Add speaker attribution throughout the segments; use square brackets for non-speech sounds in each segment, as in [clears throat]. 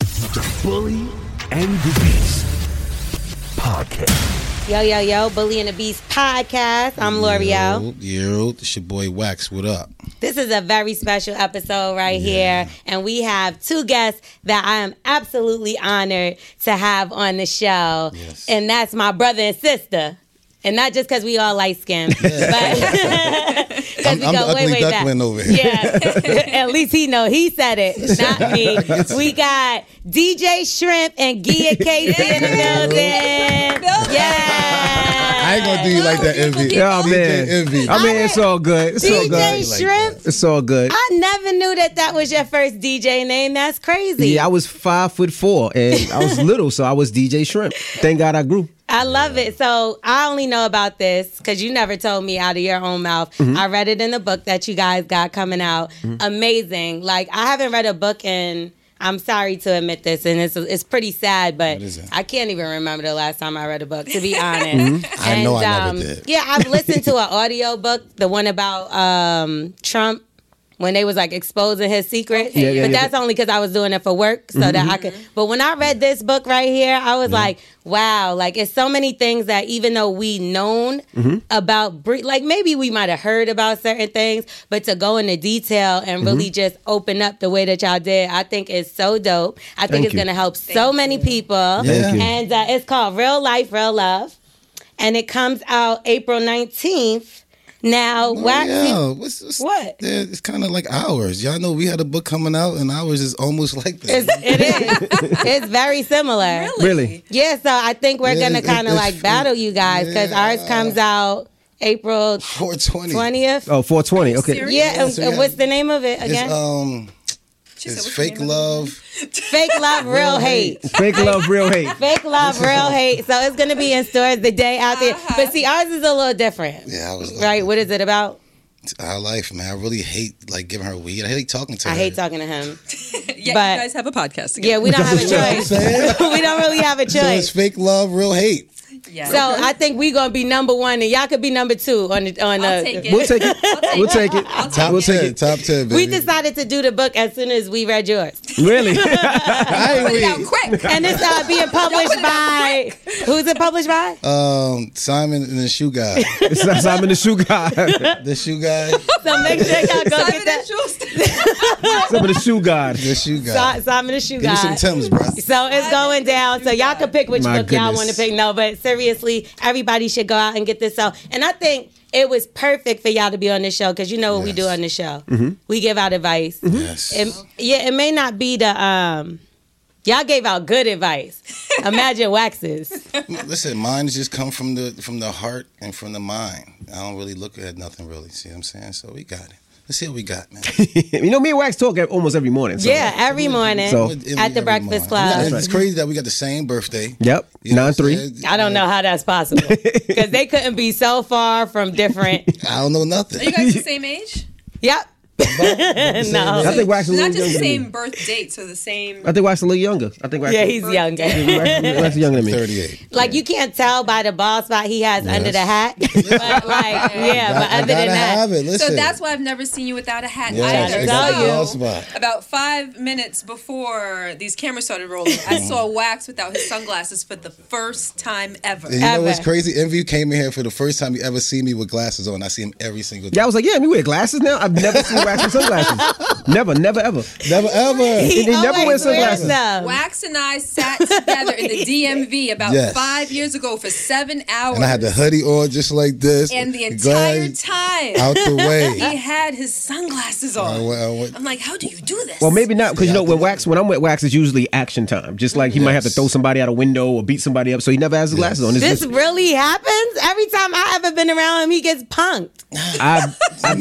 Speaker 1: The Bully and the Beast Podcast.
Speaker 2: Yo, yo, yo, Bully and the Beast podcast. I'm L'Oreal.
Speaker 3: Yo, yo, it's your boy Wax. What up?
Speaker 2: This is a very special episode right here. And we have two guests that I am absolutely honored to have on the show.
Speaker 3: Yes.
Speaker 2: And that's my brother and sister. And not just because we all light skinned, but [laughs] because
Speaker 3: I'm,
Speaker 2: we
Speaker 3: I'm the
Speaker 2: go way,
Speaker 3: ugly
Speaker 2: way back.
Speaker 3: duckling over here.
Speaker 2: Yeah. At least he know he said it, not me. We got DJ Shrimp and Gia Casey
Speaker 3: [laughs]
Speaker 2: in the building. Yeah.
Speaker 3: I ain't gonna do you like that, Envy.
Speaker 4: Yeah,
Speaker 3: DJ
Speaker 4: man.
Speaker 3: Envy.
Speaker 4: I mean, it's all good. It's all
Speaker 2: DJ
Speaker 4: good.
Speaker 2: Shrimp.
Speaker 4: It's all good.
Speaker 2: I never knew that that was your first DJ name. That's crazy.
Speaker 4: Yeah, I was five foot four and I was little, so I was DJ Shrimp. Thank God I grew.
Speaker 2: I love it. So I only know about this because you never told me out of your own mouth.
Speaker 3: Mm-hmm.
Speaker 2: I read it in the book that you guys got coming out. Amazing. Like I haven't read a book in. I'm sorry to admit this, and it's it's pretty sad, but
Speaker 3: is it?
Speaker 2: I can't even remember the last time I read a book. To
Speaker 3: [laughs]
Speaker 2: be honest, um,
Speaker 3: Mm-hmm. I know I never did.
Speaker 2: Yeah,
Speaker 3: [laughs]
Speaker 2: I've listened to an audio book, the one about um, Trump. When they was like exposing his secrets,
Speaker 4: Yeah, yeah,
Speaker 2: but
Speaker 4: yeah.
Speaker 2: that's only because I was doing it for work, so that I could. But when I read this book right here, I was like, "Wow!" Like it's so many things that even though we known
Speaker 4: Mm-hmm.
Speaker 2: about, bre- like maybe we might have heard about certain things, but to go into detail and really
Speaker 4: Mm-hmm.
Speaker 2: just open up the way that y'all did, I think is so dope. I think
Speaker 4: Thank
Speaker 2: it's
Speaker 4: you.
Speaker 2: gonna help so many people.
Speaker 4: Thank you.
Speaker 2: And uh, it's called Real Life, Real Love, and it comes out April nineteenth.
Speaker 4: Oh,
Speaker 2: Now, Waxy,
Speaker 3: Yeah, what's, what's,
Speaker 2: What?
Speaker 3: Yeah, it's kind of like ours. Y'all know we had a book coming out, and ours is almost like that.
Speaker 2: It's, it
Speaker 4: [laughs]
Speaker 2: is. it's very similar.
Speaker 4: Really?
Speaker 2: Yeah, so I think we're
Speaker 3: Yeah,
Speaker 2: gonna
Speaker 3: it-
Speaker 2: kind of
Speaker 3: it's
Speaker 2: like
Speaker 3: free.
Speaker 2: battle you guys because ours comes out April
Speaker 3: 420.
Speaker 2: twentieth.
Speaker 4: Oh, 420. Okay.
Speaker 2: Yeah, and,
Speaker 3: so we
Speaker 2: and
Speaker 3: got-
Speaker 2: what's the name of it again?
Speaker 3: It's um, it's fake love.
Speaker 2: Fake love, real hate.
Speaker 4: Fake love, real hate.
Speaker 2: Fake
Speaker 3: [laughs]
Speaker 2: love, real hate. So it's gonna be in stores the day out there.
Speaker 5: Uh-huh.
Speaker 2: But see, ours is a little different,
Speaker 3: Yeah, I was like,
Speaker 2: right? What is it about?
Speaker 3: our life, man. I really hate like giving her weed. I hate talking to
Speaker 2: I
Speaker 3: her.
Speaker 2: hate talking to him. But-
Speaker 5: Yeah, you guys have a podcast.
Speaker 2: Yeah,
Speaker 5: Together.
Speaker 2: we don't have a
Speaker 3: You know what I'm
Speaker 2: choice. [laughs]
Speaker 3: saying?
Speaker 2: we don't really have a
Speaker 3: So it's
Speaker 2: choice.
Speaker 3: fake love, real hate.
Speaker 5: Yeah.
Speaker 2: So I think we're gonna be number one, and y'all could be number two on the on
Speaker 5: I'll
Speaker 2: the.
Speaker 5: take it.
Speaker 4: We'll take it.
Speaker 5: take
Speaker 4: We'll
Speaker 5: it.
Speaker 4: take it.
Speaker 5: I'll
Speaker 3: Top
Speaker 4: We'll
Speaker 3: ten,
Speaker 4: take it.
Speaker 3: top ten, baby.
Speaker 2: We decided to do the book as soon as we read yours.
Speaker 4: Really?
Speaker 3: I ain't
Speaker 5: Put it out
Speaker 3: weed.
Speaker 5: [laughs] quick.
Speaker 2: And it's uh, being published by who's it published by?
Speaker 3: Um, Simon and the shoe guy.
Speaker 4: It's not Simon the Shoe Guy.
Speaker 3: The shoe guy.
Speaker 2: So make sure y'all go get
Speaker 5: Simon
Speaker 2: that.
Speaker 5: and Schuster.
Speaker 4: Simon the Shoe God.
Speaker 3: The shoe guy.
Speaker 2: Si- Simon the Shoe
Speaker 3: Give me some
Speaker 2: Guy.
Speaker 3: Tim's, bro.
Speaker 2: So it's going down. So y'all can pick which
Speaker 4: My
Speaker 2: book y'all
Speaker 4: goodness.
Speaker 2: want to pick. No, but seriously, everybody should go out and get this out. And I think it was perfect for y'all to be on this show because you know what we do
Speaker 3: Yes. Mm-hmm.
Speaker 2: on this show. We give out advice.
Speaker 3: Yes.
Speaker 2: It- yeah, it may not be the um. Y'all gave out good
Speaker 5: [laughs]
Speaker 2: advice. Imagine waxes.
Speaker 3: Listen, mine's just come from the from the heart and from the mind. I don't really look at nothing really. See what I'm saying? So we got it. Let's see what we got, man.
Speaker 4: You know, me and Wax talk almost every morning. So.
Speaker 2: Yeah, every morning.
Speaker 4: So-
Speaker 3: What- every-
Speaker 2: At the
Speaker 3: every
Speaker 2: Breakfast
Speaker 3: morning.
Speaker 2: Club.
Speaker 3: And It's crazy that we got the same birthday.
Speaker 4: Yep.
Speaker 3: You know what I'm
Speaker 4: 9 3.
Speaker 3: saying?
Speaker 2: I don't know how that's possible
Speaker 4: [laughs]
Speaker 2: because they couldn't be so far from different.
Speaker 3: I don't know nothing.
Speaker 5: Are you guys the same age?
Speaker 2: Yep. [laughs] no.
Speaker 4: I think Wax a little
Speaker 5: Not just the
Speaker 4: younger. than me.
Speaker 5: same birth date, so the same.
Speaker 4: I think Wax a little younger. I think Wax
Speaker 2: Yeah, he's younger.
Speaker 4: Wax is younger
Speaker 3: [laughs]
Speaker 4: than me.
Speaker 3: 38.
Speaker 2: [laughs] Like you can't tell by the ball spot he has under the hat. [laughs]
Speaker 4: [laughs]
Speaker 2: But like, yeah, but
Speaker 3: I
Speaker 2: other
Speaker 3: gotta
Speaker 2: than that,
Speaker 3: have it. Listen.
Speaker 5: So that's why I've never seen you without a hat
Speaker 3: Yes,
Speaker 5: either.
Speaker 2: I got the
Speaker 3: ball
Speaker 5: So,
Speaker 3: spot.
Speaker 5: about five minutes before these cameras started rolling, I saw Wax without his sunglasses for the first time ever.
Speaker 3: And you know what's
Speaker 2: Ever.
Speaker 3: crazy? Envy came in here for the first time you ever see me with glasses on. I see him every single day.
Speaker 4: Yeah, I was like, yeah, you wear glasses now? I've never seen wax with sunglasses. never, never, ever.
Speaker 3: Never
Speaker 2: [laughs]
Speaker 3: ever.
Speaker 4: He, never
Speaker 2: always
Speaker 4: wears
Speaker 2: wears
Speaker 4: sunglasses.
Speaker 2: them.
Speaker 5: Wax and I sat together in the DMV about
Speaker 3: Yes.
Speaker 5: five years ago for seven hours.
Speaker 3: And I had the hoodie on just like this.
Speaker 5: And
Speaker 3: [laughs]
Speaker 5: the entire
Speaker 3: Glass
Speaker 5: time,
Speaker 3: out Oh, the
Speaker 5: he
Speaker 3: way.
Speaker 5: had his sunglasses
Speaker 3: I
Speaker 5: on.
Speaker 3: went- I went-
Speaker 5: I'm like, how do you do this?
Speaker 4: Well, maybe not because you know when wax when I'm with wax it's usually action time. Just like he might have to
Speaker 3: Yes.
Speaker 4: throw somebody out a window or beat somebody up, so he never has his glasses on. It's
Speaker 2: This
Speaker 4: just-
Speaker 2: really happens. Every time I ever been around him, he gets punked.
Speaker 4: I've, I've,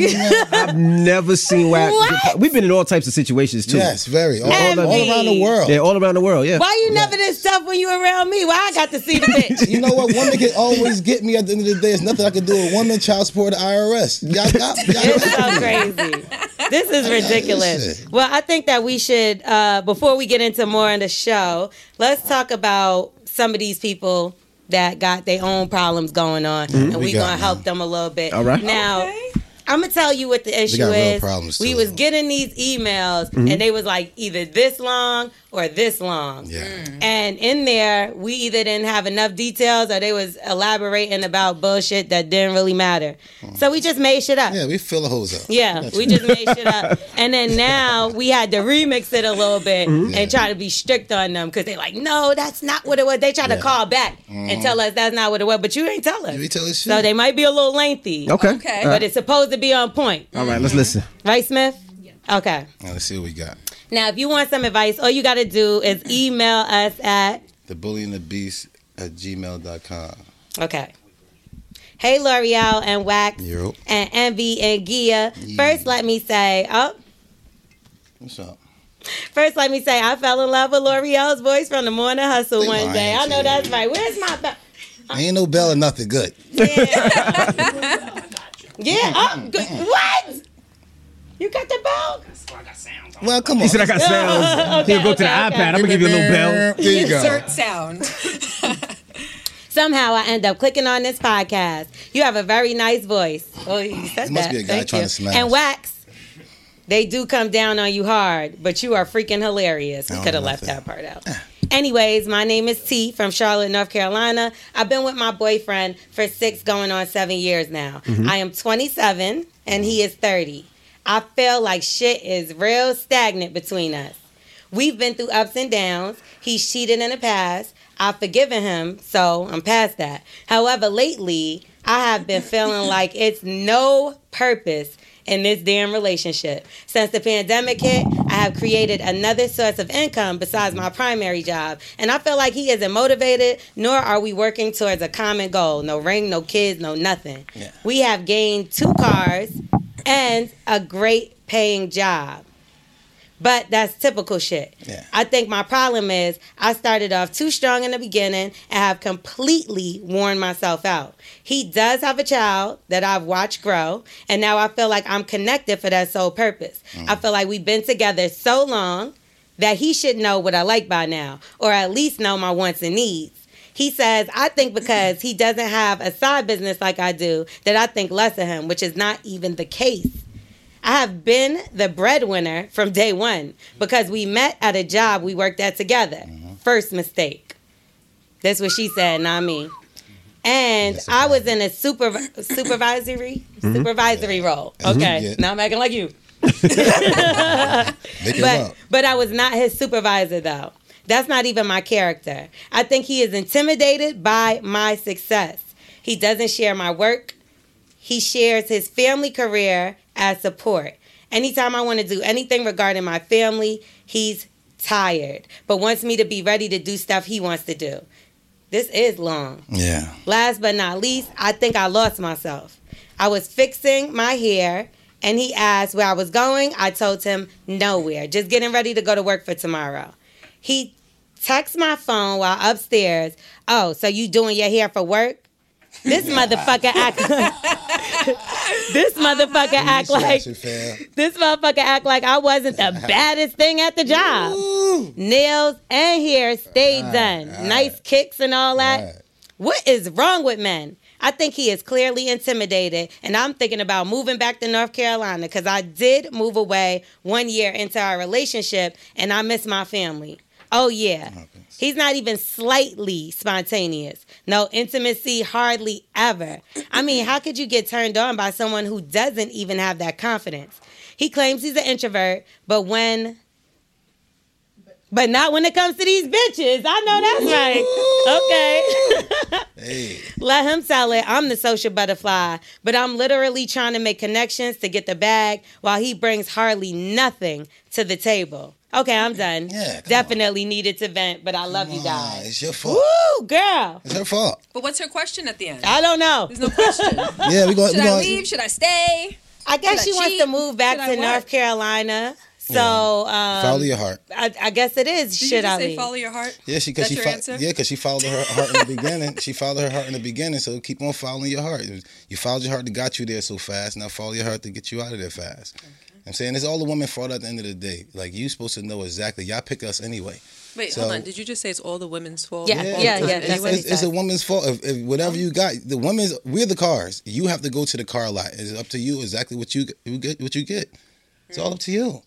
Speaker 4: I've never seen wax.
Speaker 2: What?
Speaker 4: We've been in all types of situations too.
Speaker 3: Yes, very. All,
Speaker 2: And
Speaker 3: all around the
Speaker 2: me.
Speaker 3: world.
Speaker 4: Yeah, all around the world. Yeah.
Speaker 2: Why you never did stuff when you around me? Why I got to see the bitch?
Speaker 3: [laughs] You know what? Women can always get me at the end of the day. It's nothing I can do with women, child support, the IRS. Y'all got, y'all
Speaker 2: This is
Speaker 3: got
Speaker 2: so
Speaker 3: [laughs] me.
Speaker 2: crazy. This is ridiculous. Well, I think that we should, uh, before we get into more in the show, let's talk about some of these people that got their own problems going on, and we're
Speaker 3: Mm-hmm. got
Speaker 2: gonna
Speaker 3: them.
Speaker 2: help them a little bit.
Speaker 4: All right.
Speaker 2: Now, I'm gonna tell you what the issue
Speaker 3: got real
Speaker 2: is.
Speaker 3: problems,
Speaker 2: we
Speaker 3: too. Mm-hmm.
Speaker 2: was getting these emails, and they was like either this long or this long.
Speaker 3: Yeah.
Speaker 2: And in there, we either didn't have enough details or they was elaborating about bullshit that didn't really matter.
Speaker 3: Mm.
Speaker 2: So we just made shit up.
Speaker 3: Yeah, we fill the hoes up.
Speaker 2: Yeah, we just made shit up. And then now we had to remix it a little bit and try to be strict on them because they like, no, that's not what it was. They try to call back and tell us that's not what it was, but Uh-huh. you ain't Uh-huh. tell us.
Speaker 3: We tell this shit.
Speaker 2: so they might be a little lengthy,
Speaker 4: Okay.
Speaker 5: Okay.
Speaker 4: All
Speaker 2: but
Speaker 4: right.
Speaker 2: it's supposed to be on point.
Speaker 4: All right, let's listen.
Speaker 2: Right, Smith? Okay.
Speaker 3: Now, let's see what we got.
Speaker 2: Now, if you want some advice, all you got to do is email us at
Speaker 3: The bully and the beast at gmail.com.
Speaker 2: Okay. Hey L'Oreal and Wax
Speaker 3: Yup.
Speaker 2: and Envy and Gia. First, let me say, oh,
Speaker 3: What's up?
Speaker 2: first let me say, I fell in love with L'Oreal's voice from the Morning Hustle
Speaker 3: They
Speaker 2: one
Speaker 3: lying
Speaker 2: day. I
Speaker 3: to
Speaker 2: know
Speaker 3: you.
Speaker 2: that's right. Where's my bell?
Speaker 3: Ain't no bell or nothing good.
Speaker 2: Yeah. yeah.
Speaker 3: Mm-hmm,
Speaker 2: Oh, good. What? You got the bell?
Speaker 3: Well, come on.
Speaker 4: He said I got sounds.
Speaker 2: Okay,
Speaker 4: He'll go to the
Speaker 2: okay,
Speaker 4: iPad.
Speaker 2: okay.
Speaker 4: I'm gonna give you a little bell.
Speaker 3: There you go.
Speaker 5: Insert sound.
Speaker 2: Somehow I end up clicking on this podcast. You have a very nice voice. Oh, you said
Speaker 3: It must
Speaker 2: that.
Speaker 3: be a guy
Speaker 2: Thank
Speaker 3: trying
Speaker 2: you.
Speaker 3: to smash.
Speaker 2: And Wax, they do come down on you hard, but you are freaking hilarious. We
Speaker 3: don't
Speaker 2: could have
Speaker 3: know
Speaker 2: left that
Speaker 3: that.
Speaker 2: part out. Anyways, my name is T from Charlotte, North Carolina. I've been with my boyfriend for six going on seven years now.
Speaker 3: Mm-hmm.
Speaker 2: I am 27 and he is 30. I feel like shit is real stagnant between us. We've been through ups and downs. He's cheated in the past. I've forgiven him, so I'm past that. However, lately, I have been feeling like it's no purpose in this damn relationship. Since the pandemic hit, I have created another source of income besides my primary job. And I feel like he isn't motivated, nor are we working towards a common goal no ring, no kids, no nothing.
Speaker 3: Yeah.
Speaker 2: We have gained two cars and a great paying job. But that's typical shit.
Speaker 3: Yeah.
Speaker 2: I think my problem is I started off too strong in the beginning and have completely worn myself out. He does have a child that I've watched grow, and now I feel like I'm connected for that sole purpose. I feel like we've been together so long that he should know what I like by now, or at least know my wants and needs. He says, I think because he doesn't have a side business like I do, that I think less of him, which is not even the case. I have been the breadwinner from day one because we met at a job we worked at together. First mistake. That's what she said, not me. And
Speaker 3: Yes,
Speaker 2: I was in a super supervisory supervisory role.
Speaker 3: what you
Speaker 2: Okay,
Speaker 3: get.
Speaker 2: now I'm acting like you
Speaker 3: Make it
Speaker 2: but
Speaker 3: up.
Speaker 2: but I was not his supervisor though. That's not even my character. I think he is intimidated by my success. He doesn't share my work. He shares his family career as support. Anytime I want to do anything regarding my family, he's tired, but wants me to be ready to do stuff he wants to do. This is long.
Speaker 3: Yeah.
Speaker 2: Last but not least, I think I lost myself. I was fixing my hair and he asked where I was going. I told him nowhere, just getting ready to go to work for tomorrow. He texts my phone while upstairs. Oh, so you doing your hair for work? This motherfucker act [laughs] This motherfucker act like
Speaker 3: Fashion fair.
Speaker 2: this motherfucker act like I wasn't the baddest thing at the job. Nails and hair stayed done. Nice kicks and all that.
Speaker 3: All right.
Speaker 2: What is wrong with men? I think he is clearly intimidated, and I'm thinking about moving back to North Carolina because I did move away one year into our relationship and I miss my family. Oh, yeah. He's not even slightly spontaneous. No intimacy, hardly ever. I mean, how could you get turned on by someone who doesn't even have that confidence? He claims he's an introvert, but when but not when it comes to these bitches. I know that's right. Okay. [laughs]
Speaker 3: Hey,
Speaker 2: Let him sell it. I'm the social butterfly, but I'm literally trying to make connections to get the bag while he brings hardly nothing to the table. Okay, I'm done.
Speaker 3: Yeah, come on.
Speaker 2: Definitely needed to vent, but I love you
Speaker 3: nah,
Speaker 2: guys.
Speaker 3: it's your fault.
Speaker 2: Woo, girl.
Speaker 3: It's her fault.
Speaker 5: But what's her question at the end?
Speaker 2: I don't know.
Speaker 5: There's no question.
Speaker 3: Yeah, we going.
Speaker 5: Should
Speaker 3: We
Speaker 5: I
Speaker 3: going.
Speaker 5: leave? Should I stay?
Speaker 2: I guess
Speaker 5: Should
Speaker 2: she
Speaker 5: I
Speaker 2: wants
Speaker 5: cheat?
Speaker 2: to move back
Speaker 5: Should I
Speaker 2: to
Speaker 5: what?
Speaker 2: North Carolina. So um,
Speaker 3: Follow your heart.
Speaker 2: I, I guess it is.
Speaker 5: Did you
Speaker 2: Should
Speaker 5: just
Speaker 2: I
Speaker 5: say
Speaker 2: leave?
Speaker 5: follow your heart?
Speaker 3: Yeah, she because
Speaker 5: That's
Speaker 3: she
Speaker 5: your
Speaker 3: fo-
Speaker 5: answer?
Speaker 3: yeah because she followed her heart in the beginning. She followed her heart in the beginning, so keep on following your heart. You followed your heart that got you there so fast. Now follow your heart to get you out of there fast. I'm saying it's all the woman fault at the end of the day. Like you supposed to know exactly. Y'all pick us anyway.
Speaker 5: Wait,
Speaker 3: So-
Speaker 5: hold on. Did you just say it's all the women's fault?
Speaker 2: Yeah,
Speaker 5: All
Speaker 2: yeah,
Speaker 5: the time
Speaker 2: yeah, that's
Speaker 5: anyway?
Speaker 2: what
Speaker 3: it's,
Speaker 2: he
Speaker 3: it's a
Speaker 2: said.
Speaker 3: woman's fault. If, if whatever you got, the women's we're the cars. You have to go to the car lot. It's up to you exactly what you you get. What you get. It's all up to you.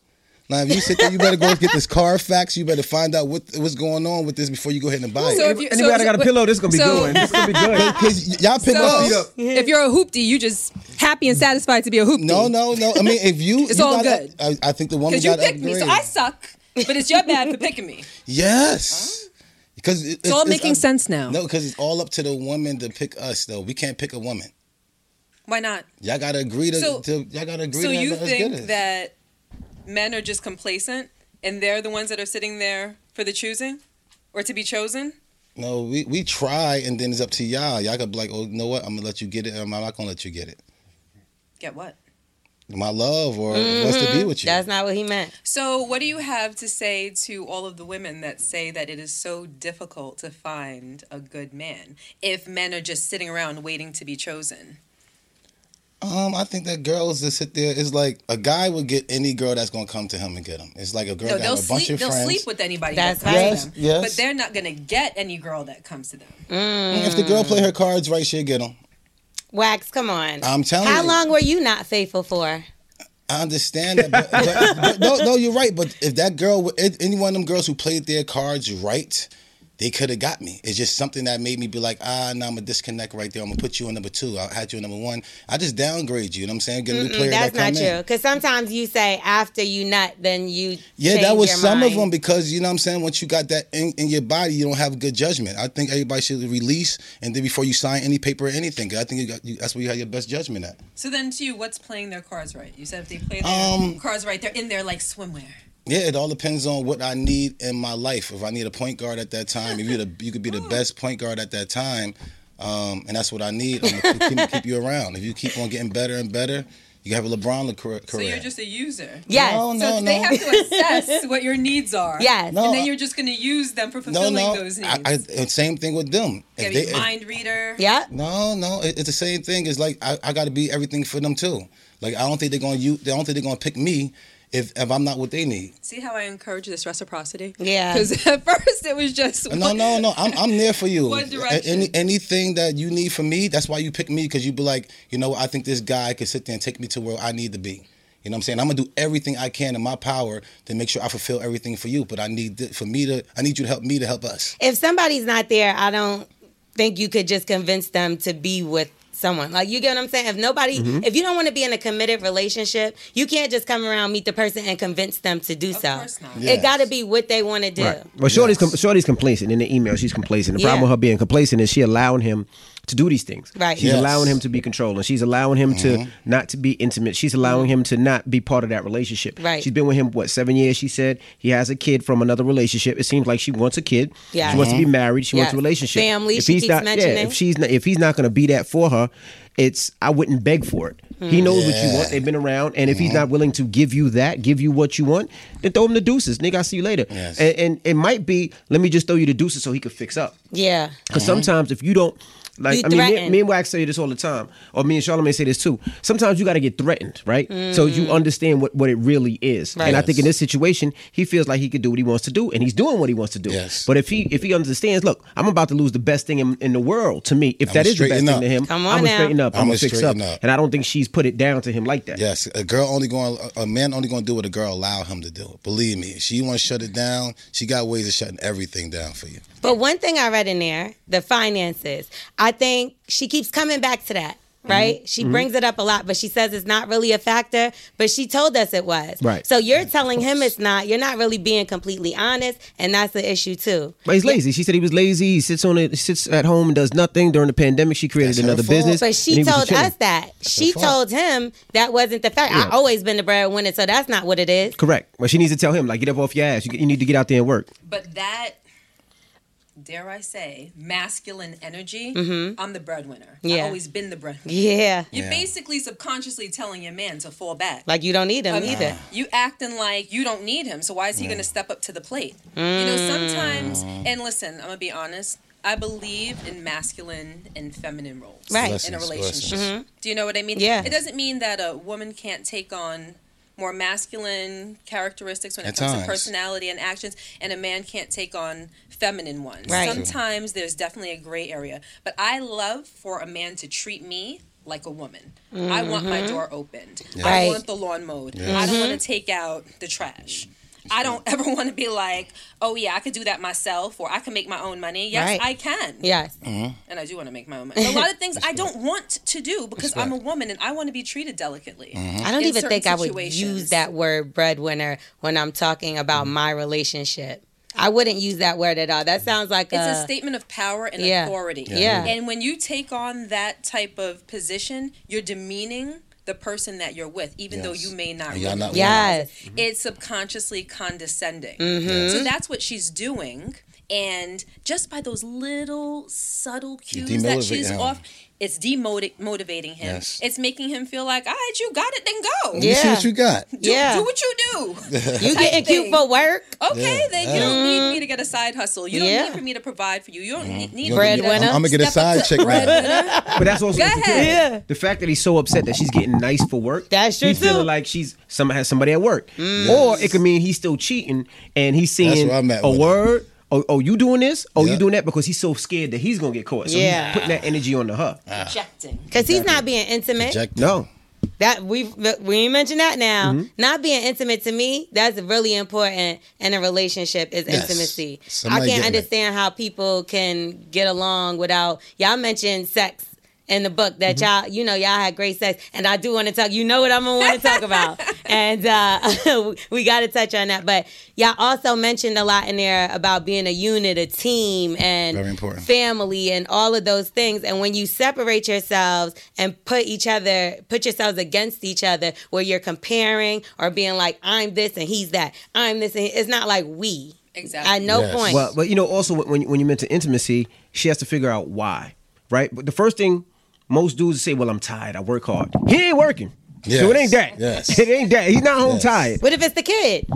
Speaker 3: Now, if you sit there, you better go get this car fax. You better find out what what's going on with this before you go ahead and buy
Speaker 5: So
Speaker 3: it.
Speaker 5: if you,
Speaker 4: And
Speaker 5: so
Speaker 4: if I got a
Speaker 5: so-
Speaker 4: pillow, this gonna be
Speaker 5: so-
Speaker 4: good. This gonna be good.
Speaker 3: Because y'all pick us
Speaker 5: So if you're a hoopty, you just happy and satisfied to be a hoopty.
Speaker 3: No, no, no. I mean, if you,
Speaker 5: It's
Speaker 3: you
Speaker 5: all
Speaker 3: gotta-
Speaker 5: good.
Speaker 3: I, I think the woman
Speaker 5: Because you
Speaker 3: got
Speaker 5: picked me, so I suck. But it's your bad for picking me.
Speaker 3: yes, because it,
Speaker 5: It's all making
Speaker 3: up-
Speaker 5: sense now.
Speaker 3: No, because it's all up to the woman to pick us. Though we can't pick a woman.
Speaker 5: Why not?
Speaker 3: Y'all gotta agree to.
Speaker 5: So-
Speaker 3: to y'all gotta agree.
Speaker 5: So
Speaker 3: to
Speaker 5: you
Speaker 3: let us get
Speaker 5: think
Speaker 3: it.
Speaker 5: that men are just complacent and they're the ones that are sitting there for the choosing or to be chosen?
Speaker 3: No, we we try, and then it's up to y'all. Y'all could be like, oh, you know what? I'm gonna let you get it. or I'm not gonna let you get it.
Speaker 5: Get what?
Speaker 3: My love, or what's to be
Speaker 5: Mm-hmm.
Speaker 3: with you.
Speaker 2: That's not what he meant.
Speaker 5: So what do you have to say to all of the women that say that it is so difficult to find a good man if men are just sitting around waiting to be chosen?
Speaker 3: Um, I think that girls that sit there is like a guy would get any girl that's gonna come to him and get him. It's like a girl
Speaker 5: No,
Speaker 3: that
Speaker 5: they'll
Speaker 3: have a bunch
Speaker 5: sleep.
Speaker 3: of
Speaker 5: They'll
Speaker 3: friends.
Speaker 5: sleep with anybody
Speaker 2: That's
Speaker 5: that comes
Speaker 2: right.
Speaker 5: to them.
Speaker 3: Yes, yes.
Speaker 5: But they're not gonna get any girl that comes to them.
Speaker 3: And if the girl play her cards right, she'll get him.
Speaker 2: Wax, come on.
Speaker 3: I'm telling
Speaker 2: How
Speaker 3: you.
Speaker 2: long were you not faithful for?
Speaker 3: I understand that,
Speaker 2: [laughs]
Speaker 3: but, but- but- no, no, you're right. But if that girl, if any one of them girls who played their cards right, they could have got me. It's just something that made me be like, ah, now I'm gonna disconnect right there. I'm gonna put you on number two. I had you on number one. I just downgrade you. You know what I'm saying? Get a new player
Speaker 2: That's
Speaker 3: that come
Speaker 2: not true.
Speaker 3: in.
Speaker 2: Because sometimes you say after you nut, then you
Speaker 3: Yeah, that
Speaker 2: change
Speaker 3: was
Speaker 2: your
Speaker 3: some of
Speaker 2: mind.
Speaker 3: them because you know what I'm saying. Once you got that in, in your body, you don't have good judgment. I think everybody should release and then before you sign any paper or anything. 'cause I think you got, you, that's where you have your best judgment at.
Speaker 5: So then, to you, what's playing their cards right? You said if they play their
Speaker 3: Um,
Speaker 5: cards right, they're in there like swimwear.
Speaker 3: Yeah, it all depends on what I need in my life. If I need a point guard at that time, if you the, you could
Speaker 5: [laughs]
Speaker 3: be the best point guard at that time, um, and that's what I need. I'm gonna keep, keep, keep you around. If you keep on getting better and better, you have a LeBron le- career.
Speaker 5: So you're just a user.
Speaker 2: Yes.
Speaker 3: no, no,
Speaker 5: so they
Speaker 3: no.
Speaker 5: have to assess
Speaker 2: [laughs]
Speaker 5: what your needs are.
Speaker 2: Yes.
Speaker 3: No,
Speaker 5: and then
Speaker 3: I-
Speaker 5: you're just going to use them for
Speaker 3: no,
Speaker 5: fulfilling
Speaker 3: no.
Speaker 5: those needs.
Speaker 3: I, I, and same thing with them.
Speaker 5: Gotta
Speaker 3: If
Speaker 5: be
Speaker 3: they-
Speaker 5: a
Speaker 3: if-
Speaker 5: mind reader.
Speaker 2: Yep.
Speaker 3: No, no, it, it's the same thing. It's like I, I got to be everything for them too. Like I don't think they're gonna you. I don't think they're gonna pick me if if I'm not what they need.
Speaker 5: See how I encourage this reciprocity?
Speaker 2: Yeah.
Speaker 5: Because [laughs] at first it was just
Speaker 3: No, no, no. I'm I'm there for you.
Speaker 5: What direction?
Speaker 3: Any anything that you need from me, that's why you pick me because you be like, you know, I think this guy could sit there and take me to where I need to be. You know what I'm saying? I'm gonna do everything I can in my power to make sure I fulfill everything for you. But I need th- for me to, I need you to help me to help us.
Speaker 2: If somebody's not there, I don't think you could just convince them to be with someone. Like you get what I'm saying? If nobody
Speaker 3: Mm-hmm.
Speaker 2: if you don't want to be in a committed relationship, you can't just come around, meet the person and convince them to do so.
Speaker 5: course not.
Speaker 3: Yes.
Speaker 2: It gotta be what they wanna do.
Speaker 4: Right. Well, Shorty's com- Shorty's complacent in the email. She's complacent. The problem
Speaker 2: Yeah.
Speaker 4: with her being complacent is she allowing him to do these things.
Speaker 2: Right.
Speaker 4: She's
Speaker 3: Yes. Mm-hmm.
Speaker 4: allowing him to be controlling. She's allowing him to not to be intimate. She's allowing him to not be part of that relationship.
Speaker 2: Right.
Speaker 4: She's been with him what seven years. She said he has a kid from another relationship. It seems like she wants a kid.
Speaker 2: Yeah.
Speaker 4: She wants
Speaker 3: Mm-hmm.
Speaker 4: to be married. She wants a
Speaker 2: Yes.
Speaker 4: relationship.
Speaker 2: Family,
Speaker 4: If
Speaker 2: she
Speaker 4: he's
Speaker 2: keeps
Speaker 4: not, Yeah.
Speaker 2: mentioning.
Speaker 4: If she's not, if he's not going to be that for her, it's I wouldn't beg for it.
Speaker 2: Hmm.
Speaker 4: He knows what you
Speaker 3: Yeah.
Speaker 4: want. They've been around, and if he's
Speaker 3: Mm-hmm.
Speaker 4: not willing to give you that, give you what you want, then throw him the deuces, nigga. I'll see you later.
Speaker 3: Yes.
Speaker 4: And, and it might be, let me just throw you the deuces so he could fix up.
Speaker 2: Yeah.
Speaker 4: Because
Speaker 3: Mm-hmm.
Speaker 4: sometimes if you don't, like,
Speaker 2: You
Speaker 4: I mean, me,
Speaker 2: threaten.
Speaker 4: me and Wax say this all the time, or me and Charlamagne say this too. Sometimes you got to get threatened, right? So you
Speaker 2: Mm.
Speaker 4: understand what, what it really is. And I think in this situation, he feels like he could do what he wants to do, and he's doing what he wants to do.
Speaker 3: Yes.
Speaker 4: But if he if he understands, look, I'm about to lose the best thing in, in the world to me. If
Speaker 3: I'ma
Speaker 4: that is the best
Speaker 3: straighten
Speaker 4: thing
Speaker 3: up.
Speaker 4: to him,
Speaker 2: Come
Speaker 4: I'm
Speaker 2: on
Speaker 4: gonna
Speaker 2: now.
Speaker 4: straighten up. I'm,
Speaker 3: I'ma
Speaker 4: gonna fix up.
Speaker 3: straighten up.
Speaker 4: And I don't think she's put it down to him like that.
Speaker 3: Yes, a girl only going, a man only going to do what a girl allow him to do. Believe me, if she want to shut it down. She got ways of shutting everything down for you.
Speaker 2: But one thing I read in there, the finances, I think she keeps coming back to that.
Speaker 4: Mm-hmm.
Speaker 2: right? She brings it up a lot, but she says it's not really a factor, but she told us it was.
Speaker 4: Right.
Speaker 2: So you're telling him it's not. You're not really being completely honest, and that's the issue too.
Speaker 4: But he's lazy. She said he was lazy. He sits on it, sits at home and does nothing during the pandemic. She created
Speaker 3: That's her
Speaker 4: another
Speaker 3: fault.
Speaker 4: business.
Speaker 2: But
Speaker 4: and
Speaker 2: she
Speaker 4: he was
Speaker 2: told
Speaker 4: chilling.
Speaker 2: us that. She
Speaker 3: her fault.
Speaker 2: told him that wasn't the fact. I
Speaker 4: Yeah.
Speaker 2: always been the breadwinner, so that's not what it is.
Speaker 4: Correct. Well, she needs to tell him like, get up off your ass. You, you need to get out there and work.
Speaker 5: But that, dare I say, masculine energy, I'm the breadwinner.
Speaker 2: Mm-hmm. Yeah.
Speaker 5: I've always been the breadwinner.
Speaker 2: Yeah.
Speaker 5: You're basically subconsciously telling your man to fall back. Um,
Speaker 2: Like you don't need him either.
Speaker 5: you acting like you don't need him. So why is he going to step up to the plate? You know, sometimes, and listen, I'm going to be honest. I believe in masculine and feminine roles
Speaker 2: Right.
Speaker 5: in a
Speaker 3: Lessons,
Speaker 5: relationship.
Speaker 3: lessons.
Speaker 5: Do you know what I mean?
Speaker 2: Yeah.
Speaker 5: It doesn't mean that a woman can't take on more masculine characteristics when it
Speaker 3: At
Speaker 5: comes
Speaker 3: times.
Speaker 5: to personality and actions, and a man can't take on feminine ones.
Speaker 2: Right.
Speaker 5: Sometimes there's definitely a gray area, but I love for a man to treat me like a woman. I want my door opened. I
Speaker 2: Mm-hmm. Right. Mm-hmm.
Speaker 5: want the lawn mowed. I don't want to take out the trash. I don't [laughs] ever want to be like, oh yeah, I could do that myself, or I can make my own money. Yes,
Speaker 2: Right.
Speaker 5: I can
Speaker 2: Yes.
Speaker 5: and I do want to make
Speaker 3: [laughs]
Speaker 5: my own money. A lot of things I don't want to do because I'm a woman and I want to be treated delicately.
Speaker 3: Mm-hmm.
Speaker 2: I don't
Speaker 5: in
Speaker 2: even
Speaker 5: certain
Speaker 2: think I would
Speaker 5: situations.
Speaker 2: use that word breadwinner when I'm talking about my relationship. I wouldn't use that word at all. That sounds like
Speaker 5: It's
Speaker 2: a,
Speaker 5: a statement of power and
Speaker 2: uh, yeah.
Speaker 5: authority.
Speaker 2: Yeah.
Speaker 5: And when you take on that type of position, you're demeaning the person that you're with, even though
Speaker 3: Yes.
Speaker 5: you may not.
Speaker 3: And y'all
Speaker 5: realize
Speaker 3: not
Speaker 5: it.
Speaker 2: Yes.
Speaker 3: Mm-hmm.
Speaker 5: It's subconsciously condescending. So that's what she's doing. And just by those little subtle
Speaker 3: You're
Speaker 5: cues that she's
Speaker 3: demotivating him.
Speaker 5: off, it's demotivating motivating him.
Speaker 3: Yes.
Speaker 5: It's making him feel like, all right, you got it, then go.
Speaker 3: You see
Speaker 2: Yeah.
Speaker 3: what you got.
Speaker 5: Do,
Speaker 2: Yeah.
Speaker 5: do what you
Speaker 3: [laughs]
Speaker 5: do.
Speaker 2: you getting cute
Speaker 5: thing.
Speaker 2: for work?
Speaker 5: Okay,
Speaker 3: Yeah, Mm-hmm.
Speaker 5: then
Speaker 3: yeah.
Speaker 5: you don't need me to get a side hustle. You don't
Speaker 2: Yeah.
Speaker 5: need for me to provide for you. You don't need need
Speaker 3: You're
Speaker 5: for me
Speaker 3: gonna
Speaker 5: to-
Speaker 3: get-
Speaker 2: Breadwinner.
Speaker 3: I'm, gonna get a
Speaker 5: Step up
Speaker 3: side
Speaker 5: to
Speaker 3: chick right now.
Speaker 4: But that's also
Speaker 5: Go
Speaker 4: insecure.
Speaker 5: ahead.
Speaker 4: The fact that he's so upset that she's getting nice for work.
Speaker 2: That's true,
Speaker 4: He's
Speaker 2: too. Mm.
Speaker 4: feeling like she's some has somebody at work, or it could mean he's still cheating and he's seeing
Speaker 3: where I'm at
Speaker 4: a
Speaker 3: with it.
Speaker 4: word. Oh, oh, you doing this? Oh, you
Speaker 3: Yeah.
Speaker 4: doing that? Because he's so scared that he's gonna get caught. So
Speaker 2: Yeah.
Speaker 4: he's putting that energy onto her.
Speaker 3: Ah.
Speaker 5: Rejecting.
Speaker 2: Because he's not being intimate.
Speaker 3: Reject
Speaker 4: No,
Speaker 2: That we've we ain't mentioned that now.
Speaker 3: Mm-hmm.
Speaker 2: Not being intimate to me, that's really important in a relationship is
Speaker 3: Yes.
Speaker 2: intimacy.
Speaker 3: Somebody
Speaker 2: I can't
Speaker 3: getting it.
Speaker 2: understand how people can get along without y'all mentioned sex in the book that
Speaker 3: Mm-hmm.
Speaker 2: y'all you know y'all had great sex and I do want to talk you know what I'm gonna want to talk
Speaker 3: [laughs]
Speaker 2: about and uh, [laughs] we got to touch on that but y'all also mentioned a lot in there about being a unit a team and
Speaker 3: Very important.
Speaker 2: family and all of those things and when you separate yourselves and put each other put yourselves against each other where you're comparing or being like i'm this and he's that i'm this and he-" it's not like we
Speaker 5: Exactly.
Speaker 2: at no
Speaker 3: Yes.
Speaker 2: point
Speaker 4: Well, but you know, also when when you mention intimacy, she has to figure out why, right? But the first thing most dudes say, "Well, I'm tired. I work hard." He ain't working. So it
Speaker 3: Yes.
Speaker 4: ain't that. [laughs]
Speaker 3: Yes.
Speaker 4: It ain't that. He's not home tired.
Speaker 2: what if it's the kid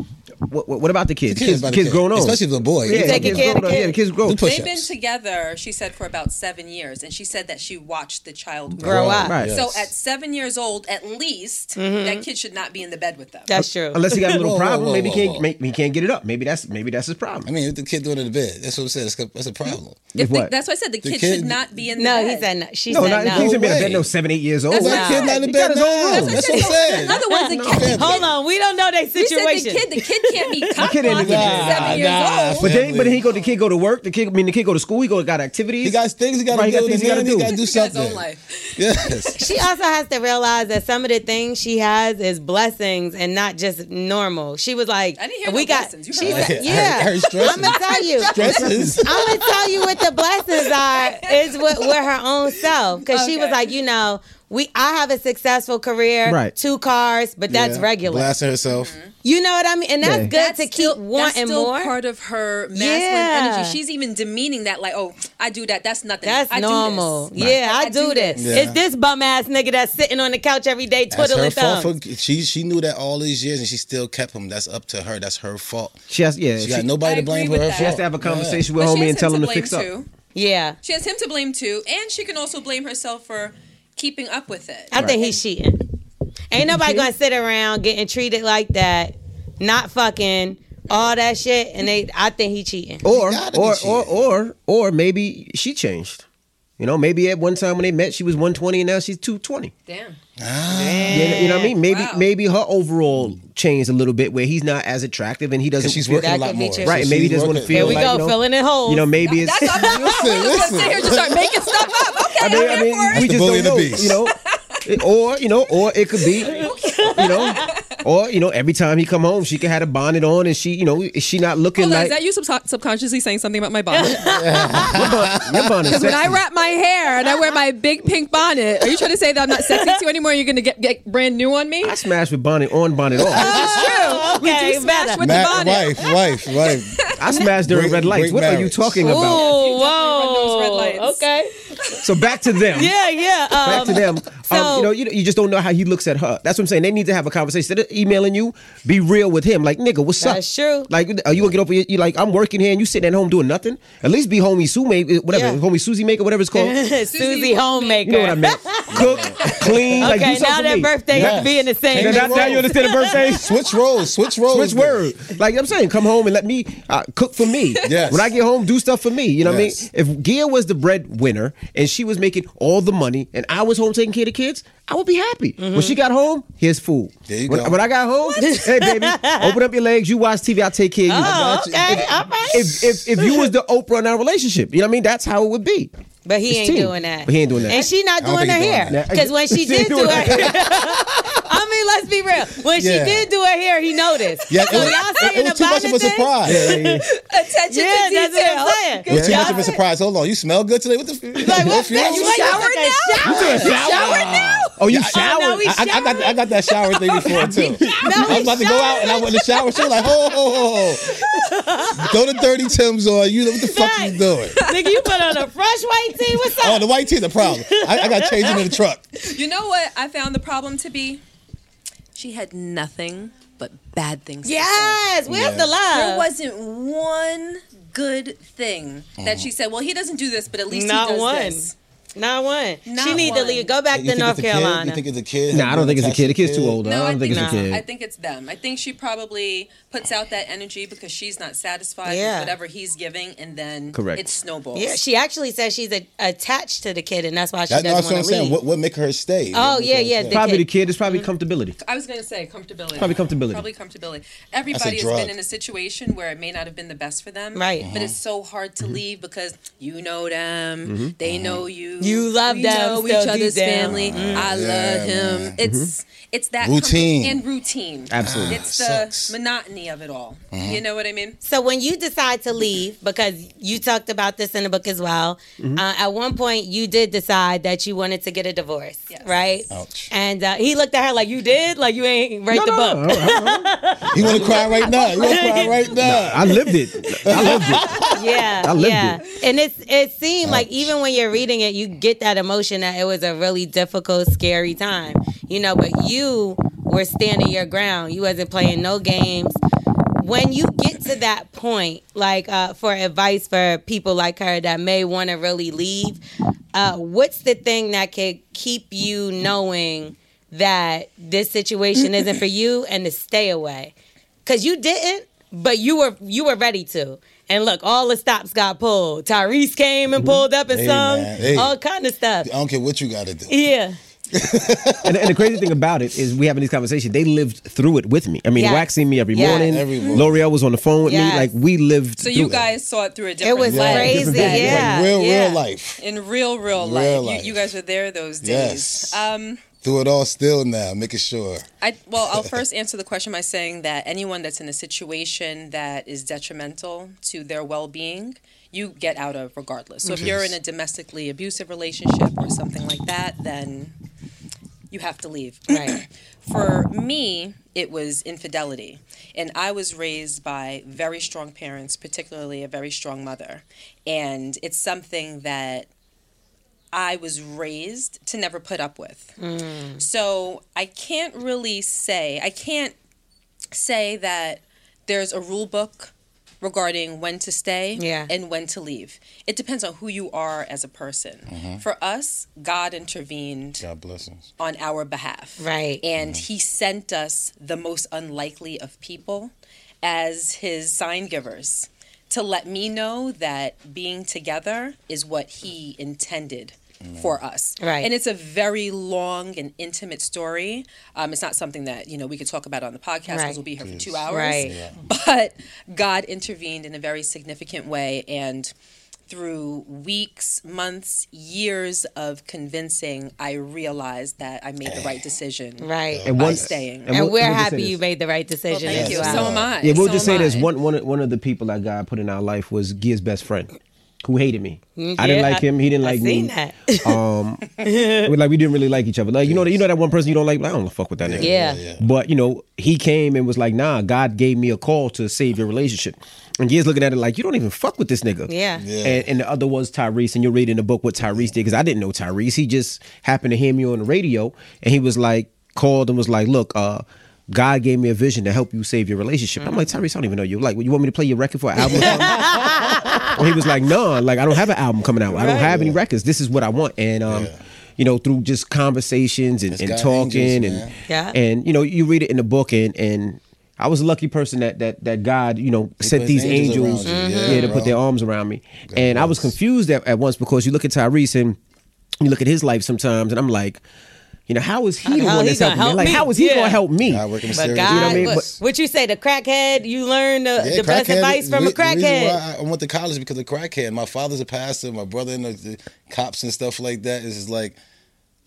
Speaker 4: What, what, what about the kids?
Speaker 3: The
Speaker 4: kids,
Speaker 3: kid's about to
Speaker 4: kids
Speaker 3: kid.
Speaker 4: grown up.
Speaker 3: Especially the boy. You
Speaker 4: Yeah,
Speaker 2: take a
Speaker 4: kids
Speaker 2: kid, a
Speaker 4: grown up.
Speaker 2: kid.
Speaker 4: Yeah, the kids grown
Speaker 3: The
Speaker 4: up.
Speaker 3: push-
Speaker 5: They've been
Speaker 3: Push-ups.
Speaker 5: together, she said, for about seven years, and she said that she watched the child grow.
Speaker 2: grow up
Speaker 4: Right.
Speaker 5: So
Speaker 3: Yes.
Speaker 5: at seven years old, at least that kid should not be in the bed with them.
Speaker 2: Mm-hmm. that's true
Speaker 4: Unless he got a little
Speaker 3: Whoa, whoa,
Speaker 4: problem,
Speaker 3: whoa,
Speaker 4: maybe he
Speaker 3: whoa,
Speaker 4: can't
Speaker 3: whoa.
Speaker 4: maybe he can't get it up. Maybe that's maybe that's his problem.
Speaker 3: I mean, if the kid doing it to bed. That's what I said. That's, that's a problem.
Speaker 5: If the-
Speaker 4: what?
Speaker 5: that's why I said the, kid,
Speaker 3: kid-
Speaker 5: should not be in the
Speaker 2: no
Speaker 5: bed.
Speaker 2: he said no she
Speaker 4: no,
Speaker 2: said
Speaker 4: not,
Speaker 2: no
Speaker 4: he's in bed,
Speaker 3: way.
Speaker 4: bed no seven eight years old.
Speaker 5: That's
Speaker 3: Why
Speaker 5: Wow.
Speaker 3: the kid not in
Speaker 4: He
Speaker 3: bed
Speaker 4: got his own
Speaker 3: now?
Speaker 4: room.
Speaker 3: That's what I'm saying.
Speaker 5: In other words, the kid,
Speaker 2: hold on we don't know their
Speaker 5: we said the
Speaker 2: situation
Speaker 5: kid, the kid can't
Speaker 2: [laughs]
Speaker 5: be cock
Speaker 4: kid ain't in
Speaker 5: blocking
Speaker 4: the
Speaker 5: at
Speaker 4: bed.
Speaker 5: seven years
Speaker 3: Nah,
Speaker 5: old.
Speaker 4: But then,
Speaker 3: Family.
Speaker 4: but then he go. The kid go to work. The kid, I mean, the kid go to school. He go got activities.
Speaker 3: He got things he got to
Speaker 4: Right, he got
Speaker 3: do.
Speaker 4: things
Speaker 3: He
Speaker 4: he gotta do.
Speaker 3: got to do
Speaker 5: He got his
Speaker 3: something.
Speaker 5: own life.
Speaker 3: Yes.
Speaker 2: she also has to realize that some of the things she has is blessings and not just normal. She was like,
Speaker 5: I didn't hear
Speaker 2: "We
Speaker 5: no
Speaker 2: got."
Speaker 5: blessings. You
Speaker 2: she
Speaker 5: heard-
Speaker 2: said,
Speaker 3: I heard-
Speaker 2: [laughs]
Speaker 3: I
Speaker 2: "Yeah."
Speaker 3: heard stresses.
Speaker 2: I'm gonna tell you.
Speaker 3: Stresses.
Speaker 2: I'm gonna tell you what the blessings are is with, with her own self because she was
Speaker 5: Okay.
Speaker 2: like, you know, we I have a successful career,
Speaker 4: Right.
Speaker 2: Two cars, but that's
Speaker 3: Yeah.
Speaker 2: [laughs] regular. Mm-hmm.
Speaker 3: Blasting herself.
Speaker 2: You know what I mean? And that's
Speaker 4: Yeah.
Speaker 2: good
Speaker 5: That's
Speaker 2: to keep
Speaker 5: still, that's
Speaker 2: wanting
Speaker 5: still
Speaker 2: more.
Speaker 5: part of her masculine
Speaker 2: Yeah.
Speaker 5: energy. She's even demeaning that, like, oh, I do that. That's nothing.
Speaker 2: that's
Speaker 5: I do this.
Speaker 2: normal. Yeah, I,
Speaker 5: Like,
Speaker 2: do this.
Speaker 3: Yeah.
Speaker 2: It's this bum ass nigga that's sitting on the couch every day
Speaker 3: That's
Speaker 2: twiddling
Speaker 3: her fault.
Speaker 2: thumbs.
Speaker 3: For, she she knew that all these years and she still kept him. That's up to her. That's her fault.
Speaker 4: She has yeah.
Speaker 3: She
Speaker 4: She,
Speaker 3: got nobody
Speaker 5: I
Speaker 3: to blame
Speaker 5: agree
Speaker 3: for her
Speaker 5: with that.
Speaker 3: fault.
Speaker 5: She
Speaker 4: has to have a conversation
Speaker 5: But
Speaker 4: with
Speaker 5: she
Speaker 4: homie
Speaker 5: has
Speaker 4: and
Speaker 5: him
Speaker 4: tell him to
Speaker 5: blame
Speaker 4: fix up.
Speaker 5: too.
Speaker 2: yeah,
Speaker 5: She has him to blame too, and she can also blame herself for keeping up with it.
Speaker 2: I think he's cheating. Ain't nobody gonna sit around getting treated like that, not fucking all that shit.
Speaker 3: Oh,
Speaker 2: And they, I think he cheating.
Speaker 4: or
Speaker 3: gotta be
Speaker 4: or,
Speaker 3: cheating.
Speaker 4: or or or maybe she changed. You know, maybe at one time when they met, she was 120 and now she's 220.
Speaker 5: Damn.
Speaker 3: Ah,
Speaker 4: You know, you know what I mean? Maybe
Speaker 5: Wow.
Speaker 4: maybe her overall changed a little bit where he's not as attractive and he doesn't.
Speaker 3: Because she's working a
Speaker 2: That
Speaker 3: lot
Speaker 2: could be
Speaker 3: more.
Speaker 2: true.
Speaker 4: Right, and maybe he doesn't want to
Speaker 2: Here
Speaker 4: feel
Speaker 2: we
Speaker 4: like
Speaker 2: go,
Speaker 4: you know,
Speaker 2: filling in holes.
Speaker 4: You know, maybe it's. [laughs]
Speaker 5: That's what I'm not
Speaker 3: Listen,
Speaker 5: going to sit here and just start making stuff up. Okay, I
Speaker 4: I mean,
Speaker 5: am
Speaker 4: I
Speaker 5: here
Speaker 4: mean,
Speaker 5: for it.
Speaker 4: we
Speaker 3: the
Speaker 4: just
Speaker 3: bully
Speaker 4: don't
Speaker 3: and the
Speaker 4: know,
Speaker 3: beast.
Speaker 4: you know.
Speaker 5: [laughs]
Speaker 4: It- Or you know, or it could be, you know, or you know, every time he come home, she could have a bonnet on, and she, you know, is she not looking
Speaker 5: Hold on,
Speaker 4: like
Speaker 5: is that you sub- subconsciously saying something about my bonnet?
Speaker 4: your bonnet? Your bonnet
Speaker 5: Because [laughs] when I
Speaker 4: sexy.
Speaker 5: wrap my hair and I wear my big pink bonnet, are you trying to say that I'm not sexy to you anymore? You're gonna get, get brand new on me?
Speaker 4: I
Speaker 5: [laughs]
Speaker 4: smash with bonnet on, bonnet off.
Speaker 5: That's true.
Speaker 2: okay,
Speaker 5: we do smash
Speaker 2: better.
Speaker 5: with
Speaker 3: Matt,
Speaker 5: the bonnet.
Speaker 3: wife, wife, wife.
Speaker 4: I smash during
Speaker 3: Great-
Speaker 4: red lights.
Speaker 3: great
Speaker 4: What are you
Speaker 3: marriage.
Speaker 4: talking about?
Speaker 2: Oh,
Speaker 5: definitely run those red
Speaker 2: whoa.
Speaker 5: lights.
Speaker 2: Okay.
Speaker 4: So back to them.
Speaker 2: Yeah, yeah.
Speaker 4: Back
Speaker 2: Um,
Speaker 4: to them. um,
Speaker 2: so-
Speaker 4: you know, you, you just don't know how he looks at her. That's what I'm saying. They need to have a conversation. Instead of emailing you, be real with him. Like, nigga, what's
Speaker 2: That's
Speaker 4: up?
Speaker 2: true.
Speaker 4: Like, are you gonna get up? You like, I'm working here and you sitting at home doing nothing. At least be homie Sue May, whatever,
Speaker 2: Yeah.
Speaker 4: homie Susie Maker, whatever
Speaker 2: [laughs]
Speaker 4: it's called. you
Speaker 2: [laughs] Susie Homemaker.
Speaker 4: know what I meant? Cook, clean. like,
Speaker 2: Okay,
Speaker 4: do
Speaker 2: now
Speaker 4: something for
Speaker 2: that
Speaker 4: me.
Speaker 2: birthday
Speaker 3: Yes.
Speaker 2: be in the same.
Speaker 4: Now, now- now you understand the birthday.
Speaker 3: Switch roles, switch roles.
Speaker 4: Switch
Speaker 3: baby.
Speaker 4: word. Like I'm saying, come home and let me uh, cook for me.
Speaker 3: Yes.
Speaker 4: When I get home, do stuff for me. You know
Speaker 3: Yes.
Speaker 4: what I mean? If Gia was the breadwinner and she was making all the money and I was home taking care of the kids, I would be happy. When she got home, here's food.
Speaker 3: There you
Speaker 4: when,
Speaker 3: go.
Speaker 4: when I got home, [laughs] hey baby, open up your legs. You watch TV. I'll take care of you.
Speaker 2: Oh, okay, all right.
Speaker 4: If, if if you was the Oprah in our relationship, you know what I mean? That's how it would be.
Speaker 2: But he
Speaker 4: It's
Speaker 2: ain't
Speaker 4: team.
Speaker 2: doing that.
Speaker 4: But he ain't doing that.
Speaker 2: And she not
Speaker 3: I don't
Speaker 2: doing her
Speaker 3: think he's
Speaker 2: hair.
Speaker 3: doing
Speaker 4: that.
Speaker 2: Because when she
Speaker 4: She ain't
Speaker 2: did do
Speaker 4: doing
Speaker 2: her hair. I mean, let's be real. When
Speaker 3: Yeah.
Speaker 2: she did do her hair, he noticed.
Speaker 3: Yeah, it
Speaker 2: so
Speaker 3: was,
Speaker 2: y'all
Speaker 3: it-
Speaker 2: saying
Speaker 3: it was too much of a surprise.
Speaker 2: Yeah,
Speaker 5: Attention to
Speaker 2: that's what
Speaker 5: detail.
Speaker 2: I'm saying.
Speaker 3: It was too
Speaker 2: Y'all
Speaker 3: much of a
Speaker 2: saying-
Speaker 3: surprise. Hold on, you smell good today. What the?
Speaker 2: Like,
Speaker 3: what
Speaker 2: what's
Speaker 3: fuel?
Speaker 2: that? You
Speaker 5: You
Speaker 2: shower
Speaker 5: showered now?
Speaker 2: now?
Speaker 4: You
Speaker 2: [laughs]
Speaker 4: took a
Speaker 2: Shower now?
Speaker 4: Oh, you
Speaker 2: Oh,
Speaker 4: showered.
Speaker 2: no, he
Speaker 3: I, I got I got that shower thing
Speaker 2: [laughs]
Speaker 3: before too. I was about to go out and I went in the shower. She was like, ho ho ho,
Speaker 2: [laughs]
Speaker 3: ho. throw the dirty Tims on. You what the fuck you doing?
Speaker 2: Nigga, you put on a fresh white tee. What's up?
Speaker 3: Oh, the white tee's a problem. I, I got changing in
Speaker 2: [laughs]
Speaker 3: the truck.
Speaker 5: You know what I found the problem to be? She had nothing but bad things. to say.
Speaker 2: yes. Where's the
Speaker 5: There
Speaker 2: love?
Speaker 5: wasn't one good thing that she said. Well, he doesn't do this, but at least
Speaker 2: Not
Speaker 5: he does
Speaker 2: one.
Speaker 5: this.
Speaker 2: not one. she
Speaker 5: Not
Speaker 2: need to
Speaker 5: one.
Speaker 2: leave. Go back
Speaker 3: You
Speaker 2: to
Speaker 3: think it's
Speaker 2: North
Speaker 3: a kid?
Speaker 2: Carolina.
Speaker 3: You think it's a kid?
Speaker 4: Nah, I don't think it's a kid. The kid's too old. I don't think it's a
Speaker 5: it's
Speaker 4: kid.
Speaker 5: I think it's them. I think she probably puts out that energy because she's not satisfied
Speaker 2: Yeah.
Speaker 5: with whatever he's giving, and then
Speaker 4: Correct.
Speaker 5: it snowballs.
Speaker 2: yeah, she actually says she's a, attached to the kid, and that's why she
Speaker 3: That's not
Speaker 2: doesn't
Speaker 3: what I'm
Speaker 2: want to leave.
Speaker 3: saying. What, what make her stay?
Speaker 2: Oh,
Speaker 3: What make
Speaker 2: yeah,
Speaker 3: her
Speaker 2: yeah,
Speaker 3: stay?
Speaker 2: the-
Speaker 4: probably
Speaker 2: kid.
Speaker 4: the kid. It's probably comfortability.
Speaker 5: I was gonna say comfortability.
Speaker 4: Probably comfortability.
Speaker 5: Probably comfortability. Everybody has
Speaker 3: drug.
Speaker 5: been in a situation where it may not have been the best for them,
Speaker 2: Right. Uh-huh. Mm-hmm.
Speaker 5: But it's so hard to leave because you know them, they know you,
Speaker 2: Uh-huh. You love
Speaker 5: we
Speaker 2: them Mm-hmm. still
Speaker 5: know each
Speaker 2: deep
Speaker 5: other's
Speaker 2: down.
Speaker 5: family. I love him. It's it's that comfort
Speaker 3: Routine.
Speaker 5: and routine.
Speaker 4: Absolutely.
Speaker 5: it's the
Speaker 3: sucks.
Speaker 5: monotony of it all.
Speaker 2: Uh-huh.
Speaker 5: You know what I mean?
Speaker 2: So when you decide to leave, because you talked about this in the book as well,
Speaker 4: Mm-hmm.
Speaker 2: uh, at one point you did decide that you wanted to get a divorce,
Speaker 5: Yes.
Speaker 2: right?
Speaker 3: Ouch.
Speaker 2: And uh, he looked at her like, "You did? Like you ain't write the book?"
Speaker 3: You want to cry right now? You want to cry right now?
Speaker 4: I lived it. I lived it.
Speaker 2: Yeah,
Speaker 4: I lived
Speaker 2: yeah. And it's it seemed like even when you're reading it, you get that emotion that it was a really difficult, scary time, you know. But you were standing your ground. You wasn't playing no games. When you get to that point, like uh, for advice for people like her that may want to really leave, uh, what's the thing that could keep you knowing that this
Speaker 3: [laughs]
Speaker 2: situation isn't for you and to stay away? Cause you didn't, but you were you were ready to. And look, all the stops got pulled. Tyrese came and pulled up and
Speaker 3: Mm-hmm. Hey,
Speaker 2: sung
Speaker 3: man. Hey.
Speaker 2: all kind of stuff.
Speaker 3: I don't care what you got to do.
Speaker 2: Yeah.
Speaker 4: And, and the crazy thing about it is we having these conversations. They lived through it with me. I mean,
Speaker 2: Yeah.
Speaker 4: waxing me every
Speaker 2: Yeah.
Speaker 4: morning.
Speaker 3: Every morning.
Speaker 4: L'Oreal was on the phone with
Speaker 2: Yes.
Speaker 4: me. Like we lived.
Speaker 5: So
Speaker 4: through
Speaker 5: you
Speaker 4: it.
Speaker 5: guys saw it through a
Speaker 2: It
Speaker 5: different
Speaker 2: was
Speaker 5: lens.
Speaker 2: crazy.
Speaker 4: different vibe.
Speaker 2: Yeah.
Speaker 3: Like real,
Speaker 2: yeah.
Speaker 3: real life.
Speaker 5: in real, real, life.
Speaker 3: Real
Speaker 5: You-
Speaker 3: life.
Speaker 5: You, guys were there those days.
Speaker 3: Yes.
Speaker 5: Um,
Speaker 3: Do it all still now, making sure.
Speaker 5: I well,
Speaker 3: [laughs]
Speaker 5: I'll first answer the question by saying that anyone that's in a situation that is detrimental to their well-being, you get out of regardless.
Speaker 3: Mm-hmm.
Speaker 5: So if you're in a domestically abusive relationship or something like that, then you have to leave.
Speaker 3: [clears throat]
Speaker 2: Right.
Speaker 5: For me, it was infidelity. And I was raised by very strong parents, particularly a very strong mother. And it's something that I was raised to never put up with. So I can't really say, I can't say that there's a rule book regarding when to stay
Speaker 2: Yeah.
Speaker 5: and when to leave. It depends on who you are as a person. For us, God intervened
Speaker 3: God bless [laughs] him.
Speaker 5: on our behalf.
Speaker 2: Right.
Speaker 5: And he sent us the most unlikely of people as his sign givers to let me know that being together is what he intended for us.
Speaker 2: Right.
Speaker 5: And it's a very long and intimate story. Um, it's not something that, you know, we could talk about on the podcast because
Speaker 2: Right.
Speaker 5: we'll be here for two hours.
Speaker 2: Right.
Speaker 5: But God intervened in a very significant way and through weeks, months, years of convincing, I realized that I made the right decision.
Speaker 2: Right.
Speaker 4: And
Speaker 5: by
Speaker 4: one-
Speaker 5: staying.
Speaker 4: and
Speaker 2: And
Speaker 4: we'll-
Speaker 2: we're
Speaker 4: we'll just say
Speaker 2: happy you
Speaker 4: this.
Speaker 2: made the right decision.
Speaker 5: Thank
Speaker 2: as
Speaker 5: you.
Speaker 2: well.
Speaker 5: So am I.
Speaker 4: Yeah, we'll
Speaker 5: So
Speaker 4: just
Speaker 5: am
Speaker 4: say this.
Speaker 5: I.
Speaker 4: One one one of the people that God put in our life was Gia's best friend, who hated me. I didn't
Speaker 2: Yeah,
Speaker 4: like him. He didn't
Speaker 2: I
Speaker 4: like
Speaker 2: seen
Speaker 4: me.
Speaker 3: [laughs]
Speaker 2: that.
Speaker 4: Um, we- like we didn't really like each other. Like you know, that- you know that one person you don't like. Like, I don't fuck with that nigga.
Speaker 2: Yeah.
Speaker 4: But you know, he came and was like, "Nah, God gave me a call to save your relationship." And Gia's looking at it like, "You don't even fuck with this nigga."
Speaker 2: Yeah. Yeah.
Speaker 4: And, and the other was Tyrese, and you're reading the book what Tyrese did because I didn't know Tyrese. He just happened to hear me on the radio, and he was like, called and was like, "Look, uh." God gave me a vision to help you save your relationship. I'm like, Tyrese, I don't even know you. Like, you want me to play your record for
Speaker 2: [laughs]
Speaker 4: an album? And he was like, no, like I don't have an album coming out. I don't have any records. This is what I want. And um, you know, through just conversations and, and
Speaker 3: got
Speaker 4: talking
Speaker 3: angels,
Speaker 4: and
Speaker 3: man.
Speaker 2: Yeah.
Speaker 4: and you know, you read it in the book and and I was a lucky person that that that God, you know, sent
Speaker 3: put
Speaker 4: these angels,
Speaker 3: angels around you.
Speaker 4: yeah,
Speaker 3: Yeah,
Speaker 4: to
Speaker 3: bro.
Speaker 4: put their arms around me. and I was confused at, at once because you look at Tyrese and you look at his life sometimes and I'm like, you know, how is he the
Speaker 2: How
Speaker 4: one
Speaker 2: he
Speaker 4: that's
Speaker 2: gonna
Speaker 4: helping me?
Speaker 2: help
Speaker 4: Like,
Speaker 2: me?
Speaker 4: how is he
Speaker 2: Yeah.
Speaker 4: gonna help me?
Speaker 3: I work in
Speaker 2: But God,
Speaker 3: serious-
Speaker 4: I mean?
Speaker 2: what,
Speaker 4: But-
Speaker 2: what you say? The crackhead. You learn the,
Speaker 3: Yeah,
Speaker 2: the best
Speaker 3: crackhead-
Speaker 2: advice from a
Speaker 3: re- the reason
Speaker 2: crackhead.
Speaker 3: why I- I went to college because of crackhead. My father's a pastor. My brother and the, the cops and stuff like that. It's just like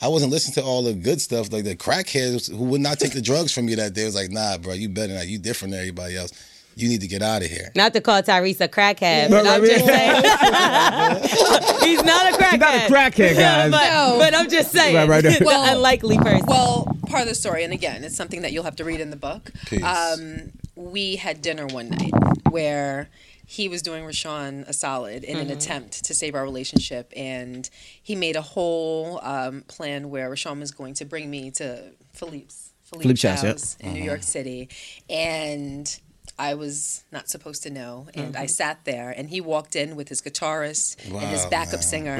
Speaker 3: I wasn't listening to all the good stuff. Like the crackheads who would not take the drugs from you that day was like, nah, bro, you better not. You different than everybody else. You need to get out of here.
Speaker 2: Not to call Tyrese a crackhead, but I'm just saying he's not a crackhead.
Speaker 4: not a
Speaker 2: [laughs]
Speaker 4: crackhead, guys.
Speaker 2: but, but I'm just saying, [laughs]
Speaker 4: Right, right.
Speaker 2: the
Speaker 5: Well-
Speaker 2: unlikely person.
Speaker 5: Well, part of the story, and again, it's something that you'll have to read in the book.
Speaker 3: Peace.
Speaker 5: Um, we had dinner one night where he was doing Rashawn a solid in an attempt to save our relationship, and he made a whole um, plan where Rashawn was going to bring me to Philippe's
Speaker 4: Philippe's
Speaker 5: Philippe's
Speaker 4: house,
Speaker 5: house
Speaker 4: yeah.
Speaker 5: in New York City, and. I was not supposed to know, and I sat there, and he walked in with his guitarist and his
Speaker 3: Wow,
Speaker 5: backup
Speaker 3: man.
Speaker 5: singer,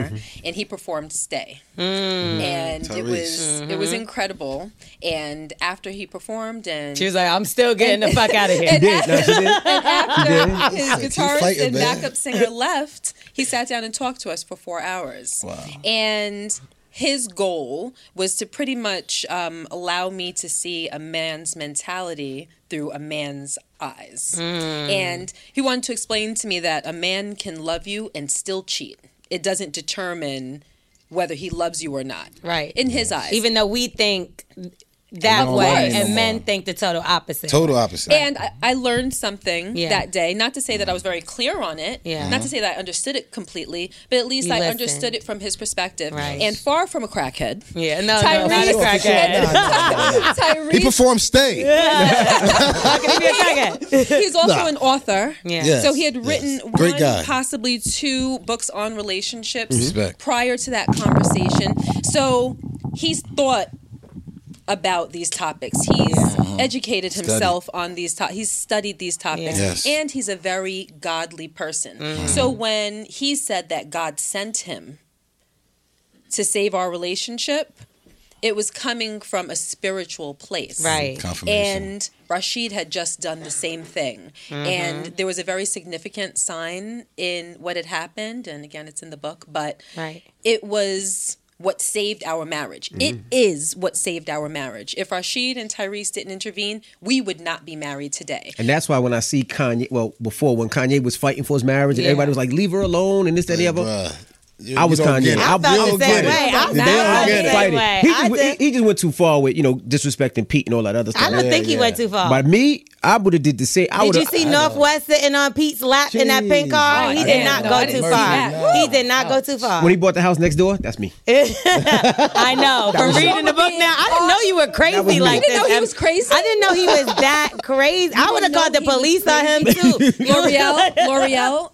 Speaker 5: and he performed "Stay." and it
Speaker 3: Tyrese.
Speaker 5: was it was incredible. And after he performed, and
Speaker 2: she was like, "I'm still getting the fuck out of here."
Speaker 4: did. No,
Speaker 2: [laughs]
Speaker 4: she did.
Speaker 5: after [laughs] his guitarist
Speaker 3: fighting,
Speaker 5: and
Speaker 3: man.
Speaker 5: backup singer left, he sat down and talked to us for four hours. Wow. And his goal was to pretty much um, allow me to see a man's mentality through a man's eyes. And he wanted to explain to me that a man can love you and still cheat. It doesn't determine whether he loves you or not.
Speaker 2: Right.
Speaker 5: In his eyes.
Speaker 2: Even though we think that
Speaker 3: don't
Speaker 2: way,
Speaker 3: like it no
Speaker 2: and
Speaker 3: more.
Speaker 2: men think the total opposite.
Speaker 3: Total opposite.
Speaker 5: And I, I learned something
Speaker 2: Yeah.
Speaker 5: that day. Not to say that I was very clear on it.
Speaker 2: Yeah.
Speaker 5: Not to say that I understood it completely, but at least
Speaker 2: You
Speaker 5: I
Speaker 2: listened.
Speaker 5: understood it from his perspective.
Speaker 2: Right.
Speaker 5: And far from
Speaker 2: [laughs]
Speaker 5: a crackhead.
Speaker 2: Yeah, no, no, not a
Speaker 5: Tyrese,
Speaker 2: crackhead.
Speaker 5: Tyrese,
Speaker 3: he performed stay.
Speaker 2: How can he be a crackhead?
Speaker 5: [laughs] he's also an author.
Speaker 2: Yeah.
Speaker 3: Yes,
Speaker 5: So he had written
Speaker 3: yes. Great
Speaker 5: one,
Speaker 3: guy. Mm-hmm.
Speaker 5: possibly two books on relationships
Speaker 3: Respect.
Speaker 5: prior to that conversation. So he's thought about these topics. He's
Speaker 3: Mm-hmm.
Speaker 5: educated himself on these topics. He's studied these topics.
Speaker 2: Yeah.
Speaker 3: Yes. Mm-hmm.
Speaker 5: And he's a very godly person. So when he said that God sent him to save our relationship, it was coming from a spiritual place.
Speaker 2: Right.
Speaker 3: Confirmation.
Speaker 5: And Rashid had just done the same thing. And
Speaker 2: Mm-hmm.
Speaker 5: there was a very significant sign in what had happened. And again, it's in the book, but
Speaker 2: Right.
Speaker 5: it was what saved our marriage. It
Speaker 2: Mm-hmm.
Speaker 5: is what saved our marriage. If Rashid and Tyrese didn't intervene, we would not be married today.
Speaker 4: And that's why when I see Kanye, well, before when Kanye was fighting for his marriage and
Speaker 2: Yeah.
Speaker 4: everybody was like, leave her alone and this, that, and the other.
Speaker 3: Bruh, you-
Speaker 4: I was
Speaker 3: you don't
Speaker 4: Kanye.
Speaker 3: get it.
Speaker 4: I
Speaker 2: I
Speaker 4: They
Speaker 2: felt
Speaker 4: don't
Speaker 2: the
Speaker 4: get
Speaker 2: same
Speaker 4: it.
Speaker 2: way. I
Speaker 3: They
Speaker 2: I
Speaker 3: don't
Speaker 2: felt
Speaker 3: get
Speaker 2: the
Speaker 3: it.
Speaker 2: same
Speaker 4: Fighting.
Speaker 2: way.
Speaker 4: He,
Speaker 2: I
Speaker 4: just, he-
Speaker 2: did.
Speaker 4: he just went too far with, you know, disrespecting Pete and all that other stuff.
Speaker 2: I don't think he went too far.
Speaker 4: But me, I would have did the same. I
Speaker 2: Did
Speaker 4: would
Speaker 2: you see Northwest sitting on Pete's lap in that pink car?
Speaker 5: Jeez.
Speaker 2: he
Speaker 5: Oh,
Speaker 2: did
Speaker 5: damn,
Speaker 2: not
Speaker 5: no,
Speaker 2: go
Speaker 5: I
Speaker 2: too
Speaker 5: didn't
Speaker 2: far.
Speaker 5: see that.
Speaker 2: He did not go too far.
Speaker 4: when he bought the house next door, that's me.
Speaker 2: [laughs] I know. From reading the book now, I didn't know you were
Speaker 4: was me.
Speaker 2: crazy
Speaker 4: You
Speaker 2: like
Speaker 5: didn't
Speaker 2: this.
Speaker 5: know he
Speaker 2: Em-
Speaker 5: was crazy?
Speaker 2: I didn't know he was that crazy. I
Speaker 5: didn't
Speaker 2: would have
Speaker 5: know
Speaker 2: called the
Speaker 5: he was
Speaker 2: police on him too. [laughs]
Speaker 5: [laughs] L'Oreal, L'Oreal,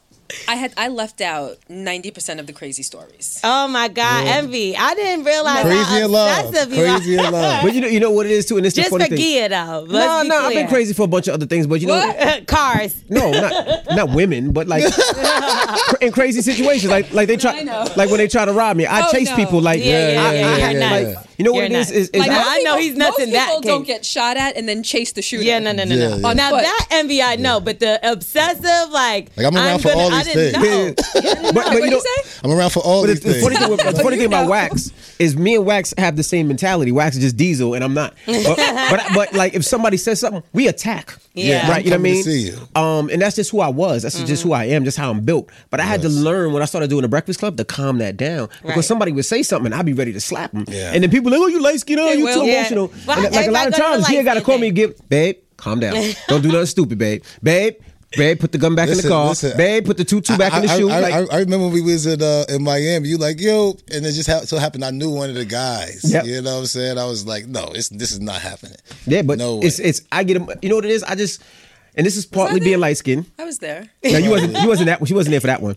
Speaker 5: I had I left out 90% of the crazy stories.
Speaker 2: Oh my God, envy! I didn't realize
Speaker 3: Crazy
Speaker 2: how
Speaker 3: in love.
Speaker 2: obsessive you
Speaker 3: Crazy
Speaker 2: are.
Speaker 3: in love.
Speaker 4: But you know, you know what it is too, and it's
Speaker 2: Just
Speaker 4: the
Speaker 2: for
Speaker 4: funny thing.
Speaker 2: Gia though.
Speaker 4: No,
Speaker 2: Let's be
Speaker 4: no, I've
Speaker 2: clear.
Speaker 4: been crazy for a bunch of other things, but you know,
Speaker 2: [laughs] Cars.
Speaker 4: No, not not women,
Speaker 2: [laughs]
Speaker 4: but like cr- in crazy situations, like like they try, like when they try to rob me, I
Speaker 5: Oh,
Speaker 4: chase
Speaker 5: no.
Speaker 4: people. Like
Speaker 2: Yeah, yeah,
Speaker 4: I,
Speaker 2: yeah,
Speaker 4: I
Speaker 2: yeah,
Speaker 4: had,
Speaker 2: yeah,
Speaker 4: like,
Speaker 2: yeah.
Speaker 4: You know what
Speaker 2: You're
Speaker 4: it is?
Speaker 2: nuts.
Speaker 4: Is, is
Speaker 2: Like,
Speaker 4: I-
Speaker 2: no, I know he's nuts
Speaker 5: Most
Speaker 2: in that
Speaker 5: people don't
Speaker 2: case.
Speaker 5: get shot at and then chase the shooter.
Speaker 2: Yeah, no, no, no,
Speaker 3: Yeah,
Speaker 2: no.
Speaker 3: yeah.
Speaker 2: Now
Speaker 5: But-
Speaker 2: that envy I know, but the obsessive, like,
Speaker 3: Like, I'm around for all
Speaker 2: I
Speaker 3: these
Speaker 2: didn't [laughs]
Speaker 3: things.
Speaker 2: know.
Speaker 4: but, but
Speaker 5: What'd
Speaker 4: you know,
Speaker 5: you say?
Speaker 3: I'm around for all
Speaker 4: but
Speaker 3: these
Speaker 4: the, the
Speaker 3: things.
Speaker 4: funny thing, with, the funny thing
Speaker 2: [laughs]
Speaker 4: about Wax is me and Wax have the same mentality. Wax is just diesel, and
Speaker 2: [laughs]
Speaker 4: I'm not. But but, but like if somebody says something, we attack.
Speaker 2: Yeah. Mm-hmm.
Speaker 4: right. You know what I
Speaker 3: I'm coming
Speaker 4: mean?
Speaker 3: to see you.
Speaker 4: Um, and that's just who I was. That's just who I am. Just how I'm built. But I had to learn when I started doing the Breakfast Club to calm that down because
Speaker 2: Right.
Speaker 4: somebody would say something, I'd be ready to slap them.
Speaker 3: Yeah.
Speaker 4: And then people like, oh, you light skin, oh,
Speaker 5: They
Speaker 4: you too
Speaker 5: will. Yeah.
Speaker 4: emotional.
Speaker 2: Well,
Speaker 4: And, like a
Speaker 2: everybody
Speaker 4: lot of
Speaker 2: gonna
Speaker 4: times,
Speaker 2: like
Speaker 4: yeah, gotta
Speaker 2: skin,
Speaker 4: call me
Speaker 2: babe.
Speaker 4: and get babe. Calm down.
Speaker 2: [laughs]
Speaker 4: Don't do nothing stupid, babe. Babe. Babe, put the gun back
Speaker 3: Listen,
Speaker 4: in the car.
Speaker 3: listen.
Speaker 4: babe, put the tutu back in the
Speaker 3: I,
Speaker 4: shoe.
Speaker 3: I,
Speaker 4: like,
Speaker 3: I, I remember when we was in uh, in Miami. You like yo, and it just ha- so happened I knew one of the guys.
Speaker 4: Yep.
Speaker 3: You know what I'm saying? I was like, no, it's this is not happening.
Speaker 4: Yeah, but
Speaker 3: no way.
Speaker 4: it's it's I get 'em- You know what it is? I just and this is partly being light skinned.
Speaker 5: I was there.
Speaker 4: Now you wasn't you wasn't that you wasn't there for that one.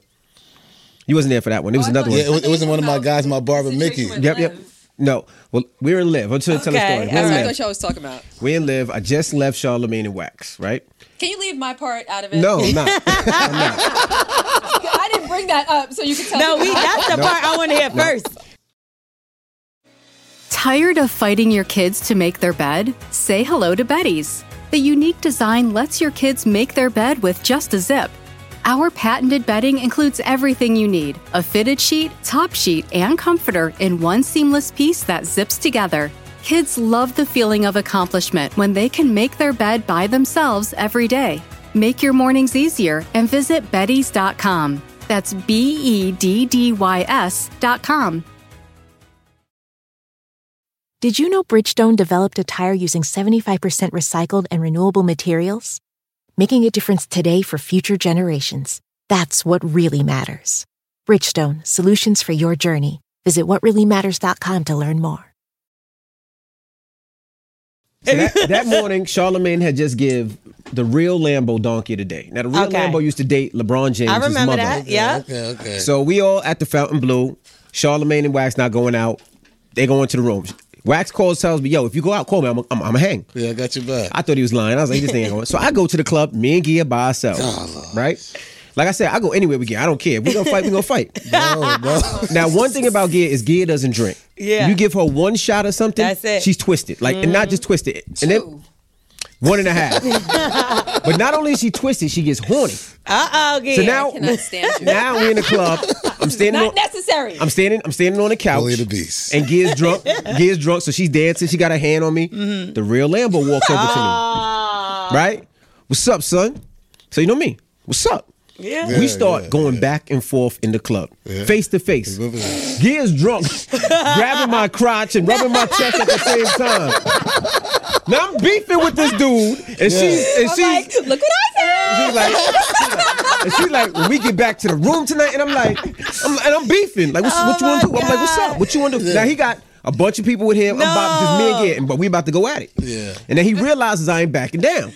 Speaker 4: You wasn't there for that one. It was another
Speaker 5: Oh,
Speaker 4: one.
Speaker 5: thought-
Speaker 3: yeah, it, was, it wasn't one of my guys, my barber Mickey.
Speaker 5: Situation
Speaker 4: Yep,
Speaker 5: with-
Speaker 4: yep. No, well, we're in live. I'm trying to tell
Speaker 2: Okay,
Speaker 4: a story.
Speaker 5: That's
Speaker 4: We're
Speaker 5: what I
Speaker 4: in
Speaker 5: thought
Speaker 4: live.
Speaker 5: y'all was talking about.
Speaker 4: We're in live. I just left Charlemagne and Wax, right?
Speaker 5: Can you leave my part out of it?
Speaker 4: No, I'm not. I'm not.
Speaker 5: I didn't bring that up, so you can tell. [laughs]
Speaker 2: No,
Speaker 5: me
Speaker 2: we, that's the part I want to hear first.
Speaker 6: Tired of fighting your kids to make their bed? Say hello to Betty's. The unique design lets your kids make their bed with just a zip. Our patented bedding includes everything you need a fitted sheet, top sheet, and comforter in one seamless piece that zips together. Kids love the feeling of accomplishment when they can make their bed by themselves every day. Make your mornings easier and visit Betty's.com. That's B E D D Y S.com.
Speaker 7: Did you know Bridgestone developed a tire using 75% recycled and renewable materials? Making a difference today for future generations. That's what really matters. Bridgestone, solutions for your journey. Visit whatreallymatters.com to learn more.
Speaker 4: So that, that morning, Charlemagne had just give the real Lambo donkey today. Now the real
Speaker 2: Okay.
Speaker 4: Lambo used to date LeBron James.
Speaker 2: I remember
Speaker 4: mother.
Speaker 2: that. Yeah.
Speaker 3: Okay, okay.
Speaker 4: So we all at the Fountain Blue. Charlemagne and Wax not going out. They go into the room. Wax calls, tells me, "Yo, if you go out, call me. I'm, I'm, I'm hang."
Speaker 3: yeah, I got your back.
Speaker 4: I thought he was lying. I was like, "This thing ain't going." So I go to the club. Me and Gia by ourselves, right? Like I said, I go anywhere with Gia. I don't care. If we gonna fight. We
Speaker 2: [laughs]
Speaker 4: gonna fight.
Speaker 3: no, no.
Speaker 4: [laughs] Now, one thing about Gia is Gia doesn't drink.
Speaker 2: Yeah.
Speaker 4: You give her one shot of something,
Speaker 2: That's it. Mm-hmm.
Speaker 4: she's twisted. Like, and not just twisted. And then one and
Speaker 2: [laughs]
Speaker 4: a half. but not only is she twisted, she gets horny.
Speaker 2: Uh oh, yeah.
Speaker 4: So now,
Speaker 5: cannot stand
Speaker 3: [laughs]
Speaker 5: you.
Speaker 4: now we're in the club. I'm standing
Speaker 5: Not
Speaker 4: on,
Speaker 5: necessary.
Speaker 4: I'm standing. I'm standing on the couch.
Speaker 3: Bully the beast.
Speaker 4: And Gia's
Speaker 3: [laughs]
Speaker 4: drunk. Gia's drunk, so she's dancing. She got her hand on me.
Speaker 5: Mm-hmm.
Speaker 4: The real Lambo walks over to me.
Speaker 5: Ah.
Speaker 4: Right? What's up, son? So you know me. What's up?
Speaker 2: Yeah.
Speaker 4: we
Speaker 3: Yeah,
Speaker 4: start
Speaker 3: yeah,
Speaker 4: going back and forth in the club, face to face.
Speaker 3: Remember-
Speaker 4: Gia's
Speaker 3: [laughs]
Speaker 4: drunk, grabbing my crotch and rubbing my chest at the same time. Now I'm beefing with this dude, and she's and
Speaker 5: I'm
Speaker 4: she's
Speaker 5: like, look what I
Speaker 4: She's like, and she's like, when we get back to the room tonight, and I'm like, I'm, and I'm beefing. Like, what's, what you want to do? I'm like, what's up? What you want to do? Now he got a bunch of people with him. I'm about just me and Gid, but we about to go at it.
Speaker 3: Yeah.
Speaker 4: And then he realizes I ain't backing down.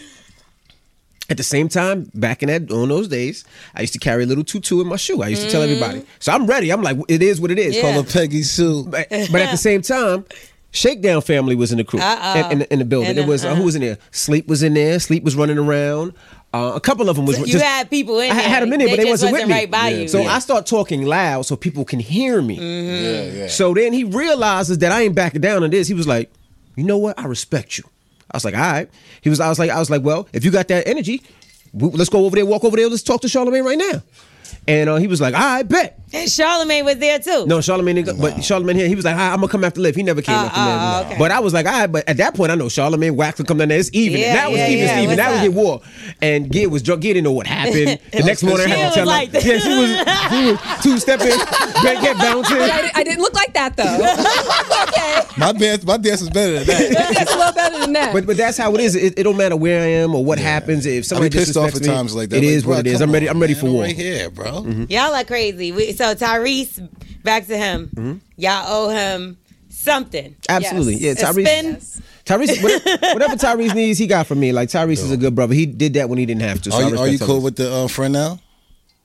Speaker 4: At the same time, back in that on those days, I used to carry a little tutu in my shoe. I used to tell everybody, so I'm ready. I'm like, it is what it
Speaker 2: Mm-hmm.
Speaker 4: is.
Speaker 2: Yeah.
Speaker 4: Call
Speaker 3: Call
Speaker 4: up
Speaker 3: her Peggy Sue.
Speaker 4: but, but at the same time, Shakedown family was in the crew
Speaker 2: Uh-uh.
Speaker 4: in, in the- in the building.
Speaker 2: And
Speaker 4: it was
Speaker 2: then,
Speaker 4: uh, who was in there? Sleep was in there. Sleep was running around. Uh, a couple of them was
Speaker 2: You
Speaker 4: just-
Speaker 2: had people in
Speaker 4: I had
Speaker 2: there.
Speaker 4: them in there,
Speaker 2: They
Speaker 4: but they
Speaker 2: just
Speaker 4: wasn't, with
Speaker 2: wasn't
Speaker 4: me.
Speaker 2: right by Yeah. you. Mm-hmm.
Speaker 4: So
Speaker 2: Yeah.
Speaker 4: I start talking loud so people can hear me.
Speaker 3: Yeah, yeah.
Speaker 4: So then he realizes that I ain't backing down on this. He was like, "You know what? I respect you." I was like, "All right." He was. I was like, "I was like, well, if you got that energy, w- let's go over there, walk over there, let's talk to Charlemagne right now." And uh, he was like, "I bet."
Speaker 2: And Charlemagne was there too. [laughs]
Speaker 4: No, Charlemagne, didn't go- but Charlemagne here, he was like, "Ah, I'm gonna come after Liv. He never came
Speaker 2: Uh,
Speaker 4: after Liv. But I was like, all right, but at that point, I know Charlemagne Wax would come down there. It's even.
Speaker 2: Yeah,
Speaker 4: that was
Speaker 2: yeah,
Speaker 4: even.
Speaker 2: yeah.
Speaker 4: it's even.
Speaker 2: What's
Speaker 4: That was
Speaker 2: up?
Speaker 4: get war. And Gid was drunk. Gid didn't know
Speaker 2: [laughs]
Speaker 4: what happened. The next morning, I
Speaker 2: She
Speaker 4: had
Speaker 2: was
Speaker 4: to tell
Speaker 2: like
Speaker 4: her.
Speaker 2: that.
Speaker 4: Yeah, she was, she was two stepping, get get
Speaker 2: [laughs]
Speaker 5: I,
Speaker 4: bouncing.
Speaker 5: didn't- I didn't look like
Speaker 3: [laughs]
Speaker 5: that though. okay,
Speaker 3: My dance, my dance was better
Speaker 4: [laughs]
Speaker 3: than that.
Speaker 5: that's a little better than that.
Speaker 4: But but that's how it is. It, it don't matter where I am or what happens. If somebody
Speaker 3: I be pissed off at
Speaker 4: disrespects me,
Speaker 3: times like that.
Speaker 4: It
Speaker 3: Like,
Speaker 4: is
Speaker 3: bro,
Speaker 4: what it is.
Speaker 3: come
Speaker 4: I'm ready. I'm ready
Speaker 3: on,
Speaker 4: for
Speaker 3: man. I'm
Speaker 4: war. Mm-hmm.
Speaker 3: Right here, bro.
Speaker 2: Y'all are crazy. We, so Tyrese, back to him.
Speaker 4: Mm-hmm.
Speaker 2: Y'all owe him something.
Speaker 4: Absolutely.
Speaker 5: Yes.
Speaker 4: Yeah,
Speaker 2: A
Speaker 4: Tyrese.
Speaker 2: spin.
Speaker 4: Tyrese, whatever, whatever Tyrese needs, he got from me. Like Tyrese is a good brother. He did that when he didn't have to. So
Speaker 3: Are
Speaker 4: I
Speaker 3: you, are you
Speaker 4: respect
Speaker 3: cool
Speaker 4: Tyrese.
Speaker 3: with the uh, friend now?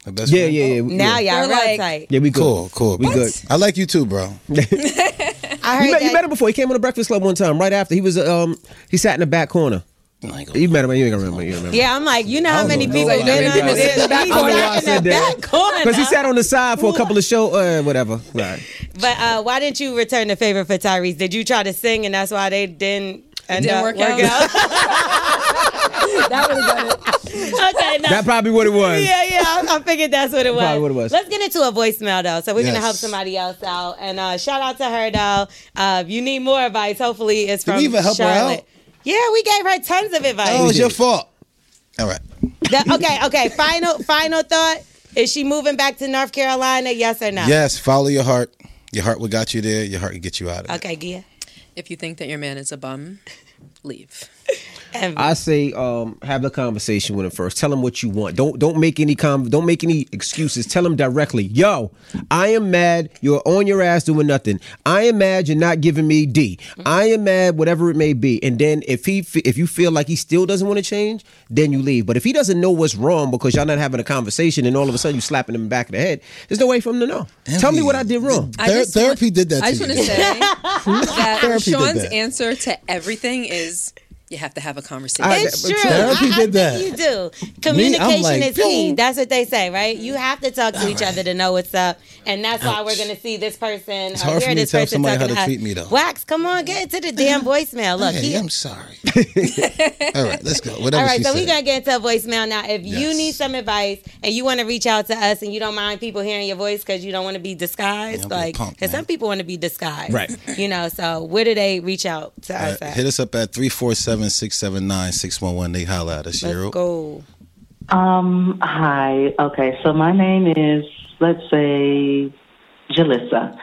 Speaker 3: The best
Speaker 4: Yeah,
Speaker 3: friend?
Speaker 4: yeah, yeah.
Speaker 2: Now
Speaker 4: yeah.
Speaker 2: y'all
Speaker 5: They're
Speaker 2: real
Speaker 5: like-
Speaker 2: tight.
Speaker 4: Yeah, we good.
Speaker 3: Cool, cool.
Speaker 4: We
Speaker 3: bro.
Speaker 4: good.
Speaker 3: I like you too, bro.
Speaker 2: I heard
Speaker 4: You met,
Speaker 2: that.
Speaker 4: you met him before. He came on the Breakfast Club one time. Right after he was um he sat in the back corner. You met him. You ain't gonna remember. You ain't remember.
Speaker 2: yeah, I'm like, you know how many
Speaker 3: know
Speaker 2: people
Speaker 3: nobody.
Speaker 2: been under
Speaker 5: Everybody
Speaker 2: this?
Speaker 5: in the back
Speaker 2: He's
Speaker 5: corner.
Speaker 2: back in the back corner.
Speaker 4: Because he sat on the side for a couple of show, uh, whatever. Right.
Speaker 2: But uh, why didn't you return the favor for Tyrese? Did you try to sing and that's why they didn't end
Speaker 5: Didn't
Speaker 2: up
Speaker 5: work
Speaker 2: working
Speaker 5: out. [laughs]
Speaker 2: [laughs]
Speaker 5: that would have done it.
Speaker 2: okay, no.
Speaker 4: That probably what it was.
Speaker 2: yeah, yeah. I, I figured that's what it was.
Speaker 4: Probably what it was.
Speaker 2: Let's get into a voicemail though. So we're gonna
Speaker 3: Yes.
Speaker 2: help somebody else out. And uh, shout out to her though. Uh, if you need more advice, hopefully it's
Speaker 3: Did
Speaker 2: from
Speaker 3: we even help her out?
Speaker 2: Charlotte. Yeah, we gave her tons of advice.
Speaker 3: Oh, it's your fault. All right.
Speaker 2: That- okay, okay. Final, final thought. Is she moving back to North Carolina? Yes or no?
Speaker 3: Yes, follow your heart. Your heart will got you there. Your heart will get you out of it.
Speaker 2: Okay, Gia.
Speaker 5: If you think that your man is a bum, leave.
Speaker 2: And
Speaker 4: I say, um, have a conversation with him first. Tell him what you want. Don't don't make any com. Don't make any excuses. Tell him directly. Yo, I am mad. You're on your ass doing nothing. I am mad you're not giving me D. I am mad, whatever it may be. And then if he fe- if you feel like he still doesn't want to change, then you leave. But if he doesn't know what's wrong because y'all not having a conversation, and all of a sudden you slapping him in the back of the head, there's no way for him to know. Tell me what I did wrong.
Speaker 5: I
Speaker 3: Ther-
Speaker 5: just wa-
Speaker 3: [laughs] therapy did that
Speaker 5: I
Speaker 3: to
Speaker 5: just want
Speaker 3: you.
Speaker 5: to say that
Speaker 3: Therapy did
Speaker 5: Sean's
Speaker 3: that.
Speaker 5: answer to everything is you have to have a conversation.
Speaker 4: I-
Speaker 2: It's true.
Speaker 3: Therapy
Speaker 2: I, I
Speaker 3: did that.
Speaker 2: Think you do. Communication
Speaker 3: like,
Speaker 2: is key.
Speaker 3: boom.
Speaker 2: That's what they say, right? You have to talk to each other to know what's up, and that's why we're gonna see this person. It's
Speaker 3: hard for me to
Speaker 2: this
Speaker 3: tell
Speaker 2: person
Speaker 3: somebody how
Speaker 2: talking
Speaker 3: to
Speaker 2: us.
Speaker 3: treat me, though.
Speaker 2: Wax, come on, get to the damn voicemail. Look,
Speaker 3: Hey,
Speaker 2: he-
Speaker 3: I'm
Speaker 4: [laughs]
Speaker 3: sorry. All right, let's go. Whatever
Speaker 2: all right,
Speaker 3: she
Speaker 2: so
Speaker 3: said.
Speaker 2: we're gonna get into a voicemail now. If you
Speaker 3: Yes.
Speaker 2: need some advice and you want to reach out to us, and you don't mind people hearing your voice because you don't want to be disguised,
Speaker 3: Don't be a
Speaker 2: like
Speaker 3: punk,
Speaker 2: because
Speaker 3: man.
Speaker 2: some people want to be disguised,
Speaker 4: Right.
Speaker 2: You know, so where do they reach out to
Speaker 3: All
Speaker 2: us?
Speaker 3: right,
Speaker 2: at?
Speaker 3: Uh, hit us up at 347-679-611. They holla at us,
Speaker 2: Let's
Speaker 3: Cheryl.
Speaker 2: go.
Speaker 8: Um, hi. Okay, so my name is, let's say, Jalissa.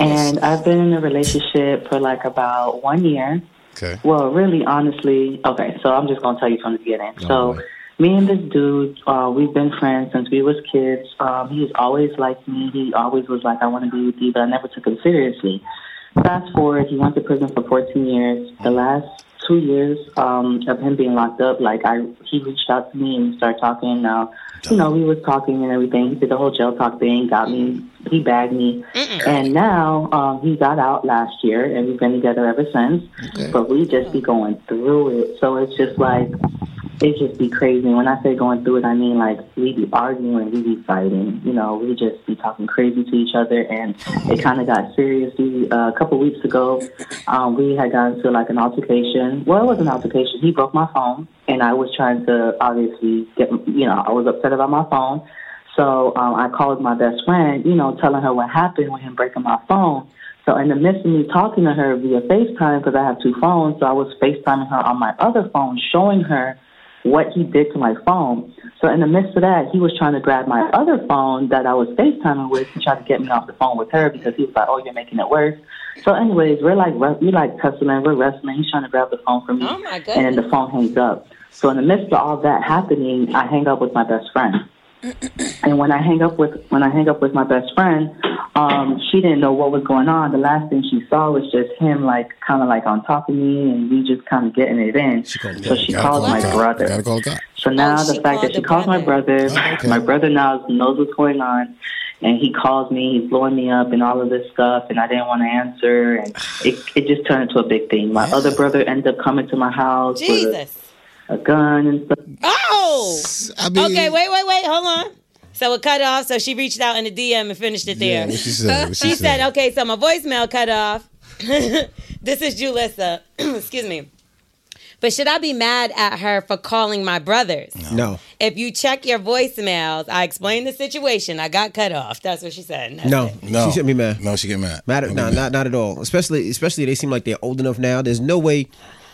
Speaker 8: And I've been in a relationship for like about one year.
Speaker 3: Okay.
Speaker 8: Well, really, honestly, okay, so I'm just going to tell you from the beginning. so,
Speaker 3: boy.
Speaker 8: me and this dude, uh, we've been friends since we was kids. Um, he was always like me. He always was like, I want to be with you, but I never took him seriously. Fast forward, he went to prison for 14 years. The last two years um, of him being locked up, like I, he reached out to me and we started talking. Now, you know, we was talking and everything. He did the whole jail talk thing, got me, he bagged me, and now um, he got out last year, and we've been together ever since. But we just be going through it, so it's just like it just be crazy. And when I say going through it, I mean like we be arguing, we be fighting. You know, we just be talking crazy to each other, and it kind of got serious. We, uh, a couple weeks ago, um, we had gotten to like an altercation. Well, it was an altercation. He broke my phone, and I was trying to obviously get. You know, I was upset about my phone, so um, I called my best friend. You know, telling her what happened with him breaking my phone. So in the midst of me talking to her via FaceTime, because I have two phones, so I was FaceTiming her on my other phone, showing her what he did to my phone. So in the midst of that, he was trying to grab my other phone that I was FaceTiming with to try to get me off the phone with her because he was like, "Oh, you're making it worse." So, anyways, we're like wre- we like tussling, we're wrestling. He's trying to grab the phone from me,
Speaker 2: Oh, my goodness.
Speaker 8: and then the phone hangs up. So in the midst of all that happening, I hang up with my best friend.
Speaker 2: [clears throat]
Speaker 8: And when I hang up with when I hang up with my best friend, um, she didn't know what was going on. The last thing she saw was just him, like kind of like on top of me, and we just kind of getting it in. so she
Speaker 3: Gotta
Speaker 8: called
Speaker 3: call
Speaker 8: my
Speaker 3: God.
Speaker 8: brother.
Speaker 3: Gotta call God.
Speaker 8: So now
Speaker 2: Oh, she
Speaker 8: the fact
Speaker 2: called
Speaker 8: that she
Speaker 2: the
Speaker 8: calls my brother,
Speaker 3: Oh, okay.
Speaker 8: my brother now knows what's going on, and he calls me, he's blowing me up and all of this stuff, and I didn't want to answer, and it, it just turned into a big thing. My other brother ended up coming to my house with
Speaker 2: Jesus.
Speaker 8: a, a gun and stuff.
Speaker 2: Oh.
Speaker 3: I mean,
Speaker 2: Okay, wait, wait, wait. Hold on. So it cut off. So she reached out in the DM and finished it
Speaker 3: Yeah,
Speaker 2: there.
Speaker 3: what she said. What she,
Speaker 2: she
Speaker 3: said.
Speaker 2: said, okay, so my voicemail cut off. [laughs] this is Julissa. [clears throat] Excuse me. But should I be mad at her for calling my brothers?
Speaker 4: No,
Speaker 2: If you check your voicemails, I explained the situation. I got cut off. That's what she said. and that's
Speaker 4: no,
Speaker 2: it.
Speaker 3: No.
Speaker 4: She shouldn't be mad.
Speaker 3: No, she get mad.
Speaker 4: Matter,
Speaker 3: Don't be
Speaker 4: no,
Speaker 3: mad.
Speaker 4: not not at all. Especially, especially they seem like they're old enough now. There's no way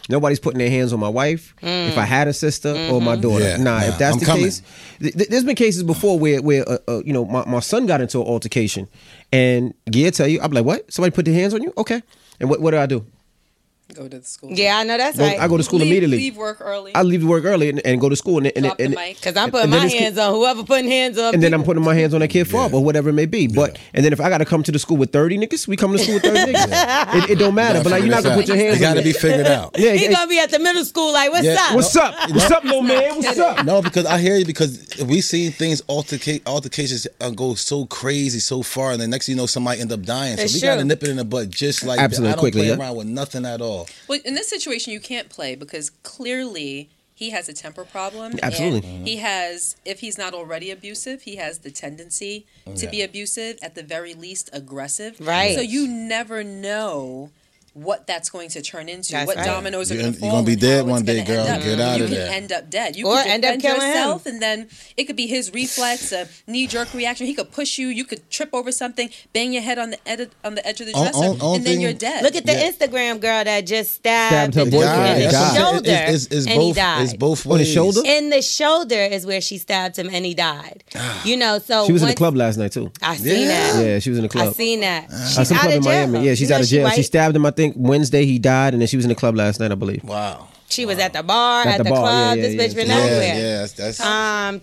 Speaker 4: nobody's putting their hands on my wife. If
Speaker 5: Mm.
Speaker 4: I had a sister or
Speaker 5: Mm-hmm.
Speaker 4: my daughter,
Speaker 3: Yeah,
Speaker 4: nah,
Speaker 3: nah,
Speaker 4: If that's
Speaker 3: I'm
Speaker 4: the
Speaker 3: coming.
Speaker 4: case, th- th- there's been cases before where where uh, uh, you know my, my son got into an altercation, and Gia tell you, I'm like, what? Somebody put their hands on you? Okay. And what what do I do?
Speaker 5: Go to the school.
Speaker 2: Yeah, I know that's
Speaker 4: Go-
Speaker 2: right.
Speaker 4: I
Speaker 2: [laughs]
Speaker 4: go to school
Speaker 5: leave,
Speaker 4: immediately.
Speaker 5: Leave work early.
Speaker 4: I leave work early and, and go to school and and,
Speaker 5: drop
Speaker 4: and,
Speaker 5: the mic.
Speaker 2: Because I'm putting
Speaker 4: and then
Speaker 2: my
Speaker 4: this kid-
Speaker 2: hands on whoever putting hands on.
Speaker 4: and then I'm
Speaker 2: people.
Speaker 4: putting my hands on that kid fob or whatever it may be. But and then if I got to come to the school with 30 niggas, we come to school with
Speaker 3: [laughs]
Speaker 4: 30 niggas. It, it don't matter. But like you're not gonna put your hands.
Speaker 3: It gotta
Speaker 4: on
Speaker 3: be
Speaker 4: [laughs]
Speaker 3: figured out.
Speaker 4: Yeah,
Speaker 2: He
Speaker 4: it-
Speaker 2: gonna be at the middle school like, what's
Speaker 3: Yeah.
Speaker 2: up?
Speaker 4: What's up? What's up, little man? What's up?
Speaker 3: No, because I hear you. Because we seen things alterca- altercations uh, go so crazy, so far, and the next thing you know, somebody end up dying. So
Speaker 2: It's
Speaker 3: we gotta
Speaker 2: true.
Speaker 3: nip it in the butt, just like
Speaker 4: Absolutely,
Speaker 3: I don't
Speaker 4: quickly,
Speaker 3: play
Speaker 4: yeah.
Speaker 3: around with nothing at all.
Speaker 5: Well, in this situation, you can't play because clearly He has a temper problem.
Speaker 4: Absolutely.
Speaker 3: Mm-hmm.
Speaker 5: and He has, if he's not already abusive, he has the tendency
Speaker 3: Oh,
Speaker 5: to be abusive, at the very least aggressive.
Speaker 2: Right.
Speaker 5: So you never know what that's going to turn into,
Speaker 2: That's
Speaker 5: what
Speaker 2: right.
Speaker 5: dominoes are
Speaker 3: You're
Speaker 5: going
Speaker 3: gonna-
Speaker 5: to
Speaker 3: you're
Speaker 5: fall.
Speaker 3: gonna be
Speaker 5: and how
Speaker 3: dead
Speaker 5: it's
Speaker 3: one day,
Speaker 5: gonna
Speaker 3: girl.
Speaker 5: end up.
Speaker 3: Get outta
Speaker 5: You
Speaker 3: there.
Speaker 5: can end up dead. You
Speaker 2: Or
Speaker 5: could
Speaker 2: end up
Speaker 5: defend
Speaker 2: killing him.
Speaker 5: yourself, and then it could be his reflex, a knee jerk reaction. He could push you. You could trip over something, bang your head on the edge on the edge of the
Speaker 3: On-
Speaker 5: dresser,
Speaker 3: on- on
Speaker 5: and then
Speaker 3: thing-
Speaker 5: you're dead.
Speaker 2: Look at the
Speaker 3: Yeah.
Speaker 2: Instagram girl that just
Speaker 4: Stabbed
Speaker 2: stabbed,
Speaker 4: her
Speaker 2: her
Speaker 4: boyfriend.
Speaker 2: boyfriend in the
Speaker 4: Died. That's
Speaker 3: what I'm
Speaker 2: shoulder,
Speaker 3: saying. It's, it's, it's
Speaker 2: and
Speaker 3: both,
Speaker 2: he died.
Speaker 3: It's both ways.
Speaker 4: On the shoulder?
Speaker 2: in the shoulder is where she stabbed him, and he died.
Speaker 3: Ah.
Speaker 2: You know, so
Speaker 4: She was in the
Speaker 2: once-
Speaker 4: club last night too.
Speaker 2: I seen that.
Speaker 4: Yeah, she was in the club.
Speaker 2: I seen that.
Speaker 3: Ah.
Speaker 2: She's
Speaker 4: Uh, some
Speaker 2: out
Speaker 4: club
Speaker 2: of
Speaker 4: in
Speaker 2: jail.
Speaker 4: Miami. Yeah, she's
Speaker 2: You
Speaker 4: out
Speaker 2: know
Speaker 4: of jail.
Speaker 2: She,
Speaker 4: She
Speaker 2: white.
Speaker 4: stabbed him. I think Wednesday he died, and then she was in the club last night, I believe.
Speaker 3: Wow.
Speaker 2: She was at the bar,
Speaker 4: At
Speaker 2: at,
Speaker 4: the
Speaker 2: the,
Speaker 4: bar,
Speaker 2: club.
Speaker 4: yeah,
Speaker 2: this
Speaker 4: yeah,
Speaker 2: bitch been
Speaker 4: yeah.
Speaker 3: Yeah,
Speaker 2: everywhere.
Speaker 3: yeah, that's, that's
Speaker 2: Um,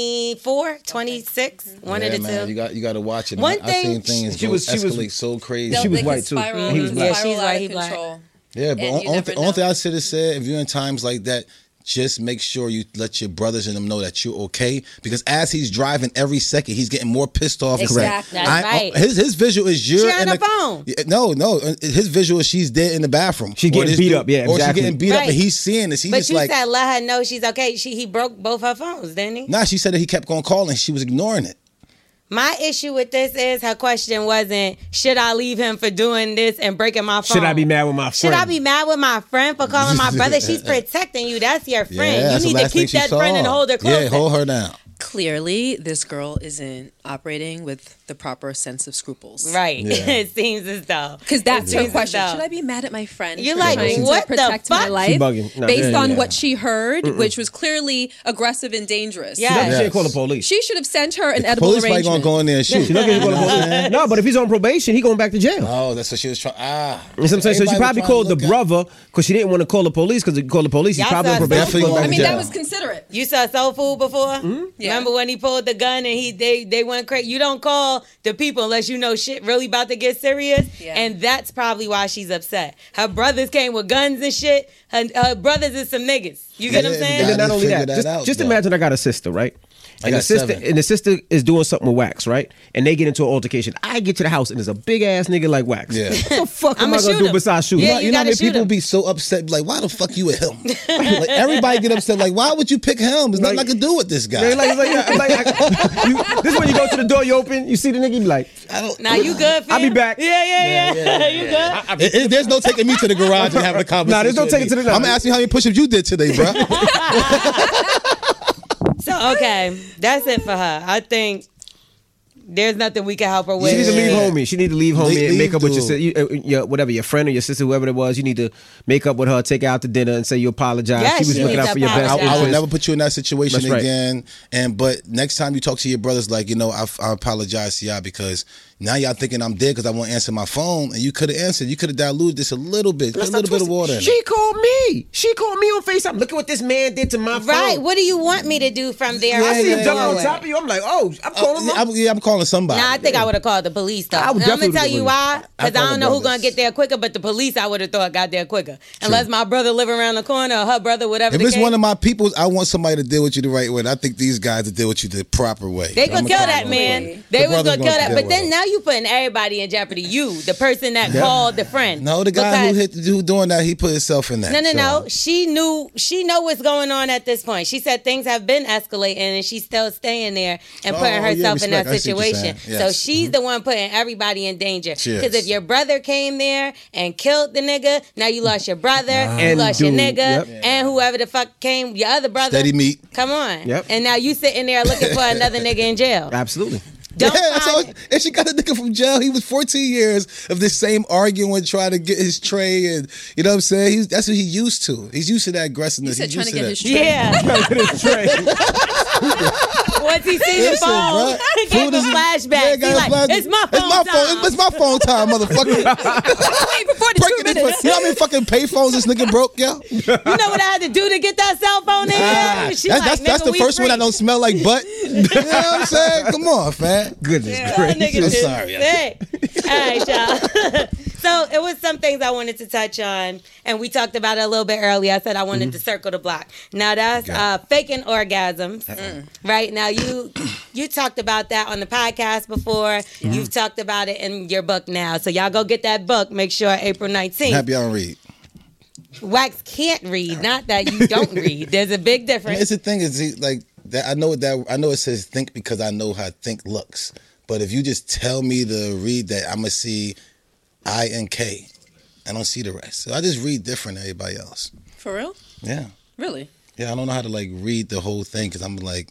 Speaker 2: 24, 26, one
Speaker 3: yeah,
Speaker 2: of the
Speaker 3: man,
Speaker 2: two.
Speaker 3: You got you got to watch it.
Speaker 2: One
Speaker 3: I, I
Speaker 2: thing-
Speaker 3: seen things
Speaker 4: She
Speaker 3: go
Speaker 4: was- she was-
Speaker 3: escalate so crazy.
Speaker 5: They'll
Speaker 4: She was
Speaker 5: think
Speaker 4: white,
Speaker 5: it's
Speaker 4: too.
Speaker 5: Spiral,
Speaker 4: He was
Speaker 5: spiral
Speaker 2: Yeah,
Speaker 4: black.
Speaker 2: she's
Speaker 5: out
Speaker 2: white,
Speaker 5: of
Speaker 2: he black.
Speaker 5: control.
Speaker 3: Yeah, but
Speaker 5: And
Speaker 3: on,
Speaker 5: you
Speaker 3: on,
Speaker 5: never
Speaker 3: th- on thing
Speaker 5: know.
Speaker 3: I should have said, if you're in times like that, just make sure you let your brothers and them know that you're okay. Because as he's driving, every second he's getting more pissed off.
Speaker 5: Exactly.
Speaker 2: That's right.
Speaker 3: His his visual is you're
Speaker 2: on
Speaker 3: in
Speaker 2: the phone.
Speaker 3: Yeah, No, no. uh, His visual is she's dead in the bathroom.
Speaker 4: She
Speaker 3: Or
Speaker 4: getting
Speaker 3: this
Speaker 4: beat up, yeah,
Speaker 3: Or
Speaker 4: exactly.
Speaker 3: she getting beat up,
Speaker 2: Right.
Speaker 3: and he's seeing this. He
Speaker 2: But
Speaker 3: just
Speaker 2: you
Speaker 3: like,
Speaker 2: said let her know she's okay. She he broke both her phones, didn't he?
Speaker 3: nah. She said that he kept on calling. She was ignoring it.
Speaker 2: My issue with this is her question wasn't should I leave him for doing this and breaking my phone?
Speaker 4: Should I be mad with my friend?
Speaker 2: Should I be mad with my friend for calling my
Speaker 4: [laughs]
Speaker 2: brother? She's protecting you. That's your friend.
Speaker 3: Yeah, that's
Speaker 2: you
Speaker 3: the
Speaker 2: need to
Speaker 3: last thing
Speaker 2: keep
Speaker 3: she
Speaker 2: that
Speaker 3: saw.
Speaker 2: friend and hold her close. [laughs]
Speaker 3: Yeah, hold her down.
Speaker 5: Clearly, this girl isn't operating with the proper sense of scruples.
Speaker 2: Right. [laughs]
Speaker 3: Yeah.
Speaker 2: it seems as though.
Speaker 5: Because that's her
Speaker 2: Yeah.
Speaker 5: question.
Speaker 2: Yeah.
Speaker 5: Should I be mad at my friend?
Speaker 2: You're
Speaker 5: for
Speaker 2: like,
Speaker 5: trying
Speaker 2: what the
Speaker 5: to protect
Speaker 2: fuck?
Speaker 5: my
Speaker 2: She
Speaker 5: life
Speaker 4: bugging. No,
Speaker 5: based
Speaker 4: yeah,
Speaker 5: on
Speaker 4: yeah.
Speaker 5: what she heard, which was clearly aggressive and dangerous.
Speaker 2: Yeah.
Speaker 4: She
Speaker 2: Yes.
Speaker 4: didn't call the police.
Speaker 5: She should have sent her an edible
Speaker 3: Police probably
Speaker 5: arrangement.
Speaker 3: gonna go in there and shoot.
Speaker 4: She not gonna call the police. No, but if he's on probation, he going back to jail.
Speaker 3: Oh, that's what she was trying.
Speaker 4: You
Speaker 3: Ah,
Speaker 4: know what I'm saying? So she probably
Speaker 3: Everybody was
Speaker 4: called the
Speaker 3: trying to look at-
Speaker 4: brother because she didn't want to call the police because if you call the police, he's
Speaker 2: Y'all
Speaker 4: probably on
Speaker 2: saw
Speaker 4: probation.
Speaker 3: Definitely
Speaker 4: going back
Speaker 5: I
Speaker 4: to
Speaker 5: mean,
Speaker 4: jail.
Speaker 5: that was considerate.
Speaker 2: You saw Soul Food before?
Speaker 4: Mm-hmm.
Speaker 5: Yeah.
Speaker 2: Remember when he pulled the gun and he they they went crazy? You don't call the people unless you know shit really about to get serious.
Speaker 5: Yeah.
Speaker 2: And that's probably why she's upset. Her brothers came with guns and shit. Her, her brothers is some niggas. You get what I'm
Speaker 3: Yeah,
Speaker 2: saying?
Speaker 4: And then not
Speaker 3: I didn't
Speaker 4: only
Speaker 3: figure
Speaker 4: that,
Speaker 3: that
Speaker 4: just,
Speaker 3: out,
Speaker 4: just
Speaker 3: though.
Speaker 4: imagine I got a sister, right?
Speaker 3: I
Speaker 4: and
Speaker 3: got
Speaker 4: the sister
Speaker 3: seven.
Speaker 4: and the sister is doing something with Wax, right? And they get into an altercation. I get to the house and there's a big ass nigga like Wax.
Speaker 3: Yeah.
Speaker 4: What the fuck am
Speaker 2: I'ma
Speaker 4: I gonna
Speaker 2: shoot
Speaker 4: do
Speaker 2: him.
Speaker 4: besides shoot?
Speaker 2: Yeah,
Speaker 4: him?
Speaker 2: you
Speaker 3: know how
Speaker 2: gotta
Speaker 3: many
Speaker 2: shoot
Speaker 3: people
Speaker 2: him.
Speaker 3: be so upset, like, why the fuck you with him? like everybody get upset, like, why would you pick him? There's nothing I
Speaker 4: Like-
Speaker 3: can do with this guy.
Speaker 4: Yeah, like, it's like, yeah, I'm like, I- you- this is when you go to the door, you open, you see the nigga, you be like,
Speaker 3: I don't.
Speaker 2: Now you good?
Speaker 4: I'll be
Speaker 2: fam?
Speaker 4: back.
Speaker 2: Yeah, yeah, yeah. you good?
Speaker 3: It- it- there's no taking me to the garage and having a conversation.
Speaker 4: Nah, there's no
Speaker 3: with
Speaker 4: taking
Speaker 3: me.
Speaker 4: to the-
Speaker 3: I'm gonna ask you how many push-ups you did today, bro.
Speaker 4: [laughs]
Speaker 2: So okay, that's it for her. I think there's nothing we can help her with.
Speaker 4: she need to leave
Speaker 3: Yeah.
Speaker 4: home. She need to leave home
Speaker 3: Leave-
Speaker 4: and make up with your, si- you,
Speaker 3: leave,
Speaker 4: uh, your whatever your friend or your sister, whoever it was. You need to make up with her, take her out to dinner, and say you apologize.
Speaker 2: Yeah,
Speaker 4: she was
Speaker 2: she
Speaker 4: looking
Speaker 2: needs to
Speaker 4: out for your best
Speaker 3: I, I would
Speaker 4: interest.
Speaker 3: never put you in that situation
Speaker 4: That's right.
Speaker 3: again. And but next time you talk to your brothers, like you know, I, I apologize to y'all because now y'all thinking I'm dead because I won't answer my phone, and you could have answered. You could have diluted this a little bit, put a little bit of water. In it.
Speaker 4: She called me. She called me on FaceTime. Look at what this man did to my
Speaker 2: Right.
Speaker 4: phone.
Speaker 2: What do you want me to do from there?
Speaker 4: I see
Speaker 3: yeah,
Speaker 4: him
Speaker 3: yeah,
Speaker 4: jumping on
Speaker 2: forward?
Speaker 4: top of you. I'm like, oh, I'm calling
Speaker 3: yeah,
Speaker 4: him.
Speaker 3: I'm, yeah, I'm calling somebody.
Speaker 2: Nah, I think I would have called the police though.
Speaker 4: I would
Speaker 2: And I'm gonna
Speaker 4: definitely
Speaker 2: tell
Speaker 4: would've
Speaker 2: you
Speaker 4: called
Speaker 2: why, because I
Speaker 3: called
Speaker 2: don't
Speaker 3: the
Speaker 2: know who's gonna
Speaker 3: brothers.
Speaker 2: get there quicker. But the police, I would have thought got there quicker, unless my brother live around the corner or her brother, whatever.
Speaker 3: If
Speaker 2: the
Speaker 3: it's
Speaker 2: case.
Speaker 3: one of my peoples, I want somebody to deal with you the right way. And I think these guys to deal with you the proper way.
Speaker 2: they gonna
Speaker 3: I'ma
Speaker 2: kill
Speaker 3: call
Speaker 2: that
Speaker 3: them.
Speaker 2: man. They was gonna
Speaker 3: brother's gonna
Speaker 2: kill that.
Speaker 3: get
Speaker 2: But
Speaker 3: with
Speaker 2: then
Speaker 3: him.
Speaker 2: now you putting everybody in jeopardy. You, the person that called the friend.
Speaker 3: No, the guy who
Speaker 2: Because-
Speaker 3: hit who doing that, he put himself in that.
Speaker 2: No, no,
Speaker 3: so.
Speaker 2: no. She knew. She know what's going on at this point. She said things have been escalating, and she's still staying there and
Speaker 3: Oh,
Speaker 2: putting
Speaker 3: yeah,
Speaker 2: herself in that
Speaker 3: respect. I see
Speaker 2: situation. So
Speaker 3: what you're saying. Yes. Mm-hmm.
Speaker 2: she's the one putting everybody in danger.
Speaker 3: Cheers.
Speaker 2: Because if your brother came there and killed the nigga, now you lost your brother, you
Speaker 4: And
Speaker 2: lost
Speaker 4: dude,
Speaker 2: your nigga,
Speaker 4: yep.
Speaker 2: and whoever the fuck came, your other brother.
Speaker 3: Steady meat.
Speaker 2: Come on.
Speaker 4: Yep.
Speaker 2: And now you sitting there looking for another nigga in
Speaker 3: [laughs]
Speaker 2: jail.
Speaker 4: [laughs] Absolutely.
Speaker 2: Don't
Speaker 3: Yeah, so,
Speaker 2: find-
Speaker 3: and she got a nigga from jail. He was 14 years of this same arguing, trying to get his tray, and you know what I'm saying. He's, that's what he used to. He's used to that aggressiveness.
Speaker 5: He said
Speaker 3: He's
Speaker 5: trying
Speaker 3: used
Speaker 5: to
Speaker 3: that.
Speaker 5: get his
Speaker 3: [laughs]
Speaker 2: Yeah.
Speaker 4: [laughs] This train.
Speaker 2: Once he sees the [laughs]
Speaker 3: Listen,
Speaker 2: phone,
Speaker 3: bruh.
Speaker 2: he gave
Speaker 3: Food
Speaker 2: a
Speaker 3: is-
Speaker 2: flashback.
Speaker 3: Yeah,
Speaker 2: He
Speaker 3: got a
Speaker 2: like,
Speaker 3: flashback.
Speaker 2: it's my phone.
Speaker 3: It's my phone.
Speaker 2: time."
Speaker 3: It's my phone time, motherfucker.
Speaker 5: Wait, before the
Speaker 3: Breaking this, [laughs] you know how
Speaker 2: [laughs]
Speaker 3: many fucking payphones this nigga broke, yo?
Speaker 2: You know what I had to do to get that cell phone in
Speaker 3: Ah,
Speaker 2: there?
Speaker 3: that's,
Speaker 2: She like,
Speaker 3: that's, that's
Speaker 2: nigga,
Speaker 3: the
Speaker 2: we
Speaker 3: first one that
Speaker 2: free.
Speaker 3: don't smell
Speaker 2: [laughs]
Speaker 3: like butt. [laughs] you know what I'm saying? Come on, fam.
Speaker 4: Goodness
Speaker 2: Y'all [laughs]
Speaker 4: gracious.
Speaker 2: niggas
Speaker 3: I'm
Speaker 2: is
Speaker 3: sorry.
Speaker 2: sick. All right, y'all. [laughs] so it was some things I wanted to touch on, and we talked about it a little bit earlier. I said I wanted
Speaker 3: Mm-hmm.
Speaker 2: to circle the block. Now that's uh, faking orgasms,
Speaker 3: Uh-uh.
Speaker 2: right? Now you you talked about that on the podcast before. You've talked about it in your book now. So y'all go get that book. Make sure April nineteenth.
Speaker 3: Happy I don't read.
Speaker 2: Wax can't read. Not that you don't read. There's a big difference.
Speaker 3: It's the thing is he- like that. I know that I know it says think because I know how think looks. But if you just tell me to read that, I'm gonna see I and K. I don't see the rest. So I just read different than everybody else.
Speaker 5: For real?
Speaker 3: Yeah,
Speaker 5: Really?
Speaker 3: yeah. I don't know how to like read the whole thing because I'm like,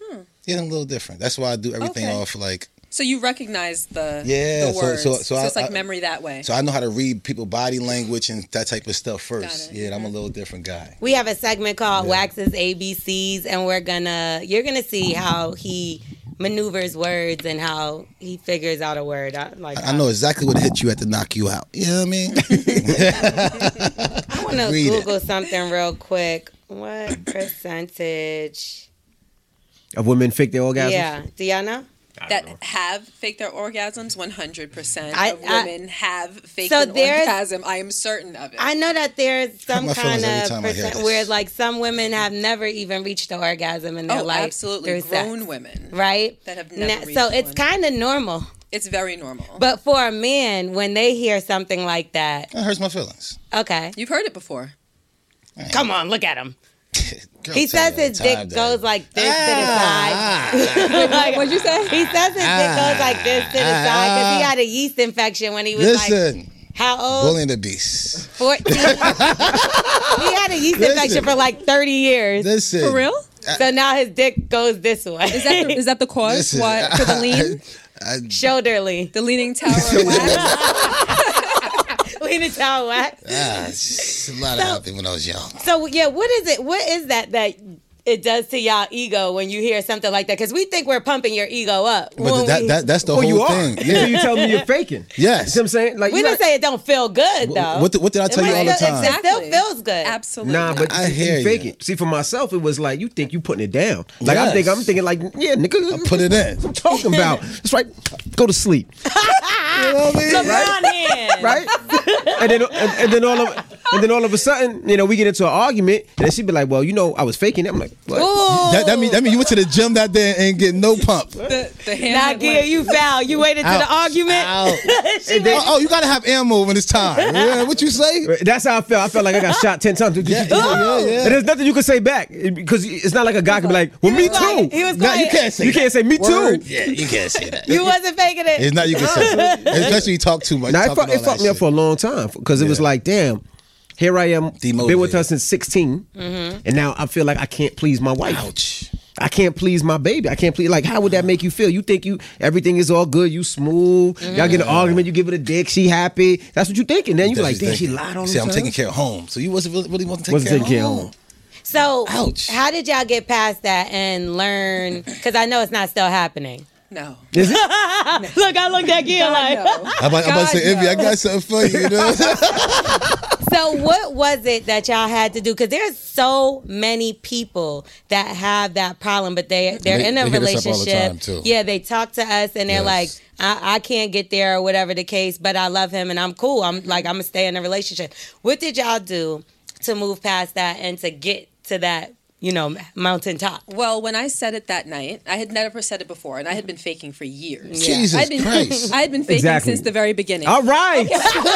Speaker 5: Hmm.
Speaker 3: yeah, I'm a little different. That's why I do everything
Speaker 5: Okay.
Speaker 3: off like.
Speaker 5: So you recognize the
Speaker 3: Yeah,
Speaker 5: the
Speaker 3: so-
Speaker 5: words.
Speaker 3: so-
Speaker 5: So,
Speaker 3: so I-
Speaker 5: it's like
Speaker 3: I-
Speaker 5: memory that way.
Speaker 3: So I know how to read people body language and that type of stuff first. Yeah, I'm a little different guy.
Speaker 2: We have a segment called Wax's ABCs, and we're gonna you're gonna see how he maneuvers words and how he figures out a word. I, like
Speaker 3: I know exactly what hit you at to knock you out. You know what
Speaker 4: [laughs]
Speaker 3: I mean?
Speaker 2: I want to
Speaker 3: Read it.
Speaker 2: Google something real quick. What percentage?
Speaker 4: Of women fake their orgasms.
Speaker 2: Yeah, do y'all know?
Speaker 5: that have faked their orgasms, one hundred percent
Speaker 2: I-
Speaker 5: of
Speaker 2: I-
Speaker 5: women have faked
Speaker 2: So
Speaker 5: an
Speaker 2: there's-
Speaker 5: orgasm. I am certain of it.
Speaker 2: I know that there's some
Speaker 3: my
Speaker 2: kind
Speaker 3: feelings every
Speaker 2: of
Speaker 3: time I hear
Speaker 2: percent
Speaker 3: this.
Speaker 2: where like some women have never even reached the orgasm in their
Speaker 5: oh,
Speaker 2: life.
Speaker 5: absolutely,
Speaker 2: through
Speaker 5: grown
Speaker 2: sex,
Speaker 5: women
Speaker 2: right?
Speaker 5: that have
Speaker 2: Now-
Speaker 5: never. reached
Speaker 2: so it's
Speaker 5: one.
Speaker 2: kind of normal.
Speaker 5: It's very normal.
Speaker 2: But for a man, when they hear something like that,
Speaker 3: That hurts my feelings.
Speaker 2: okay,
Speaker 5: You've heard it before.
Speaker 2: come on, look at him.
Speaker 3: Girl,
Speaker 2: He
Speaker 3: tell
Speaker 2: says
Speaker 3: me all
Speaker 2: his
Speaker 3: the time
Speaker 2: dick
Speaker 3: that-
Speaker 2: goes like this
Speaker 3: Ah.
Speaker 2: to the side. like,
Speaker 5: [laughs]
Speaker 2: What'd you say? He says his dick goes like this to the side because he had a yeast infection when he was like,
Speaker 3: Ah. Listen,
Speaker 2: how old?
Speaker 3: bullying the beast.
Speaker 2: 14. [laughs] he had a yeast
Speaker 3: Listen.
Speaker 2: infection for like 30 years.
Speaker 3: Listen. Uh,
Speaker 5: For real?
Speaker 2: so now his dick goes this way.
Speaker 5: Is that the, is that the cause?
Speaker 3: Listen, [laughs]
Speaker 5: what for
Speaker 2: [laughs]
Speaker 5: the lean,
Speaker 2: shoulderly?
Speaker 5: the leaning tower? of wax?
Speaker 2: [laughs] Lean it down wax.
Speaker 3: Ah, it's a lot of happened when I was young.
Speaker 2: So yeah, what is it? What is that that it does to y'all ego when you hear something like that? Because we think we're pumping your ego up.
Speaker 3: But
Speaker 2: when
Speaker 3: that,
Speaker 2: we
Speaker 3: that that's the
Speaker 4: Well,
Speaker 3: whole
Speaker 4: Oh, you are. [laughs]
Speaker 3: thing.
Speaker 4: So
Speaker 3: Yeah.
Speaker 4: you tell me you're faking.
Speaker 3: Yes.
Speaker 4: You know what I'm saying? Like,
Speaker 2: we
Speaker 4: you
Speaker 2: didn't
Speaker 4: gotta-
Speaker 2: say it don't feel good though.
Speaker 3: What, what did I tell you all the
Speaker 2: It still-
Speaker 3: time?
Speaker 2: It still
Speaker 5: Exactly.
Speaker 2: feels good.
Speaker 5: Absolutely.
Speaker 4: Nah, but
Speaker 3: I
Speaker 4: you-
Speaker 3: hear
Speaker 4: you fake
Speaker 3: you.
Speaker 4: it. See, for myself, it was like you think you putting it down. Like I
Speaker 3: Yes.
Speaker 4: think I'm thinking like, yeah, nigga,
Speaker 3: Put it in.
Speaker 4: I'm talking about. [laughs] It's right. Go to sleep,
Speaker 3: You know what I mean?
Speaker 2: LeBron [laughs] hand.
Speaker 4: right? and then and, and then all of and then all of a sudden, you know, we get into an argument, and then she'd be like, "Well, you know, I was faking it." I'm like, what?
Speaker 2: Ooh.
Speaker 3: That, that mean that mean you went to the gym that day and ain't get no pump.
Speaker 5: the, the hand that
Speaker 2: Nagia,
Speaker 5: went-
Speaker 2: you foul. You waited to the argument. [laughs]
Speaker 3: And then- oh, you gotta have ammo when it's time. Yeah, what you say?
Speaker 2: uh,
Speaker 4: That's how I felt. I felt like I got shot ten times.
Speaker 3: Yeah, yeah, yeah.
Speaker 4: And there's nothing you can say back because it's not like a guy can be like, "Well, me
Speaker 2: He was
Speaker 4: too."
Speaker 2: like- he was
Speaker 3: Nah, you
Speaker 2: quiet.
Speaker 3: can't say.
Speaker 4: You can't say me too.
Speaker 3: Yeah, you can't say that.
Speaker 2: You wasn't faking it.
Speaker 3: It's not you can say. Especially you talk too much.
Speaker 4: Now
Speaker 3: You
Speaker 4: it,
Speaker 3: talking
Speaker 4: fuck- it
Speaker 3: all
Speaker 4: fucked
Speaker 3: that
Speaker 4: me up
Speaker 3: shit.
Speaker 4: for a long time because it was
Speaker 3: Yeah.
Speaker 4: like, damn, here I am, been with
Speaker 3: Demotivated.
Speaker 4: her since 16,
Speaker 2: Mm-hmm.
Speaker 4: and now I feel like I can't please my wife.
Speaker 3: Ouch.
Speaker 4: I can't please my baby. I can't please. Like, how would that make you feel? You think you everything is all good. You smooth. Y'all get in an argument. You give it a dick. She happy. That's what you thinking. Then you
Speaker 3: Mm. That's
Speaker 4: like,
Speaker 3: what you
Speaker 4: damn, she
Speaker 3: thinking.
Speaker 4: lied all the
Speaker 3: See,
Speaker 4: time.
Speaker 3: I'm taking care of home, so you wasn't really, really wasn't taking
Speaker 4: Wasn't
Speaker 3: care,
Speaker 4: taking care of
Speaker 3: home.
Speaker 4: home.
Speaker 2: So,
Speaker 3: Ouch.
Speaker 2: how did y'all get past that and learn? Because I know it's not still happening.
Speaker 5: No.
Speaker 4: Is it?
Speaker 2: [laughs] Look, [laughs] I looked at Gia like.
Speaker 5: No.
Speaker 3: I'm about, I'm about to say, Envy, I got something for you. You know?
Speaker 2: So, what was it that y'all had to do? Because there's so many people that have that problem, but they they're
Speaker 3: They-
Speaker 2: in a
Speaker 3: they hit us up
Speaker 2: relationship.
Speaker 3: all the time, too.
Speaker 2: Yeah, they talk to us and they're
Speaker 3: Yes.
Speaker 2: like, I, "I can't get there" or whatever the case, but I love him and I'm cool. I'm like, I'm gonna stay in a relationship. What did y'all do to move past that and to get to that, you know, mountaintop?
Speaker 5: Well, when I said it that night, I had never said it before, and I had been faking for years.
Speaker 3: Jesus
Speaker 5: [laughs] I'd been,
Speaker 3: Christ.
Speaker 5: I had been faking
Speaker 4: Exactly.
Speaker 5: since the very beginning.
Speaker 4: All right.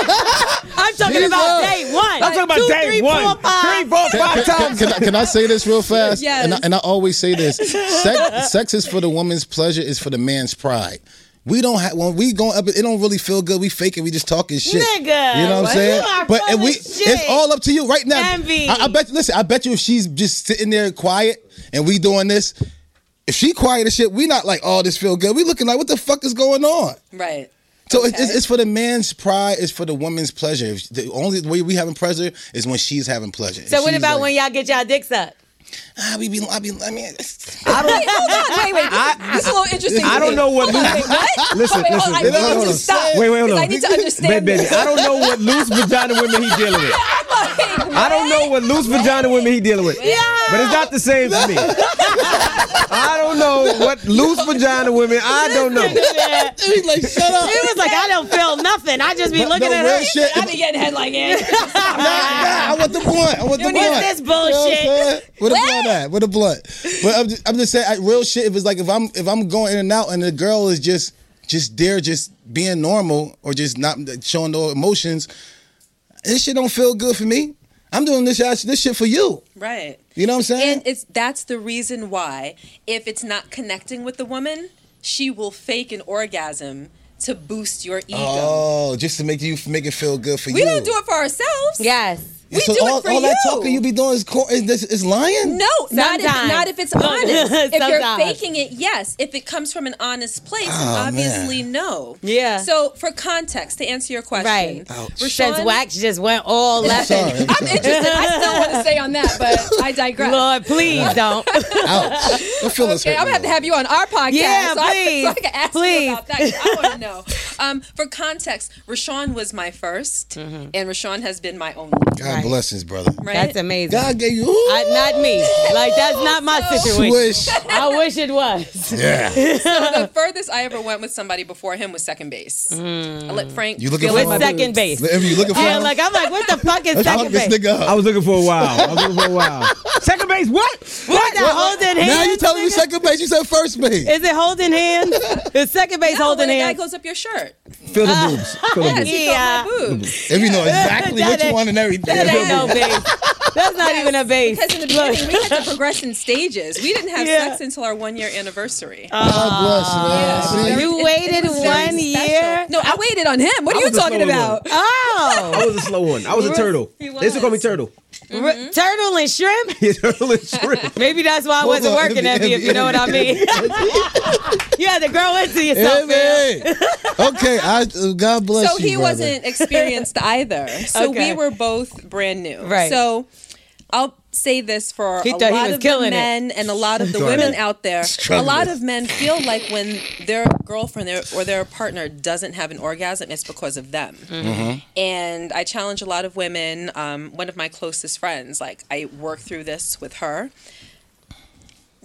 Speaker 2: I'm talking about day one.
Speaker 4: I'm talking about
Speaker 2: Two,
Speaker 4: day
Speaker 2: three,
Speaker 4: one.
Speaker 2: four, five.
Speaker 4: Three, four,
Speaker 3: can,
Speaker 4: five
Speaker 3: can-
Speaker 4: times.
Speaker 3: can I, can I say this real fast?
Speaker 5: Yes.
Speaker 3: And I, and I always say this: sex, sex is for the woman's pleasure, is for the man's pride. We don't have when we going up. It don't really feel good. We fake it. We just talking shit.
Speaker 2: Nigga,
Speaker 3: you know what
Speaker 2: what?
Speaker 3: I'm saying?
Speaker 2: You are
Speaker 3: but
Speaker 2: full
Speaker 3: and
Speaker 2: of
Speaker 3: we,
Speaker 2: shit.
Speaker 3: it's all up to you right now.
Speaker 2: Envy.
Speaker 3: I, I bet. Listen, I bet you if she's just sitting there quiet and we doing this, if she quiet as shit, we not like, oh, this feel good. We looking like, what the fuck is going on?
Speaker 5: Right.
Speaker 3: So it's-
Speaker 5: Okay.
Speaker 3: it's, it's for the man's pride, it's for the woman's pleasure. If The only way we having pleasure is when she's having pleasure.
Speaker 2: So, what about when y'all get y'all dicks [laughs] up?
Speaker 3: Ah, we be, I be, I mean,
Speaker 5: I don't, wait, hold on. Wait, wait. This, this is a little interesting.
Speaker 4: I
Speaker 5: to
Speaker 4: don't
Speaker 5: me.
Speaker 4: know what.
Speaker 5: Hold on, wait, [laughs] what?
Speaker 4: Listen,
Speaker 5: Wait,
Speaker 4: listen.
Speaker 5: Hold on, I need
Speaker 3: hold
Speaker 5: you
Speaker 3: on.
Speaker 5: to stop.
Speaker 4: Wait, wait, hold
Speaker 5: 'cause
Speaker 4: on.
Speaker 5: I need to
Speaker 4: [laughs]
Speaker 5: understand.
Speaker 4: Baby,
Speaker 5: this. [laughs]
Speaker 4: I don't know what loose vagina women he dealing with. I don't know what loose vagina women he dealing with. But it's not the same for
Speaker 2: [laughs]
Speaker 4: me. I don't know what loose vagina women. I don't know.
Speaker 2: Yeah.
Speaker 3: He's like, shut
Speaker 5: [laughs]
Speaker 3: up.
Speaker 2: It was like I don't feel nothing. I just be looking
Speaker 3: no
Speaker 2: at
Speaker 3: real
Speaker 2: her.
Speaker 3: shit.
Speaker 5: I be getting head like yeah.
Speaker 3: Nah, nah, I want the blunt. I want the
Speaker 2: You need
Speaker 3: blunt.
Speaker 2: this
Speaker 3: You know what I'm saying?
Speaker 2: bullshit.
Speaker 3: With a blunt at? With a blunt. But I'm just, I'm just saying, I, real shit. If it's like if I'm if I'm going in and out, and the girl is just just there, just being normal or just not showing no emotions, this shit don't feel good for me. I'm doing this shit- this shit for you.
Speaker 5: [laughs] Right.
Speaker 3: You know what I'm saying?
Speaker 5: And it's that's the reason why if it's not connecting with the woman, she will fake an orgasm to boost your ego.
Speaker 3: Oh, just to make you make it feel good for
Speaker 5: we
Speaker 3: you.
Speaker 5: don't do it for ourselves.
Speaker 2: Yes.
Speaker 5: We
Speaker 3: so
Speaker 5: do
Speaker 3: all,
Speaker 5: it for
Speaker 3: all
Speaker 5: you.
Speaker 3: that talking you be doing is, cor- is, this- is lying.
Speaker 5: no, not if,
Speaker 2: Sometimes.
Speaker 5: not if [laughs] it's honest. if you're
Speaker 2: Sometimes.
Speaker 5: faking it, yes. If it comes from an honest place,
Speaker 3: Oh,
Speaker 5: obviously no.
Speaker 2: Yeah.
Speaker 5: So for context, to answer your question,
Speaker 2: Right. Since
Speaker 5: Rashawn,
Speaker 2: Wax just went all left.
Speaker 3: Sorry,
Speaker 2: and-
Speaker 3: I'm [laughs] sorry.
Speaker 5: interested. I still want to stay on that, but I digress.
Speaker 2: Lord, please don't.
Speaker 3: Ouch. My feelings
Speaker 5: Okay,
Speaker 3: hurt
Speaker 5: I'm gonna have
Speaker 3: now.
Speaker 5: to have you on our podcast.
Speaker 2: Yeah,
Speaker 5: so I, so I
Speaker 2: please,
Speaker 5: can ask
Speaker 2: please.
Speaker 5: you about that. 'cause I want to know. Um, for context, Rashawn was my 1st and Rashawn has been my only.
Speaker 3: God bless his brother.
Speaker 5: Right?
Speaker 2: [laughs] Mm-hmm. That's amazing.
Speaker 3: God gave you.
Speaker 2: I, not me. Like that's not my situation.
Speaker 3: Swish.
Speaker 2: I wish it
Speaker 5: [laughs]
Speaker 2: was.
Speaker 3: yeah.
Speaker 5: the furthest I ever went with somebody before him was second base. I
Speaker 2: Mm.
Speaker 5: let Frank.
Speaker 3: You looking
Speaker 5: fill
Speaker 3: for
Speaker 5: in my
Speaker 2: With second base.
Speaker 3: If you looking for
Speaker 2: Yeah,
Speaker 3: him,
Speaker 2: like I'm like, what the fuck is
Speaker 3: let's hook
Speaker 2: second
Speaker 3: this
Speaker 2: base?
Speaker 3: nigga up.
Speaker 4: I was looking for a while. I was looking for a while. Second base, what?
Speaker 2: What? That holding hands?
Speaker 3: now you telling me
Speaker 2: nigga?
Speaker 3: second base. You said first base.
Speaker 2: Is it holding
Speaker 5: [laughs]
Speaker 2: hands? Is second base
Speaker 5: No,
Speaker 2: holding
Speaker 5: "Oh, when a guy
Speaker 2: hands?
Speaker 5: goes up your shirt.
Speaker 4: Feel the boobs. Feel the
Speaker 5: Yes,
Speaker 4: boobs.
Speaker 5: he
Speaker 2: Yeah.
Speaker 5: felt my
Speaker 2: [laughs]
Speaker 5: boobs.
Speaker 3: If you know exactly
Speaker 2: That
Speaker 3: what you
Speaker 2: ain't-
Speaker 3: want and everything.
Speaker 2: That
Speaker 3: [laughs]
Speaker 2: ain't no base. That's not even a base.
Speaker 5: Because in the
Speaker 2: Look.
Speaker 5: beginning, we had to progress in stages. We didn't have
Speaker 2: Yeah.
Speaker 5: sex until our one year anniversary.
Speaker 3: God bless, man. See?
Speaker 2: You waited
Speaker 5: It was very
Speaker 2: one
Speaker 5: special.
Speaker 2: year.
Speaker 5: No, I waited on him. What
Speaker 4: I
Speaker 5: are you
Speaker 4: was the
Speaker 5: talking
Speaker 4: slow one.
Speaker 5: about?
Speaker 4: I
Speaker 2: Oh,
Speaker 4: was a slow one. I was a turtle.
Speaker 5: he
Speaker 4: They used to call me
Speaker 5: was.
Speaker 4: turtle.
Speaker 5: Mm-hmm.
Speaker 2: R- turtle and shrimp.
Speaker 4: turtle and shrimp.
Speaker 2: Maybe that's why I
Speaker 3: Hold
Speaker 2: wasn't
Speaker 3: on,
Speaker 2: working at
Speaker 3: Envy,
Speaker 2: me, if you know what I mean. [laughs] you had to grow into yourself, man.
Speaker 3: Hey, man. [laughs] Okay, I, uh, God bless
Speaker 5: so
Speaker 3: you.
Speaker 5: he
Speaker 3: brother.
Speaker 2: [laughs]
Speaker 5: wasn't experienced either. So
Speaker 2: Okay.
Speaker 5: we were both brand new.
Speaker 2: Right.
Speaker 5: So I'll say this for
Speaker 2: He
Speaker 5: a
Speaker 2: thought he
Speaker 5: lot
Speaker 2: was
Speaker 5: of the
Speaker 2: killing it.
Speaker 5: men and a lot of the
Speaker 3: Struggling.
Speaker 5: women out there. A
Speaker 3: Struggling.
Speaker 5: lot of men feel like when their girlfriend their- or their partner doesn't have an orgasm, it's because of them. And I challenge a lot of women. Um, one of my closest friends, like I work through this with her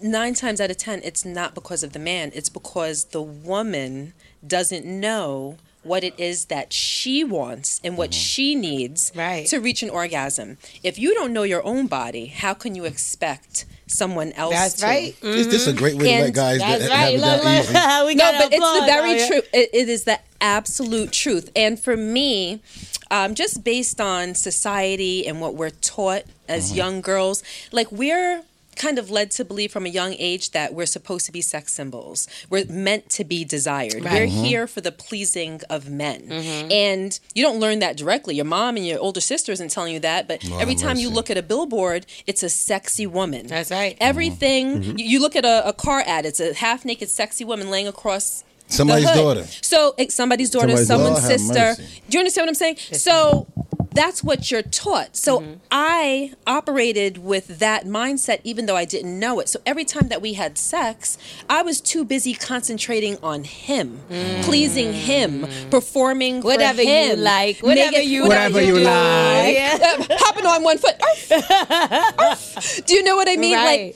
Speaker 5: nine times out of ten, it's not because of the man. It's because the woman doesn't know what it is that she wants and what she needs
Speaker 2: Right.
Speaker 5: to reach an orgasm. If you don't know your own body, how can you expect someone else
Speaker 2: That's
Speaker 5: to?
Speaker 2: right.
Speaker 3: This, this is a great way to let
Speaker 5: And
Speaker 3: guys that,
Speaker 2: That's
Speaker 3: have
Speaker 2: right.
Speaker 3: it down
Speaker 2: Look, look, [laughs]
Speaker 3: easy.
Speaker 2: we
Speaker 5: no,
Speaker 2: got
Speaker 5: but it's the
Speaker 2: applause out
Speaker 5: very
Speaker 2: here.
Speaker 5: truth. It, it is the absolute truth. And for me, um, just based on society and what we're taught as young girls, like we're kind of led to believe from a young age that we're supposed to be sex symbols. We're meant to be desired. We're here for the pleasing of men. And you don't learn that directly. Your mom and your older sister isn't telling you that, but every time you look at a billboard, it's a sexy woman.
Speaker 2: That's right.
Speaker 3: Mm-hmm.
Speaker 5: Everything you, you look at a, a car ad, it's a half naked sexy woman laying across the
Speaker 3: Somebody's
Speaker 5: hood.
Speaker 3: daughter.
Speaker 5: So it's somebody's daughter,
Speaker 4: Somebody's
Speaker 5: someone's
Speaker 3: daughter. Lord have
Speaker 5: sister.
Speaker 3: mercy.
Speaker 5: Do you understand what I'm saying? So that's what you're taught. So
Speaker 2: Mm-hmm.
Speaker 5: I operated with that mindset even though I didn't know it. So every time that we had sex, I was too busy concentrating on him, pleasing him, performing for
Speaker 2: Mm. Whatever you
Speaker 5: him,
Speaker 2: like,
Speaker 5: making-
Speaker 2: whatever you
Speaker 4: Whatever you like.
Speaker 5: Uh, hopping on one foot. Do you know what I mean?
Speaker 2: Right.
Speaker 5: Like,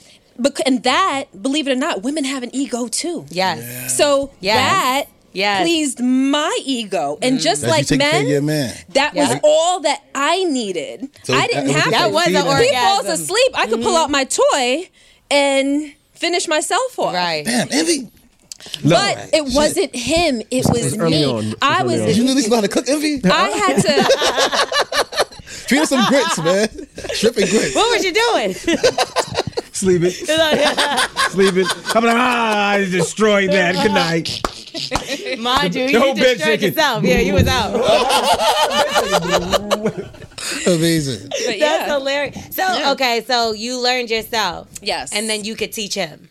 Speaker 5: bec- and that, believe it or not, women have an ego too.
Speaker 2: Yes.
Speaker 5: So
Speaker 2: Yes.
Speaker 5: that
Speaker 2: Yes. Mm.
Speaker 5: pleased my ego, and just
Speaker 3: That you
Speaker 5: like
Speaker 3: take care
Speaker 5: men,
Speaker 3: of your man.
Speaker 5: that was
Speaker 2: Yeah.
Speaker 5: all that I needed.
Speaker 3: So
Speaker 5: I
Speaker 3: that
Speaker 5: didn't
Speaker 3: was just
Speaker 5: have to.
Speaker 2: That was an
Speaker 3: feeding.
Speaker 5: He
Speaker 2: orgasm. Mm-hmm.
Speaker 5: falls asleep. I could pull out my toy and finish myself off.
Speaker 2: Right.
Speaker 3: Damn, Envy.
Speaker 4: Look,
Speaker 5: But it wasn't him. It was,
Speaker 4: early
Speaker 5: me.
Speaker 4: on. It was
Speaker 5: I
Speaker 4: early
Speaker 5: was.
Speaker 4: on.
Speaker 3: You knew this was how to cook Envy?
Speaker 5: I had to.
Speaker 3: Feed him some grits, man. Strip and grits.
Speaker 2: What was you doing? [laughs]
Speaker 4: sleep it, sleep it. I'm like, ah, I destroyed that. Good night.
Speaker 2: Mind you,
Speaker 4: The whole
Speaker 2: you
Speaker 4: bed
Speaker 2: destroyed
Speaker 4: shaking.
Speaker 2: yourself. Yeah, you was out.
Speaker 3: Amazing.
Speaker 5: But
Speaker 2: [laughs] That's
Speaker 5: [laughs] yeah.
Speaker 2: hilarious. So okay, so you learned yourself.
Speaker 5: Yes.
Speaker 2: And then you could teach him.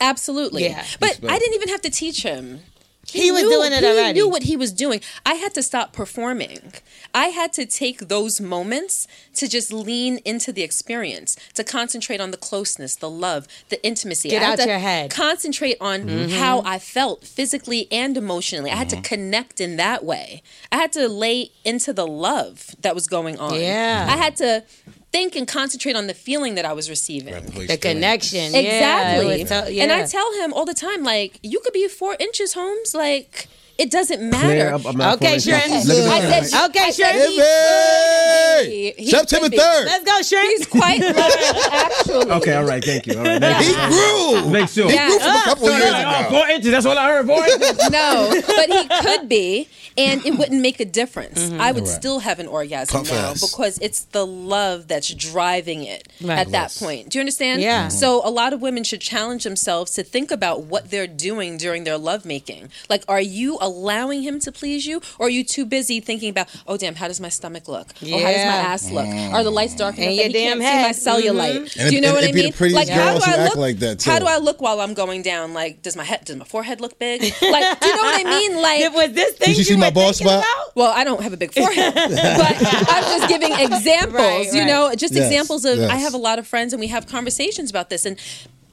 Speaker 5: Absolutely.
Speaker 2: Yeah.
Speaker 5: But I didn't even have to teach him.
Speaker 2: He, was
Speaker 5: knew-
Speaker 2: doing it
Speaker 5: he
Speaker 2: already.
Speaker 5: knew what he was doing. I had to stop performing. I had to take those moments to just lean into the experience, to concentrate on the closeness, the love, the intimacy.
Speaker 2: Get
Speaker 5: I had
Speaker 2: out
Speaker 5: to
Speaker 2: your head. Mm-hmm.
Speaker 5: Concentrate on how I felt physically and emotionally. I had to connect in that way. I had to lay into the love that was going on.
Speaker 2: Yeah.
Speaker 5: I had to think and concentrate on the feeling that I was receiving.
Speaker 2: the connection. Yeah, it
Speaker 5: Exactly.
Speaker 2: was so-
Speaker 5: And I
Speaker 2: yeah.
Speaker 5: tell him all the time, like, you could be four inches, Holmes. Like, It doesn't
Speaker 4: Clear
Speaker 5: matter.
Speaker 4: up about
Speaker 2: Okay,
Speaker 4: foreign
Speaker 2: Shrimp.
Speaker 4: countries. Let me just-
Speaker 5: I said,
Speaker 2: Okay,
Speaker 5: I said
Speaker 2: Shrimp.
Speaker 5: he could be. He
Speaker 3: September
Speaker 5: could be.
Speaker 3: 3rd.
Speaker 2: Let's go, Shrimp. [laughs]
Speaker 5: He's quite literal, actually.
Speaker 4: Okay, all right, thank you. All right, next,
Speaker 3: He grew.
Speaker 4: next show.
Speaker 3: He
Speaker 5: Yeah. uh,
Speaker 3: grew from a couple of years
Speaker 4: Oh,
Speaker 3: ago.
Speaker 4: four inches. That's all I heard. Four inches.
Speaker 5: [laughs] No, but he could be, and it wouldn't make a difference.
Speaker 2: Mm-hmm.
Speaker 5: I would still have an orgasm
Speaker 3: Pump
Speaker 5: now
Speaker 3: ass.
Speaker 5: because it's the love that's driving it
Speaker 2: Right.
Speaker 5: at that point. Do you understand?
Speaker 2: Yeah.
Speaker 3: Mm-hmm.
Speaker 2: Mhm.
Speaker 5: So a lot of women should challenge themselves to think about what they're doing during their lovemaking. Like, are you allowing him to please you, or are you too busy thinking about, oh damn, how does my stomach look? Oh, how does my
Speaker 2: Yeah.
Speaker 5: ass look? Are the lights dark enough
Speaker 2: And
Speaker 5: that
Speaker 2: your
Speaker 5: he
Speaker 2: damn
Speaker 5: can't
Speaker 2: head. Mm-hmm.
Speaker 5: see my
Speaker 3: Mm.
Speaker 5: cellulite?
Speaker 3: And
Speaker 5: do you
Speaker 3: it-
Speaker 5: know
Speaker 3: and
Speaker 5: what I
Speaker 3: it'd be the
Speaker 5: mean?
Speaker 3: prettiest
Speaker 5: like, how
Speaker 3: girls
Speaker 5: do I
Speaker 3: who act
Speaker 5: look?
Speaker 3: like that,
Speaker 5: How
Speaker 3: too.
Speaker 5: do I look while I'm going down? Like, does my head, does my forehead look big? Like, do you know what I
Speaker 2: [laughs]
Speaker 5: mean? Like,
Speaker 2: Did- was this thing
Speaker 3: you see
Speaker 2: were
Speaker 3: my bald
Speaker 2: thinking
Speaker 3: spot?
Speaker 2: about?
Speaker 5: well, I don't have a
Speaker 3: [laughs]
Speaker 5: big forehead, but I'm just giving examples,
Speaker 2: Right,
Speaker 5: you
Speaker 2: right.
Speaker 5: know, just
Speaker 3: Yes,
Speaker 5: examples of I
Speaker 3: yes.
Speaker 5: have a lot of friends and we have conversations about this. And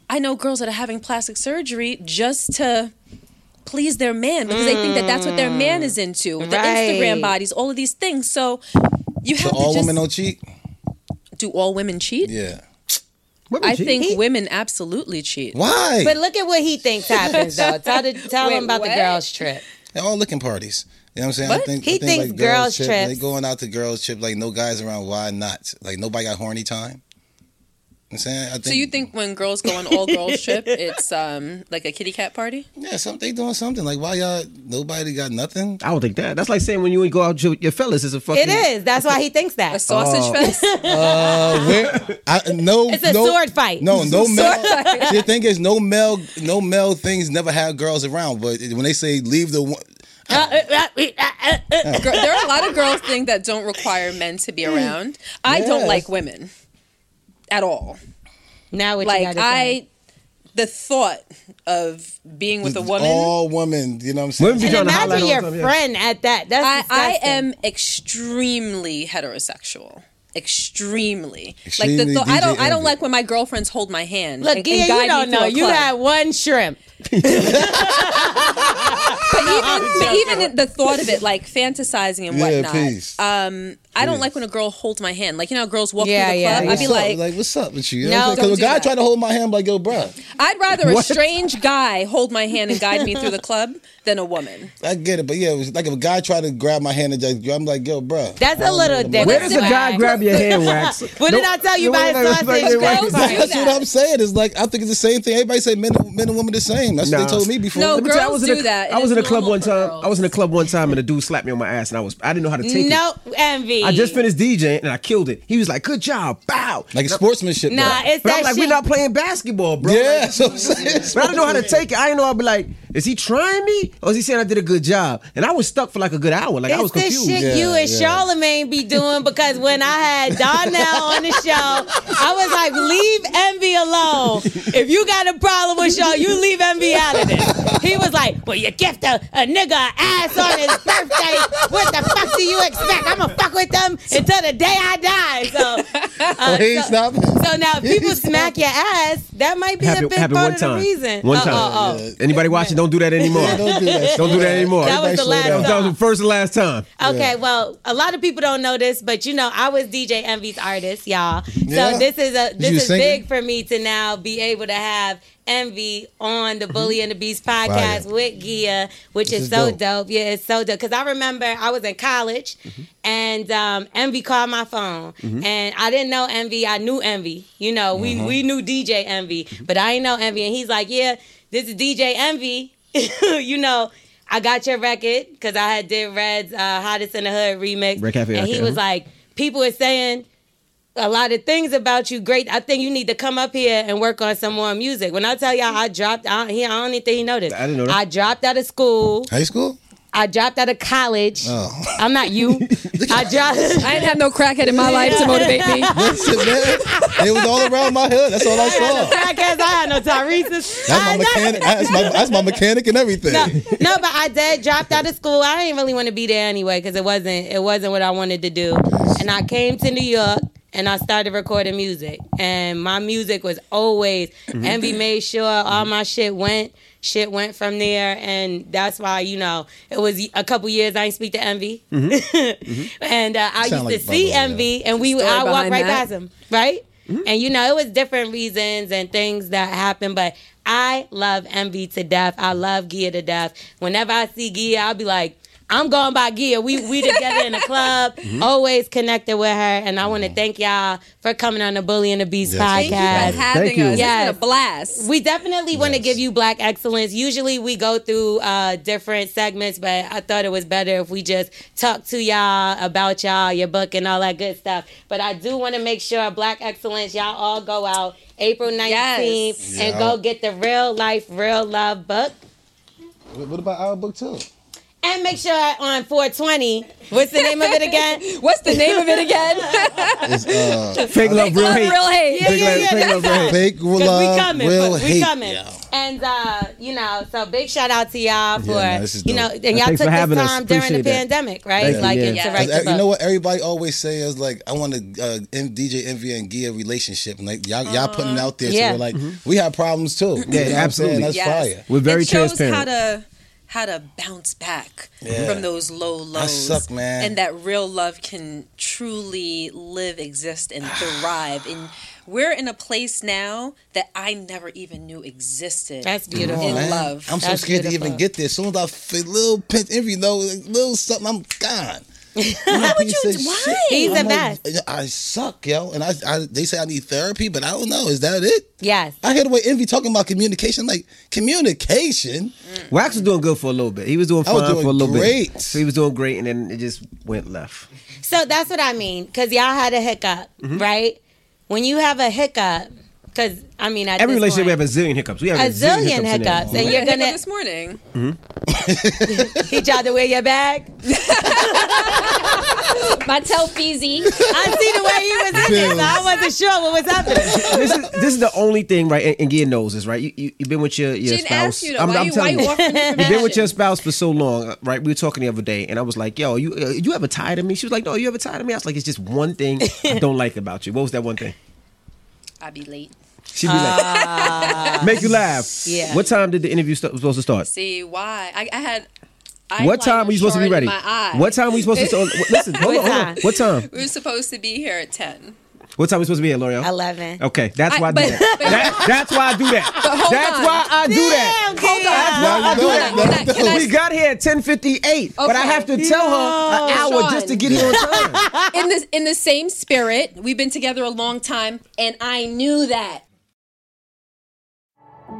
Speaker 5: I know girls that are having plastic surgery just to please their man because they think that that's what their man is into. The
Speaker 2: Mm. Right.
Speaker 5: Instagram bodies, all of these things. So you have
Speaker 3: So
Speaker 5: to
Speaker 3: all
Speaker 5: just
Speaker 3: women don't cheat?
Speaker 5: do all women cheat?
Speaker 3: Yeah.
Speaker 5: I think women absolutely cheat.
Speaker 3: Why?
Speaker 2: But look at what he thinks happens,
Speaker 5: [laughs]
Speaker 2: though. Tell, the, tell
Speaker 5: Wait,
Speaker 2: him about the
Speaker 5: what?
Speaker 2: girls' trip.
Speaker 3: They're all looking parties. You know what I'm saying? I
Speaker 5: What?
Speaker 3: think,
Speaker 2: He
Speaker 3: I think
Speaker 2: thinks girls
Speaker 3: trip,
Speaker 2: trips.
Speaker 3: They going out to girls trip like no guys around. Why not? Like nobody got horny time. You know what I'm saying. I think,
Speaker 5: So you think when girls go on
Speaker 2: [laughs]
Speaker 5: all girls trip, it's um like a kitty cat party?
Speaker 3: Yeah, some, they doing something. Like why y'all? Nobody got nothing.
Speaker 4: I don't think that. That's like saying when you go out with your fellas, it's a fucking.
Speaker 2: It is. That's why he thinks
Speaker 5: A [laughs]
Speaker 2: that.
Speaker 3: Oh.
Speaker 5: sausage fest?
Speaker 3: Uh, where? I, no.
Speaker 2: It's a
Speaker 3: no,
Speaker 2: sword fight.
Speaker 3: No, no male.
Speaker 5: Sword fight.
Speaker 3: See, the thing is, no male, no male things never have girls around. But when they say leave the one,
Speaker 5: Girl, there are a lot of girls thing that don't require men to be around. I don't
Speaker 3: Yes.
Speaker 5: like women at all.
Speaker 2: Now what you
Speaker 5: Like
Speaker 2: gotta say.
Speaker 5: I, the thought of being with a woman.
Speaker 3: all women. You know what I'm saying?
Speaker 4: Women be
Speaker 2: And
Speaker 4: trying to highlight
Speaker 2: imagine
Speaker 4: all
Speaker 2: your
Speaker 4: the time, yeah.
Speaker 2: friend at that. That's
Speaker 5: I, I
Speaker 2: disgusting.
Speaker 5: am extremely heterosexual. Extremely. like the
Speaker 3: Extremely
Speaker 5: thought. I don't.
Speaker 3: DJ
Speaker 5: I don't
Speaker 3: envy.
Speaker 5: like when my girlfriends hold my hand.
Speaker 2: Look,
Speaker 5: and,
Speaker 2: Gia,
Speaker 5: and guide
Speaker 2: you don't
Speaker 5: me through
Speaker 2: know.
Speaker 5: a
Speaker 2: You
Speaker 5: club.
Speaker 2: had one shrimp. [laughs]
Speaker 5: But even, but even in the thought of it, like fantasizing and
Speaker 3: Yeah,
Speaker 5: whatnot.
Speaker 3: please.
Speaker 5: Um, I don't like when a girl holds my hand. Like you know, how girls walk
Speaker 2: Yeah,
Speaker 5: through the
Speaker 2: yeah,
Speaker 5: club.
Speaker 2: yeah.
Speaker 5: I'd be
Speaker 3: What's up?
Speaker 5: like,
Speaker 3: what's up with you?
Speaker 2: No,
Speaker 3: because
Speaker 5: don't
Speaker 3: a
Speaker 5: do
Speaker 3: guy
Speaker 5: that.
Speaker 3: tried to hold my hand, like, yo, bro,
Speaker 5: I'd rather a strange guy hold my hand and guide me through the club than a woman.
Speaker 3: I get it, but yeah, it was like if a guy tried to grab my hand and just, I'm like, yo, bro, [laughs]
Speaker 2: That's a little different.
Speaker 4: Where does a guy grab your hair wax?
Speaker 2: What did I tell you about his sausage?
Speaker 5: Girls do
Speaker 3: That's
Speaker 5: that.
Speaker 3: what I'm saying. It's like I think it's the same thing. Everybody say men, men and women the same. That's what
Speaker 4: Nah.
Speaker 3: they told me before.
Speaker 5: No,
Speaker 3: Let me-
Speaker 5: girl-
Speaker 4: I was
Speaker 5: Girls
Speaker 4: in a,
Speaker 5: do that, and
Speaker 4: I was in a
Speaker 5: it's
Speaker 4: club
Speaker 5: normal
Speaker 4: one
Speaker 5: for
Speaker 4: time.
Speaker 5: girls.
Speaker 4: I was in a club one time, and a dude slapped me on my ass, and I was I didn't know how to take
Speaker 2: No
Speaker 4: it.
Speaker 2: envy.
Speaker 4: I just finished DJing, and I killed it. He was like, "Good job, bow."
Speaker 3: like it's sportsmanship.
Speaker 2: Nah,
Speaker 3: bro.
Speaker 2: it's
Speaker 4: But
Speaker 2: that
Speaker 4: I'm like,
Speaker 2: shit.
Speaker 4: "We're not playing basketball, bro."
Speaker 3: yeah.
Speaker 4: Like,
Speaker 3: [laughs] that's what I'm saying.
Speaker 4: but I didn't know how to take it. I didn't know. I'd be like, "Is he trying me, or is he saying I did a good job?" And I was stuck for like a good hour. Like I was
Speaker 2: it's the
Speaker 4: confused.
Speaker 2: shit you
Speaker 3: Yeah,
Speaker 2: and
Speaker 3: yeah.
Speaker 2: Charlemagne be doing because when I had Donnell on the show, I was like, leave Envy alone. If you got a problem with y'all, you leave Envy out of this. He was like, well, you gift a, a nigga an ass on his birthday. What the fuck do you expect? I'm going to fuck with them until the day I die. So,
Speaker 3: [laughs]
Speaker 2: uh,
Speaker 3: Please
Speaker 2: so,
Speaker 3: stop.
Speaker 2: so
Speaker 3: [laughs]
Speaker 2: now if people smack your ass, that might be a
Speaker 4: Happened,
Speaker 2: big
Speaker 4: happened
Speaker 2: part
Speaker 4: one
Speaker 2: of the
Speaker 4: time.
Speaker 2: reason.
Speaker 4: One
Speaker 2: Oh,
Speaker 4: time.
Speaker 2: oh, oh.
Speaker 4: Anybody watching?
Speaker 2: [laughs]
Speaker 4: Don't do that anymore.
Speaker 3: Don't do that.
Speaker 4: Don't do that anymore.
Speaker 2: That was
Speaker 3: Everybody
Speaker 2: the
Speaker 3: slow
Speaker 2: last
Speaker 3: down.
Speaker 4: That was the first and last time.
Speaker 2: Okay, well, a lot of people don't know this, but you know, I was DJ Envy's artist, y'all.
Speaker 3: Yeah.
Speaker 2: So this is a this
Speaker 3: you
Speaker 2: is
Speaker 3: singing?
Speaker 2: big for me to now be able to have Envy on the Bully and the Beast podcast
Speaker 3: Mm-hmm. Fire.
Speaker 2: with Gia, which
Speaker 3: This
Speaker 2: is,
Speaker 3: is
Speaker 2: so dope.
Speaker 3: dope.
Speaker 2: Yeah, it's so dope. Cause I remember I was in college
Speaker 4: Mm-hmm.
Speaker 2: and um, Envy called my phone, and I didn't know Envy. I knew Envy. You know, we
Speaker 4: Mm-hmm.
Speaker 2: we knew DJ Envy, but I didn't know Envy. And he's like, "Yeah, this is DJ Envy. [laughs] you know, I got your record because I had did Red's uh, Hottest in the Hood remix,
Speaker 4: Red Cafe,
Speaker 2: and
Speaker 4: okay,
Speaker 2: he was
Speaker 4: uh-huh.
Speaker 2: like, people are saying." a lot of things about you. Great. I think you need to come up here and work on some more music. When I tell y'all, I dropped. I don't, he, I don't even think he know this.
Speaker 4: I didn't know that.
Speaker 2: I dropped out of school.
Speaker 3: High school?
Speaker 2: I dropped out of college.
Speaker 3: [laughs] Oh.
Speaker 2: I'm not you. I dropped. [laughs]
Speaker 5: I didn't have no crackhead in my life to motivate [laughs] me.
Speaker 3: That's it, man. It was all around my hood. That's all I saw.
Speaker 2: I guess I had no Tyrese's.
Speaker 3: That's my mechanic. That's my, that's my mechanic and everything.
Speaker 2: No, no, but I did dropped out of school. I didn't really want to be there anyway because it wasn't it wasn't what I wanted to do. And I came to New York and I started recording music. And my music was always
Speaker 3: Mm-hmm.
Speaker 2: Envy made sure all my shit went. Shit went from there, and that's why you know it was a couple years I didn't speak to Envy, [laughs] and uh, I
Speaker 3: Mm-hmm. Sound
Speaker 2: used to
Speaker 3: like
Speaker 2: see
Speaker 3: Bubba, yeah.
Speaker 2: Envy, and we would
Speaker 5: story
Speaker 2: I walk
Speaker 5: behind
Speaker 2: right
Speaker 5: that. Mm-hmm.
Speaker 2: past him, right? And you know it was different reasons and things that happened, but I love MV to death. I love Gia to death. Whenever I see Gia, I'll be like, I'm going by Gia. We we together
Speaker 5: [laughs]
Speaker 2: in the club,
Speaker 5: Mhm.
Speaker 2: always connected with her. And I want to thank y'all for coming on the Bully and the Beast
Speaker 5: Mm-hmm. Yes. Thank
Speaker 2: podcast.
Speaker 5: you for having Thank us. you. It's been a blast.
Speaker 2: We definitely want to give you black excellence. Usually we go through uh, different segments, but I thought it was better if we just talk to y'all about y'all, your book, and all that good stuff. But I do want to make sure black excellence, y'all all go out April 19th
Speaker 3: Yes.
Speaker 2: and
Speaker 3: Yeah.
Speaker 2: go get the real life, real love book.
Speaker 3: What what about our book too?
Speaker 2: And make sure on 420, what's the name of it
Speaker 5: [laughs]
Speaker 2: again? what's the
Speaker 5: name of it again?
Speaker 3: It's, uh,
Speaker 4: Fake love,
Speaker 5: [laughs]
Speaker 4: real hate.
Speaker 2: Yeah, yeah, yeah, that's us.
Speaker 3: Fake
Speaker 2: 'Cause we
Speaker 3: love,
Speaker 2: coming,
Speaker 3: real
Speaker 2: but we
Speaker 3: hate.
Speaker 2: coming. And uh, you know, so big shout out to y'all for
Speaker 3: Yeah, no, this is
Speaker 2: you know, and
Speaker 3: dope. Yeah,
Speaker 2: y'all
Speaker 3: thanks
Speaker 2: took
Speaker 3: for having
Speaker 2: this
Speaker 3: us.
Speaker 2: time during the
Speaker 3: Appreciate that.
Speaker 2: pandemic, right? like it's to write the
Speaker 3: You
Speaker 2: book.
Speaker 3: know what everybody always say is like, I want to uh, M- DJ Envy and Gia relationship, and like y'all y'all putting it out there.
Speaker 5: Yeah.
Speaker 3: So we're like, we have problems too. You know what I'm saying?
Speaker 4: absolutely.
Speaker 3: That's
Speaker 5: Yes.
Speaker 3: fire.
Speaker 4: We're very
Speaker 5: it shows
Speaker 4: transparent.
Speaker 5: How to how to bounce back
Speaker 3: Yeah.
Speaker 5: from those low lows.
Speaker 3: I suck, man.
Speaker 5: And that real love can truly live, exist,
Speaker 3: [sighs]
Speaker 5: and thrive. and we're in a place now that I never even knew existed.
Speaker 2: That's
Speaker 3: Come on,
Speaker 5: In
Speaker 3: man.
Speaker 5: love.
Speaker 3: I'm so scared to even get there. As soon as I feel little pinch envy, though, little something, I'm
Speaker 5: [laughs]
Speaker 3: gone. How would you? Why?
Speaker 2: He's the
Speaker 3: I suck, yo. And I, I, they say I need therapy, but I don't know. Is that it?
Speaker 2: Yes.
Speaker 3: I hear the way envy talking about communication. I'm like communication.
Speaker 4: Wax was doing good for a little bit. He was doing
Speaker 3: I
Speaker 4: fine
Speaker 3: was doing
Speaker 4: for a little
Speaker 3: great.
Speaker 4: bit. So he was doing great, and then it just went left.
Speaker 2: So that's what I mean, because y'all had a hiccup,
Speaker 3: Mm-hmm.
Speaker 2: right? When you have a hiccup, because I mean, at
Speaker 4: Every
Speaker 2: this
Speaker 4: relationship
Speaker 2: point,
Speaker 4: we have a zillion hiccups. We have
Speaker 2: a zillion hiccups, and you're gonna
Speaker 9: [laughs]
Speaker 5: this morning.
Speaker 2: Teach y'all to wear your bag.
Speaker 9: [laughs] My toe feezy.
Speaker 2: I see the way he was in there, so I wasn't sure what was happening.
Speaker 3: [laughs]
Speaker 4: this is this is the only thing, right? And, and Gia knows this, right? You, you you've been with your your
Speaker 2: didn't
Speaker 4: spouse.
Speaker 2: ask you, though. Why you- why you offering me
Speaker 4: have been with your spouse for so long, right? We were talking the other day, and I was like, "Yo, you uh, you ever tired of me?" She was like, "No, you ever tired of me?" I was like, "It's just one thing I don't like about you." What was that one thing?
Speaker 5: I'll be late.
Speaker 4: She'd be like, "Make you laugh."
Speaker 5: Yeah.
Speaker 4: What time did the interview st- was supposed to start?
Speaker 5: See why? I, I had.
Speaker 4: what time
Speaker 5: eyeliner
Speaker 4: were you supposed to be
Speaker 5: shard
Speaker 4: ready?
Speaker 5: in my eye.
Speaker 4: What time were you supposed to
Speaker 5: [laughs]
Speaker 4: start? Listen, hold on, hold on. What time?
Speaker 5: We were supposed to be here at ten.
Speaker 4: What time are we supposed to be at, L'Oreal?
Speaker 2: Eleven.
Speaker 4: Okay, that's
Speaker 5: I-
Speaker 4: why I do
Speaker 5: but-
Speaker 4: that.
Speaker 5: [laughs] but-
Speaker 4: That- That's why I do that.
Speaker 5: But hold
Speaker 4: that's
Speaker 5: on.
Speaker 4: why I do that.
Speaker 5: Damn, Hold on.
Speaker 4: That's
Speaker 5: Hold
Speaker 4: why
Speaker 5: on,
Speaker 4: I do
Speaker 5: hold on,
Speaker 4: that.
Speaker 5: can I- can I-
Speaker 4: we got here at 10:58, but I
Speaker 5: Okay.
Speaker 4: have to tell her an hour
Speaker 5: Sean.
Speaker 4: just to get here on time.
Speaker 5: in the in the same spirit, we've been together a long time, and I knew that.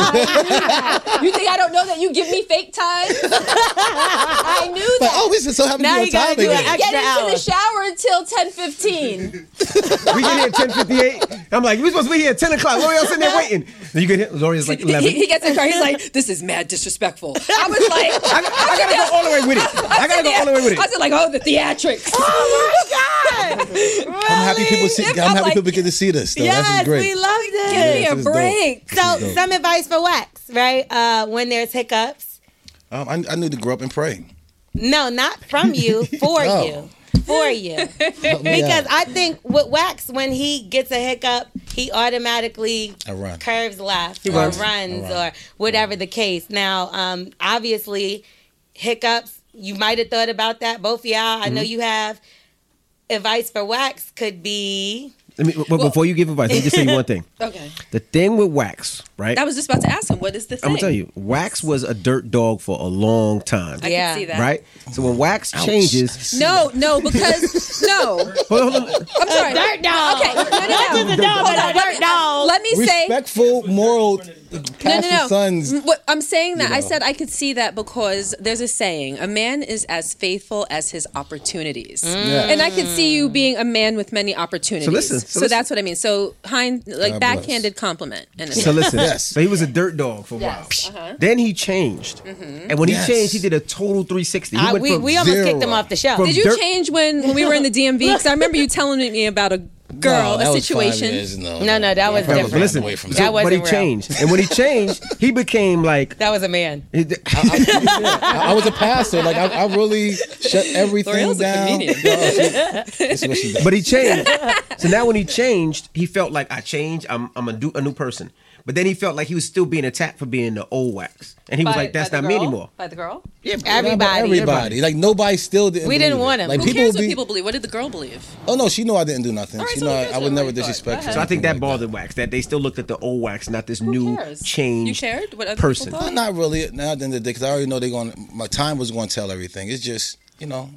Speaker 5: you think I don't know that you give me fake time? I knew that.
Speaker 3: But oh, this is so happy to be on time again.
Speaker 5: Get into the
Speaker 2: [laughs]
Speaker 5: shower until ten fifteen.
Speaker 4: we get here at 10:58. I'm like, we supposed to be here at 10 o'clock. L'Oreal's sitting there waiting. Then you get here. L'Oreal's like 11. [laughs]
Speaker 5: He, he gets in the car. He's like, "This is mad disrespectful." I was like, "I,
Speaker 4: gotta go all the way with it. I gotta go all the way with it.
Speaker 5: I was [laughs] like, "Oh,
Speaker 4: [laughs]
Speaker 5: the theatrics."
Speaker 2: Oh
Speaker 3: I'm happy people see. I'm, happy people get to see this. Though. this is
Speaker 2: yes,
Speaker 3: great.
Speaker 2: we loved it.
Speaker 3: Give me Yeah, a this is dope. break.
Speaker 2: So,
Speaker 3: This is dope.
Speaker 2: some advice for Wax, right? Uh, when there's hiccups,
Speaker 3: Um, I, I need to grow up and pray.
Speaker 2: no, not
Speaker 3: [laughs]
Speaker 2: from you, for
Speaker 3: Oh.
Speaker 2: you, for you. because I think with Wax, when he gets a hiccup, he automatically
Speaker 3: I run.
Speaker 2: curves left
Speaker 3: He
Speaker 2: or
Speaker 3: runs.
Speaker 2: runs,
Speaker 3: I run.
Speaker 2: or whatever the case. Now, um, obviously, hiccups. You might have thought about that, both of y'all. I know
Speaker 4: Mhm.
Speaker 2: you have. Advice for Wax could be
Speaker 4: Let me, but before you give advice, let me just say one thing.
Speaker 5: Okay.
Speaker 4: The thing with Wax, right?
Speaker 5: I was just about to ask him, "What is the thing?"
Speaker 4: I'm gonna tell you, Wax was a dirt dog for a long time.
Speaker 5: I can Yeah. see that.
Speaker 4: Right. So when Wax changes,
Speaker 5: No, no, because no.
Speaker 4: [laughs] hold on, hold on.
Speaker 5: I'm sorry.
Speaker 2: dirt dog.
Speaker 5: Okay. No, no, no.
Speaker 2: just a dog,
Speaker 5: Hold
Speaker 2: but
Speaker 5: on.
Speaker 2: a
Speaker 5: Let
Speaker 2: dirt
Speaker 5: me-
Speaker 2: dog.
Speaker 5: Let me say.
Speaker 3: respectful, moral,
Speaker 5: No,
Speaker 3: pastor
Speaker 5: no, no.
Speaker 3: sons.
Speaker 5: Mm, What, I'm saying that
Speaker 3: you
Speaker 5: I
Speaker 3: know.
Speaker 5: said I could see that because there's a saying: a man is as faithful as his opportunities,
Speaker 4: Yeah.
Speaker 5: and I could see you being a man with many opportunities.
Speaker 4: Mm. So listen, so listen.
Speaker 5: that's what I mean. So hind, like
Speaker 4: God bless.
Speaker 5: backhanded compliment. And
Speaker 4: So listen, so he was a dirt dog for a while.
Speaker 5: Uh-huh. Mm-hmm.
Speaker 4: Then he changed, and when
Speaker 5: Yes.
Speaker 4: he changed, he did a total 360. He
Speaker 2: I-
Speaker 4: went
Speaker 2: we-
Speaker 4: from
Speaker 2: we almost kicked
Speaker 4: zero
Speaker 2: him off the show.
Speaker 4: from
Speaker 5: Did you
Speaker 4: dirt- [laughs]
Speaker 5: change when, when we were in the DMV? Because I remember you telling me about a girl
Speaker 3: that
Speaker 5: a
Speaker 3: was five
Speaker 5: situation.
Speaker 3: years, no,
Speaker 2: No, no, that was
Speaker 4: But
Speaker 2: different.
Speaker 4: listen,
Speaker 2: that
Speaker 4: so-
Speaker 2: wasn't
Speaker 4: but he
Speaker 2: real.
Speaker 4: changed, and when he changed, he became like
Speaker 2: That was a man.
Speaker 4: he d-
Speaker 3: I, I was a pastor. Like I, I really
Speaker 5: [laughs]
Speaker 3: shut everything
Speaker 5: L'Oreal's a
Speaker 3: down.
Speaker 5: [laughs] comedian.
Speaker 3: [laughs] No, she- this is what she does.
Speaker 5: [laughs]
Speaker 4: but he changed. so now when he changed, he felt like I changed. I'm I'm a, do, a new person. But then he felt like he was still being attacked for being the old wax, and he was
Speaker 5: By-
Speaker 4: like, "That's
Speaker 5: by the
Speaker 4: not me
Speaker 5: girl?
Speaker 4: anymore."
Speaker 5: By the girl?
Speaker 2: Everybody.
Speaker 3: everybody. Like nobody still didn't.
Speaker 2: We didn't
Speaker 3: believe it.
Speaker 2: want him.
Speaker 3: Like
Speaker 5: Who
Speaker 3: people
Speaker 5: cares
Speaker 3: would
Speaker 5: what
Speaker 3: be.
Speaker 5: people believe? What did the girl believe?
Speaker 3: Oh no, she know I didn't do nothing.
Speaker 5: All right,
Speaker 3: she
Speaker 5: so
Speaker 3: know
Speaker 5: who
Speaker 3: I,
Speaker 5: cares
Speaker 3: I
Speaker 5: what
Speaker 3: would never
Speaker 5: everybody thought?
Speaker 3: disrespect.
Speaker 5: Go
Speaker 3: her.
Speaker 5: ahead.
Speaker 4: So I think that bothered Wax that they still looked at the old Wax, not this new
Speaker 5: cares? You
Speaker 4: changed
Speaker 5: cared what other people
Speaker 4: person.
Speaker 5: thought?
Speaker 3: Not, not really. Now at the end of the day, because I already know they're going. to My time was going to tell everything. It's just you know,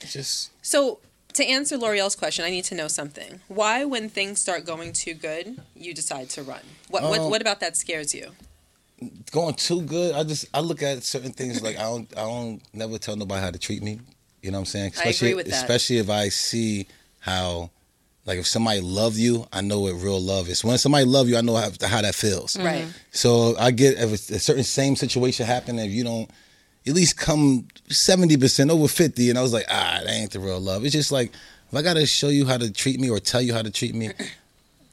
Speaker 3: it's just
Speaker 5: So, to answer L'Oreal's question, I need to know something. Why, when things start going too good, you decide to run? What what,
Speaker 3: Um,
Speaker 5: what about that scares you?
Speaker 3: going too good. I just I look at certain things like I don't I don't never tell nobody how to treat me. You know what I'm saying?
Speaker 5: I agree with that.
Speaker 3: Especially if I see how. Like if somebody love you, I know what real love is. When somebody love you, I know how, how that feels.
Speaker 5: Right.
Speaker 3: So I get if it's a certain same situation happen, if you don't at least come seventy percent over fifty, and I was like, ah, that ain't the real love. It's just like if I gotta show you how to treat me or tell you how to treat me,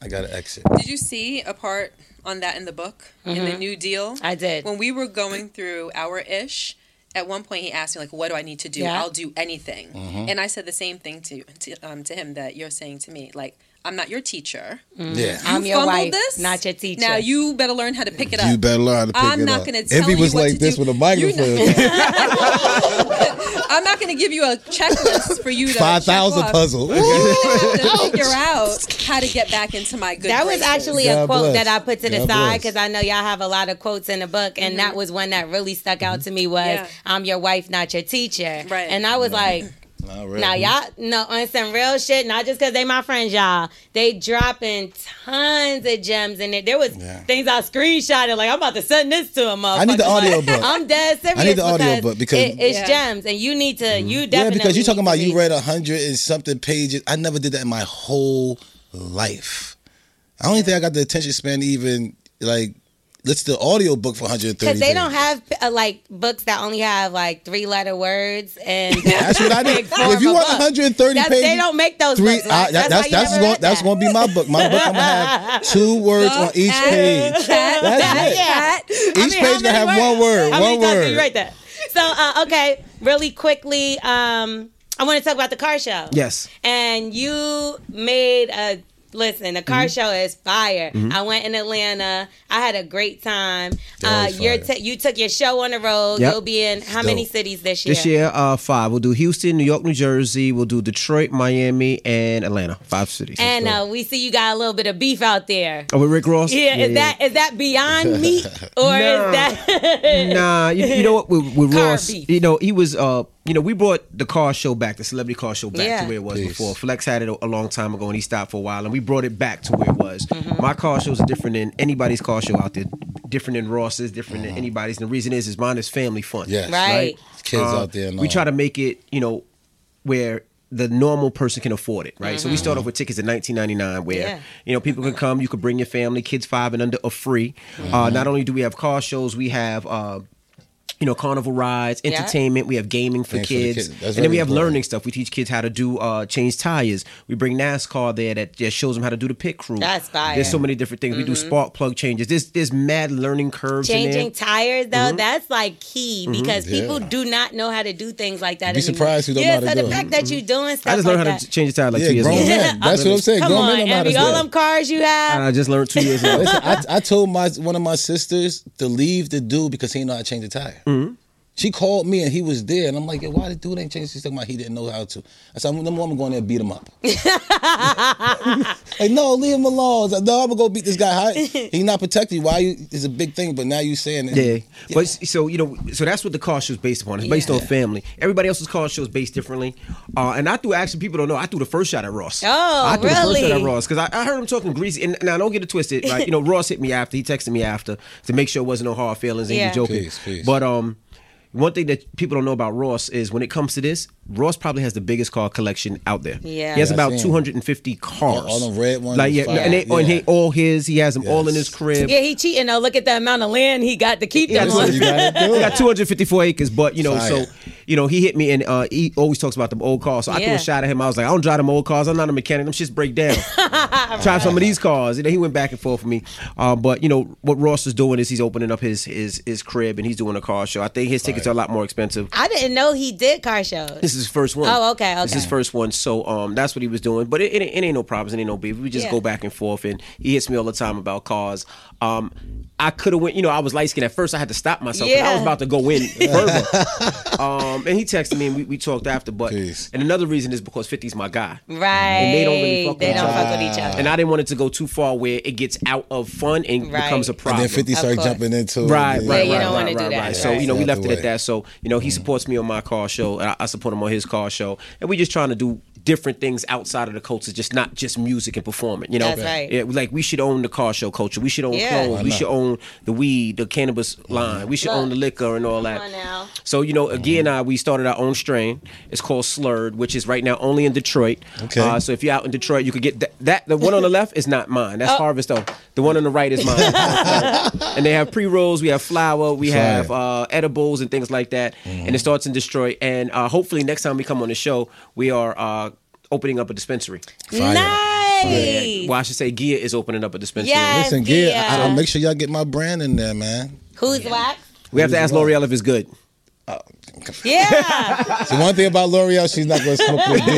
Speaker 3: I gotta exit.
Speaker 5: Did you see a part on that in the book in the New Deal?
Speaker 2: Mm-hmm. I did.
Speaker 5: When we were going through our ish, at one point he asked me like, "What do I need to do?
Speaker 2: Yeah.
Speaker 5: I'll do anything."
Speaker 3: Mm-hmm.
Speaker 5: And I said the same thing to to, um, to him that you're saying to me, like. I'm not your teacher.
Speaker 3: Yeah.
Speaker 2: Mm-hmm. I'm
Speaker 5: You
Speaker 2: your
Speaker 5: fumbled
Speaker 2: wife,
Speaker 5: this?
Speaker 2: not your teacher.
Speaker 5: Now you better learn how to pick it up.
Speaker 3: You better learn how to pick
Speaker 5: I'm
Speaker 3: it
Speaker 5: not
Speaker 3: up.
Speaker 5: gonna
Speaker 3: If
Speaker 5: tell
Speaker 3: he was
Speaker 5: you what
Speaker 3: like
Speaker 5: to
Speaker 3: this
Speaker 5: do.
Speaker 3: with a microphone.
Speaker 5: [laughs] You're not- I'm not going to give you a checklist for you to
Speaker 3: Five thousand
Speaker 5: check off.
Speaker 3: puzzle. [laughs]
Speaker 5: You're gonna have to figure out how to get back into my good.
Speaker 2: That was
Speaker 5: graces.
Speaker 2: actually a
Speaker 3: God
Speaker 2: quote
Speaker 3: bless.
Speaker 2: that I put to the
Speaker 3: God
Speaker 2: side
Speaker 3: bless.
Speaker 2: because I know y'all have a lot of quotes in the book, and that was one that really stuck
Speaker 3: Mm-hmm.
Speaker 2: out to me was
Speaker 5: Mm-hmm. Yeah.
Speaker 2: "I'm your wife, not your teacher,"
Speaker 5: Right.
Speaker 2: and I was like. Now
Speaker 3: Mm-hmm.
Speaker 2: y'all no on some real shit. Not just because they my friends, y'all. They dropping tons of gems in it. There was
Speaker 3: Yeah.
Speaker 2: things I screenshotted. Like I'm about to send this to a motherfucker.
Speaker 3: I need the audio book.
Speaker 2: I'm dead serious.
Speaker 3: I need the audio book because- Mm-hmm.
Speaker 2: it- it's
Speaker 5: Yeah.
Speaker 2: gems, and you need to. You
Speaker 3: Yeah,
Speaker 2: definitely
Speaker 3: because you're talking
Speaker 2: need to
Speaker 3: about
Speaker 2: [laughs]
Speaker 3: you
Speaker 2: read-
Speaker 3: read a hundred and something pages. I never did that in my whole life. I don't even think I got the attention span to even like let's the audio book for 130.
Speaker 2: Because they
Speaker 3: pages.
Speaker 2: don't have uh, like books that only have like three letter words and
Speaker 3: [laughs] That's what I
Speaker 5: [laughs]
Speaker 3: did.
Speaker 2: form
Speaker 3: If you
Speaker 2: of
Speaker 3: want
Speaker 2: book.
Speaker 3: 130
Speaker 2: That's-
Speaker 3: pages,
Speaker 2: they don't make those
Speaker 3: three.
Speaker 2: books.
Speaker 3: I-
Speaker 2: Lex.
Speaker 3: that-
Speaker 2: that's
Speaker 3: that's that's going that's going to be my book. My book I'm gonna
Speaker 5: [laughs]
Speaker 3: have two words on each page.
Speaker 5: Cat, cat,
Speaker 3: That's [laughs] it.
Speaker 2: yeah.
Speaker 3: Each page gonna have one word.
Speaker 2: How many
Speaker 3: One
Speaker 2: times did you
Speaker 3: word.
Speaker 2: write that? So uh, okay, really quickly, um, I want to talk about the car show.
Speaker 4: Yes.
Speaker 2: and you made a listen the
Speaker 3: Mm-hmm.
Speaker 2: car show is fire i went in atlanta i had a great time
Speaker 3: That
Speaker 2: uh
Speaker 3: was
Speaker 2: you're
Speaker 3: fire.
Speaker 2: t- you took your show on the road
Speaker 4: Yep.
Speaker 2: you'll be in how many
Speaker 3: dope.
Speaker 2: cities this year
Speaker 4: This year, uh, five. We'll do Houston, New York, New Jersey. We'll do Detroit, Miami, and Atlanta. Five cities.
Speaker 2: and uh, we see you got a little bit of beef out there
Speaker 5: uh,
Speaker 4: Oh, with Rick Ross.
Speaker 2: yeah, is that is that beyond
Speaker 3: [laughs]
Speaker 2: meat or
Speaker 4: Nah.
Speaker 2: is that [laughs]
Speaker 4: Nah, you, you know what? With, with
Speaker 2: Car
Speaker 4: Ross,
Speaker 2: beef.
Speaker 4: you know he was. Uh, you know we brought the car show back, the celebrity car show back
Speaker 2: Yeah.
Speaker 4: to where it was before. Flex had it a, a long time ago, and he stopped for a while, and we brought it back to where it was.
Speaker 2: Mm-hmm.
Speaker 4: My car shows are different than anybody's car show out there. Different than Ross's, different than anybody's. And the reason is, is mine is family fun.
Speaker 3: Yes.
Speaker 2: Right.
Speaker 3: Kids
Speaker 4: Uh,
Speaker 3: out there. And
Speaker 4: we
Speaker 3: all.
Speaker 4: try to make it, you know, where the normal person can afford it, right?
Speaker 3: Mm-hmm.
Speaker 4: So we start off with tickets at nineteen ninety nine, where
Speaker 2: Yeah.
Speaker 4: you know people can come. You could bring your family, kids five and under are free.
Speaker 3: Mm-hmm.
Speaker 4: Uh, not only do we have car shows, we have. Uh, you know, carnival rides,
Speaker 2: Yeah.
Speaker 4: entertainment. We have gaming for
Speaker 3: Games for the
Speaker 4: kids,
Speaker 3: kids. That's
Speaker 4: and then
Speaker 3: very
Speaker 4: we have
Speaker 3: important.
Speaker 4: learning stuff. We teach kids how to do uh, change tires. We bring NASCAR there that that shows them how to do the pit crew.
Speaker 2: That's fire. Mm-hmm.
Speaker 4: There's so many different things. We do spark plug changes. There's there's mad learning curves. in there.
Speaker 2: changing tires though that's like key because people
Speaker 3: Mm-hmm. Yeah.
Speaker 2: do not know how to do things like that
Speaker 3: You'd be
Speaker 2: anymore.
Speaker 3: surprised who don't know
Speaker 2: yeah
Speaker 3: how to
Speaker 2: so
Speaker 3: do
Speaker 2: the
Speaker 3: it. Mm-hmm.
Speaker 2: fact that you doing stuff
Speaker 4: I just
Speaker 2: like
Speaker 4: learned how
Speaker 2: that
Speaker 4: to change a tire like two
Speaker 3: yeah,
Speaker 4: years
Speaker 3: grown
Speaker 4: ago. [laughs]
Speaker 3: men. That's what I'm saying.
Speaker 2: come
Speaker 3: grown
Speaker 2: on
Speaker 3: men know how to
Speaker 2: Andy,
Speaker 3: do
Speaker 2: all
Speaker 3: that.
Speaker 2: them cars you have
Speaker 4: I just learned two years [laughs] ago.
Speaker 3: Listen, I,
Speaker 2: [laughs]
Speaker 3: I told my one of my sisters to leave the dude because he didn't know how to change the tire.
Speaker 4: Mm-hmm.
Speaker 3: She called me and he was there, and I'm like, "Yo, why the dude ain't changed?" She's talking about he didn't know how to. I said, "I'm- "Number one, I'm going there and beat
Speaker 2: [laughs]
Speaker 3: him up." like, no, leave him alone. I said, no, I'm gonna go beat this guy. How-
Speaker 2: [laughs]
Speaker 3: He not protected. you. Why? You, it's a big thing, but now you saying, it.
Speaker 4: Yeah. But s- so you know, so that's what the car show is based upon. It's based on family. Everybody else's car show is based differently. Uh, and I threw actually people don't know. I threw the first shot at Ross.
Speaker 2: Oh,
Speaker 4: I threw the first shot
Speaker 2: really?
Speaker 4: at Ross because I, I heard him talking greasy. And now don't get it twisted. Like you know, Ross hit me after. He texted me after to make sure it wasn't no hard feelings. And he
Speaker 2: Yeah.
Speaker 4: was joking.
Speaker 3: Peace, peace.
Speaker 4: But um, one thing that people don't know about Ross is when it comes to this, Ross probably has the biggest car collection out there.
Speaker 2: Yeah.
Speaker 4: he has
Speaker 2: Yeah, I
Speaker 4: about
Speaker 2: seen.
Speaker 4: 250 cars.
Speaker 3: All- all the red ones,
Speaker 4: Like yeah,
Speaker 3: fire.
Speaker 4: and, they, and
Speaker 3: Yeah.
Speaker 4: he, all his. He has them all in his crib.
Speaker 2: Yeah, he cheating though. Look at the amount of land he got to keep
Speaker 4: Yeah,
Speaker 2: them on.
Speaker 4: you gotta do it. got 254 acres, but you know,
Speaker 2: Fire.
Speaker 4: so you know, he hit me and uh, he always talks about them old cars. So I threw
Speaker 2: Yeah.
Speaker 4: a shot at him. I was like, I don't drive them old cars. I'm not a mechanic. Them shits
Speaker 2: [laughs]
Speaker 4: break down. Try some of these cars. And then he went back and forth with me. Uh, but you know what Ross is doing is he's opening up his his his crib and he's doing a car show. I think his tickets are a lot more expensive.
Speaker 2: I didn't know he did car shows.
Speaker 4: This is his first one.
Speaker 2: Oh, okay,
Speaker 4: This is
Speaker 2: okay.
Speaker 4: his first one, so um, that's what he was doing. But it, it, ain't- it ain't no problems, it ain't no beef. We just
Speaker 2: Yeah.
Speaker 4: go back and forth, and he hits me all the time about cars. Um, I could have went, you know, I was light skinned at first. I had to stop myself. 'cause I was
Speaker 2: Yeah.
Speaker 4: about to go
Speaker 2: [laughs]
Speaker 4: in further. um, and he texted me, and we, we talked after. But and another reason is because 50's my guy.
Speaker 2: Right.
Speaker 4: And they don't really fuck,
Speaker 2: They
Speaker 4: with,
Speaker 2: don't
Speaker 4: each
Speaker 2: fuck
Speaker 4: other.
Speaker 2: with each other.
Speaker 4: And I didn't want it to go too far where it gets out of fun and
Speaker 2: Right.
Speaker 4: becomes a
Speaker 2: And then
Speaker 4: problem.
Speaker 3: 50 Of start course. jumping into it.
Speaker 4: Right,
Speaker 3: Yeah,
Speaker 4: right,
Speaker 3: you
Speaker 4: right, right,
Speaker 3: don't wanna do
Speaker 4: right,
Speaker 3: that.
Speaker 4: right. So,
Speaker 3: Right.
Speaker 4: you know, we
Speaker 3: That's
Speaker 4: left
Speaker 3: the
Speaker 4: it at
Speaker 3: way.
Speaker 4: that. So, you know, he supports me on my car show, and I, I support him on his car show. And we just trying to do different things outside of the culture, just not just music and performing, you know?
Speaker 2: That's right.
Speaker 4: Yeah, like, we should own the car show culture. We should own
Speaker 2: Yeah.
Speaker 4: clothes.
Speaker 2: Why
Speaker 4: We
Speaker 2: not?
Speaker 4: should own the weed, the cannabis line. We should
Speaker 2: Look.
Speaker 4: own the liquor and all that.
Speaker 2: Come on now.
Speaker 4: So you know, again, I we started our own strain. It's called Slurred, which is right now only in Detroit.
Speaker 3: Okay.
Speaker 4: Uh, so if you're out in Detroit, you could get that. that the one on the left is not mine. That's Harvest though. The one on the right is mine. [laughs] and they have pre rolls. We have flour. We
Speaker 3: Fire.
Speaker 4: have uh, edibles and things like that. And it starts in Detroit. And uh, hopefully next time we come on the show, we are. Uh, Opening up a dispensary.
Speaker 3: Fire.
Speaker 2: Nice.
Speaker 4: Well, I should say, Gia is opening up a dispensary.
Speaker 2: Yes,
Speaker 3: Listen, yeah, I,
Speaker 2: Gia.
Speaker 3: I- make sure y'all get my brand in there, man.
Speaker 2: Who's wax?
Speaker 4: We have to ask L'Oreal if it's good.
Speaker 3: [laughs]
Speaker 2: Yeah.
Speaker 3: See, one thing about L'Oreal, she's not gonna smoke
Speaker 4: [laughs]
Speaker 3: with you.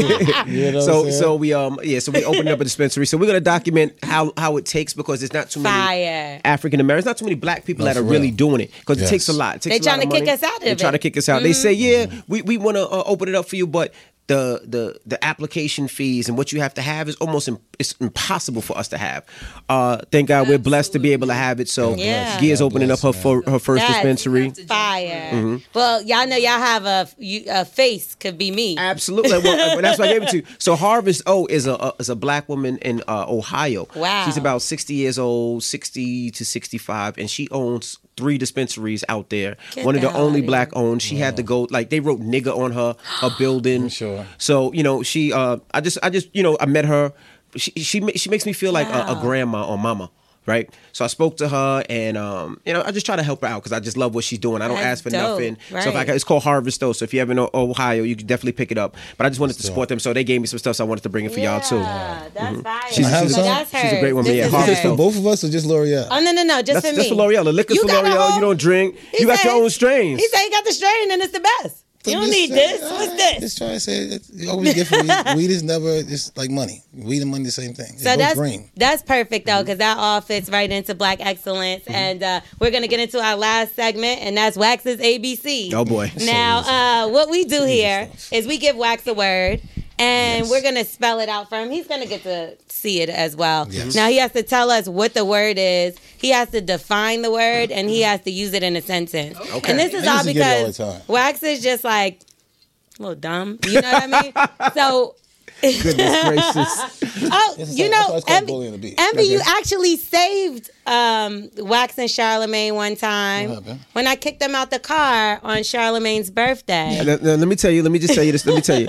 Speaker 3: You know what I'm
Speaker 4: so
Speaker 3: saying?
Speaker 4: so we um yeah so we opened up a dispensary. So we're gonna document how how it takes because there's not too many
Speaker 2: Fire.
Speaker 4: African Americans, not too many black people
Speaker 3: No,
Speaker 4: that are
Speaker 3: for
Speaker 4: really
Speaker 3: real.
Speaker 4: doing it because
Speaker 3: Yes. Mm-hmm.
Speaker 4: it takes a lot. It takes
Speaker 2: They
Speaker 4: a lot
Speaker 2: tryna
Speaker 4: money.
Speaker 2: kick us out of
Speaker 4: They trying to
Speaker 2: it.
Speaker 4: kick us out. They say yeah we we want to uh, open it up for you, but. The, the the application fees and what you have to have is almost im- it's impossible for us to have. Uh, thank God we're blessed to be able to have it. So
Speaker 2: Yeah.
Speaker 4: Gia's opening up her for, her first
Speaker 2: That's
Speaker 4: dispensary.
Speaker 2: Fire.
Speaker 4: Mhm.
Speaker 2: Well, y'all know y'all have a, you, a face could be me.
Speaker 4: Absolutely. Well, uh, that's why I gave it to you. So Harvest O is a, a is a black woman in uh, Ohio.
Speaker 2: Wow.
Speaker 4: She's about sixty years old, sixty to sixty five, and she owns three dispensaries out there.
Speaker 3: Get
Speaker 4: One of the
Speaker 3: out
Speaker 4: only black owned. She had to go like they wrote nigga on her
Speaker 2: [gasps]
Speaker 4: her building. sure. So you know she uh I just I just you know I met her. She she ma- she makes me feel like a, a grandma or mama. Right, so I spoke to her, and um, you know, I just try to help her out because I just love what she's doing. I don't
Speaker 2: That's
Speaker 4: ask for
Speaker 2: dope.
Speaker 4: nothing. So if I
Speaker 2: Right.
Speaker 4: can, it's called Harvest though. So if you ever in O- Ohio, you can definitely pick it up. But I just wanted to support them, so they gave me some stuff. So I wanted to bring it for y'all too. Mm-hmm.
Speaker 2: That's fire.
Speaker 4: She's,
Speaker 3: I have
Speaker 4: she's,
Speaker 3: some.
Speaker 2: That's
Speaker 4: she's a
Speaker 2: hers.
Speaker 4: great woman.
Speaker 2: This
Speaker 4: yeah,
Speaker 2: is
Speaker 3: Is this
Speaker 4: Harvest
Speaker 3: for
Speaker 4: though.
Speaker 3: both of us or just L'Oreal?
Speaker 2: Oh, no, no, no. Just
Speaker 4: that's,
Speaker 2: for me.
Speaker 4: that's for L'Oreal. The liquor's
Speaker 2: You
Speaker 4: for
Speaker 2: got a
Speaker 4: L'Oreal. You
Speaker 2: whole-
Speaker 4: don't drink.
Speaker 2: He
Speaker 4: you got your
Speaker 2: said-
Speaker 4: own strains.
Speaker 2: He said he got the strain and it's the best. you don't need this. What's this?
Speaker 3: Just trying to say that you always get for weed. weed is never it's like money. Weed and money the same thing. It
Speaker 2: So
Speaker 3: goes
Speaker 2: that's
Speaker 3: green.
Speaker 2: that's perfect
Speaker 4: Mm-hmm.
Speaker 2: though, because that all fits right into Black excellence, and uh, we're gonna get into our last segment, and that's Wax's ABC.
Speaker 4: Oh, boy. [laughs]
Speaker 2: Now, uh, what we do here is we give Wax a word, and we're gonna spell it out for him. He's gonna get to see it as well.
Speaker 9: Yes.
Speaker 2: Now he has to tell us what the word is. He has to define the word, and he has to use it in a sentence.
Speaker 3: Okay.
Speaker 2: And this is
Speaker 3: I
Speaker 2: all
Speaker 3: used to get it all
Speaker 2: because
Speaker 3: the time.
Speaker 2: Wax is just like a little dumb. You know what I mean?
Speaker 3: [laughs]
Speaker 2: so.
Speaker 3: Goodness
Speaker 4: gracious.
Speaker 2: Oh,
Speaker 3: This is
Speaker 2: you
Speaker 3: like-
Speaker 2: know,
Speaker 3: that's why it's called
Speaker 2: Envy-
Speaker 3: bullying the beat.
Speaker 2: Envy, you
Speaker 3: Okay.
Speaker 2: actually saved um, Wax and Charlemagne one
Speaker 4: What
Speaker 2: time
Speaker 4: happened?
Speaker 2: when I kicked them out the car on Charlemagne's birthday.
Speaker 4: Now- now, let me tell you. Let me just tell you this. Let me tell you,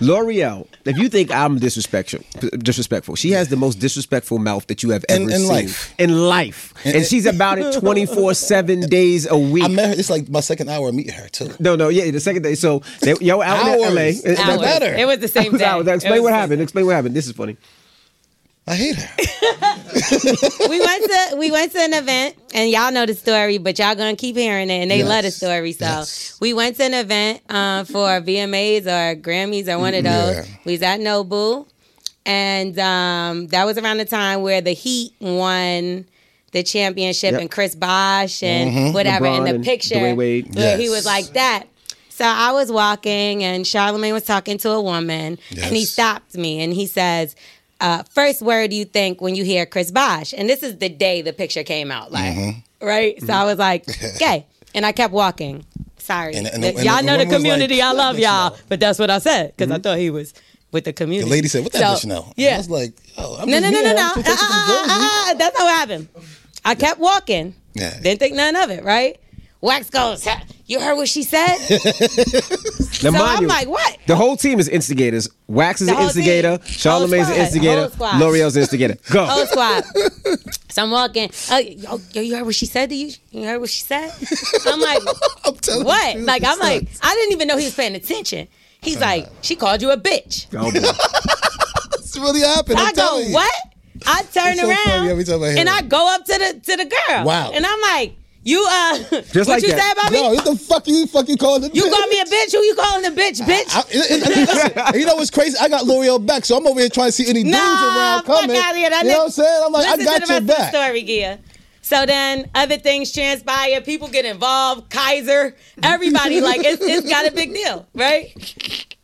Speaker 4: L'Oreal. If you think I'm disrespectful, disrespectful, she has the most disrespectful mouth that you have ever
Speaker 3: In- in
Speaker 4: seen
Speaker 3: life.
Speaker 4: In life, and, she's about it 24 seven days a week. I
Speaker 3: met her. It's like my second hour of meeting her too.
Speaker 4: No, no, yeah, the second day. So they, yo out in
Speaker 3: Hours.
Speaker 4: LA.
Speaker 3: It was
Speaker 4: Hours.
Speaker 3: better. It was
Speaker 2: the same
Speaker 4: [laughs]
Speaker 9: [laughs]
Speaker 4: Hours,
Speaker 2: day.
Speaker 4: hours.
Speaker 2: It
Speaker 4: Explain
Speaker 2: was
Speaker 4: what
Speaker 2: the
Speaker 4: happened. Explain what happened. This is funny.
Speaker 3: I hate her.
Speaker 2: we went to we went to an event and y'all know the story, but y'all gonna keep hearing it and they love the
Speaker 9: Yes.
Speaker 2: story. So we went to an event um, for VMAs or Grammys or one of those.
Speaker 9: Yeah.
Speaker 2: We was at Nobu, and um, that was around the time where the Heat won. The championship
Speaker 9: Yep.
Speaker 2: and Chris Bosh and
Speaker 9: Mhm.
Speaker 2: whatever in
Speaker 9: LeBron
Speaker 2: the
Speaker 9: and
Speaker 2: picture
Speaker 9: Dwayne Wade.
Speaker 2: where he
Speaker 9: Yes.
Speaker 2: was like that. So I was walking and Charlemagne was talking to a woman and he stopped me and he says, uh, first word you think when you hear Chris Bosh. And this is the day the picture came out, like,
Speaker 3: Mm-hmm.
Speaker 2: right? So I was like,
Speaker 3: [laughs]
Speaker 2: gay. And I kept walking. Sorry.
Speaker 3: And- and the- and
Speaker 2: y'all
Speaker 3: the
Speaker 2: know the
Speaker 3: woman was
Speaker 2: community.
Speaker 3: like,
Speaker 2: I love
Speaker 3: "Let you Mm-hmm.
Speaker 2: y'all. But that's what I said because I thought he was with the community.
Speaker 3: The lady said, "What that
Speaker 2: So,
Speaker 3: bitch know?" And I
Speaker 2: Yeah.
Speaker 3: was like, "Oh, I'm
Speaker 2: No,
Speaker 3: just
Speaker 2: no, no,
Speaker 3: here.
Speaker 2: no,
Speaker 3: I'm
Speaker 2: no.
Speaker 3: just
Speaker 2: Uh, uh, uh, uh, uh, That's how it happened. I kept walking.
Speaker 3: Yeah.
Speaker 2: Didn't think none of it, right? Wax goes, "Huh, You heard what she
Speaker 3: [laughs]
Speaker 2: said?
Speaker 4: Now,
Speaker 2: So
Speaker 4: mind
Speaker 2: I'm
Speaker 4: you,
Speaker 2: like, what?
Speaker 4: The whole team is instigators. Wax is
Speaker 2: The
Speaker 4: an
Speaker 2: whole
Speaker 4: instigator.
Speaker 2: team.
Speaker 4: Charlemagne's
Speaker 2: Whole
Speaker 4: an
Speaker 2: squad.
Speaker 4: instigator.
Speaker 2: Whole squad.
Speaker 4: L'Oreal's
Speaker 2: [laughs]
Speaker 4: an instigator. Go.
Speaker 2: Whole squad. so I'm walking. Uh, yo, yo, you heard what she said to you? You heard what she said? I'm
Speaker 9: [laughs]
Speaker 2: like, what? Like, I'm like, I didn't even know he was paying attention.
Speaker 9: Uh,
Speaker 2: He's like, she called you a bitch.
Speaker 4: Oh, boy.
Speaker 9: It's really happened. I'm
Speaker 2: I go,
Speaker 9: telling you.
Speaker 2: what? I turn
Speaker 9: It's so funny
Speaker 2: around
Speaker 9: every time I hear
Speaker 2: and
Speaker 9: it.
Speaker 2: I go up to the to the girl.
Speaker 9: Wow.
Speaker 2: And I'm like, you uh,
Speaker 9: Just
Speaker 2: what
Speaker 9: like
Speaker 2: you
Speaker 9: that.
Speaker 2: say about me?
Speaker 9: No, what the fuck you fuck you calling [laughs]
Speaker 2: You call me a bitch. Who you calling a bitch? Bitch.
Speaker 9: I- I- I- listen, you know what's crazy? I got L'Oreal back, so I'm over here trying to see any dudes
Speaker 2: Nah,
Speaker 9: around
Speaker 2: fuck
Speaker 9: coming.
Speaker 2: outta here. That
Speaker 9: you know
Speaker 2: nigga-
Speaker 9: what I'm saying? I'm like, I
Speaker 2: Listen
Speaker 9: got
Speaker 2: to the
Speaker 9: your
Speaker 2: rest of
Speaker 9: back.
Speaker 2: the story, Gia. So then other things transpire. People get involved. Kaiser.
Speaker 9: [laughs]
Speaker 2: Everybody like it's, it's got a big deal, right?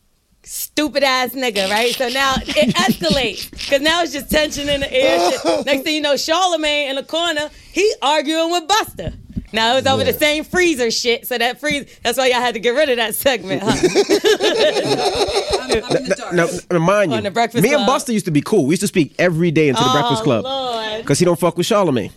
Speaker 2: Stupid ass nigga, right? So now
Speaker 9: [laughs]
Speaker 2: it escalates because now it's just tension in the air. Shit. Next thing you know, Charlemagne in the corner, he arguing with Buster. Now it was over the same freezer shit, so that freeze. That's why y'all had to get rid of that segment,
Speaker 9: [laughs]
Speaker 2: huh?
Speaker 4: Now, now, mind you,
Speaker 2: On the Breakfast
Speaker 4: me and
Speaker 2: Club.
Speaker 4: Buster used to be cool. We used to speak every day into the
Speaker 2: Oh,
Speaker 4: Breakfast Club
Speaker 2: Lord.
Speaker 4: because he don't fuck with Charlemagne.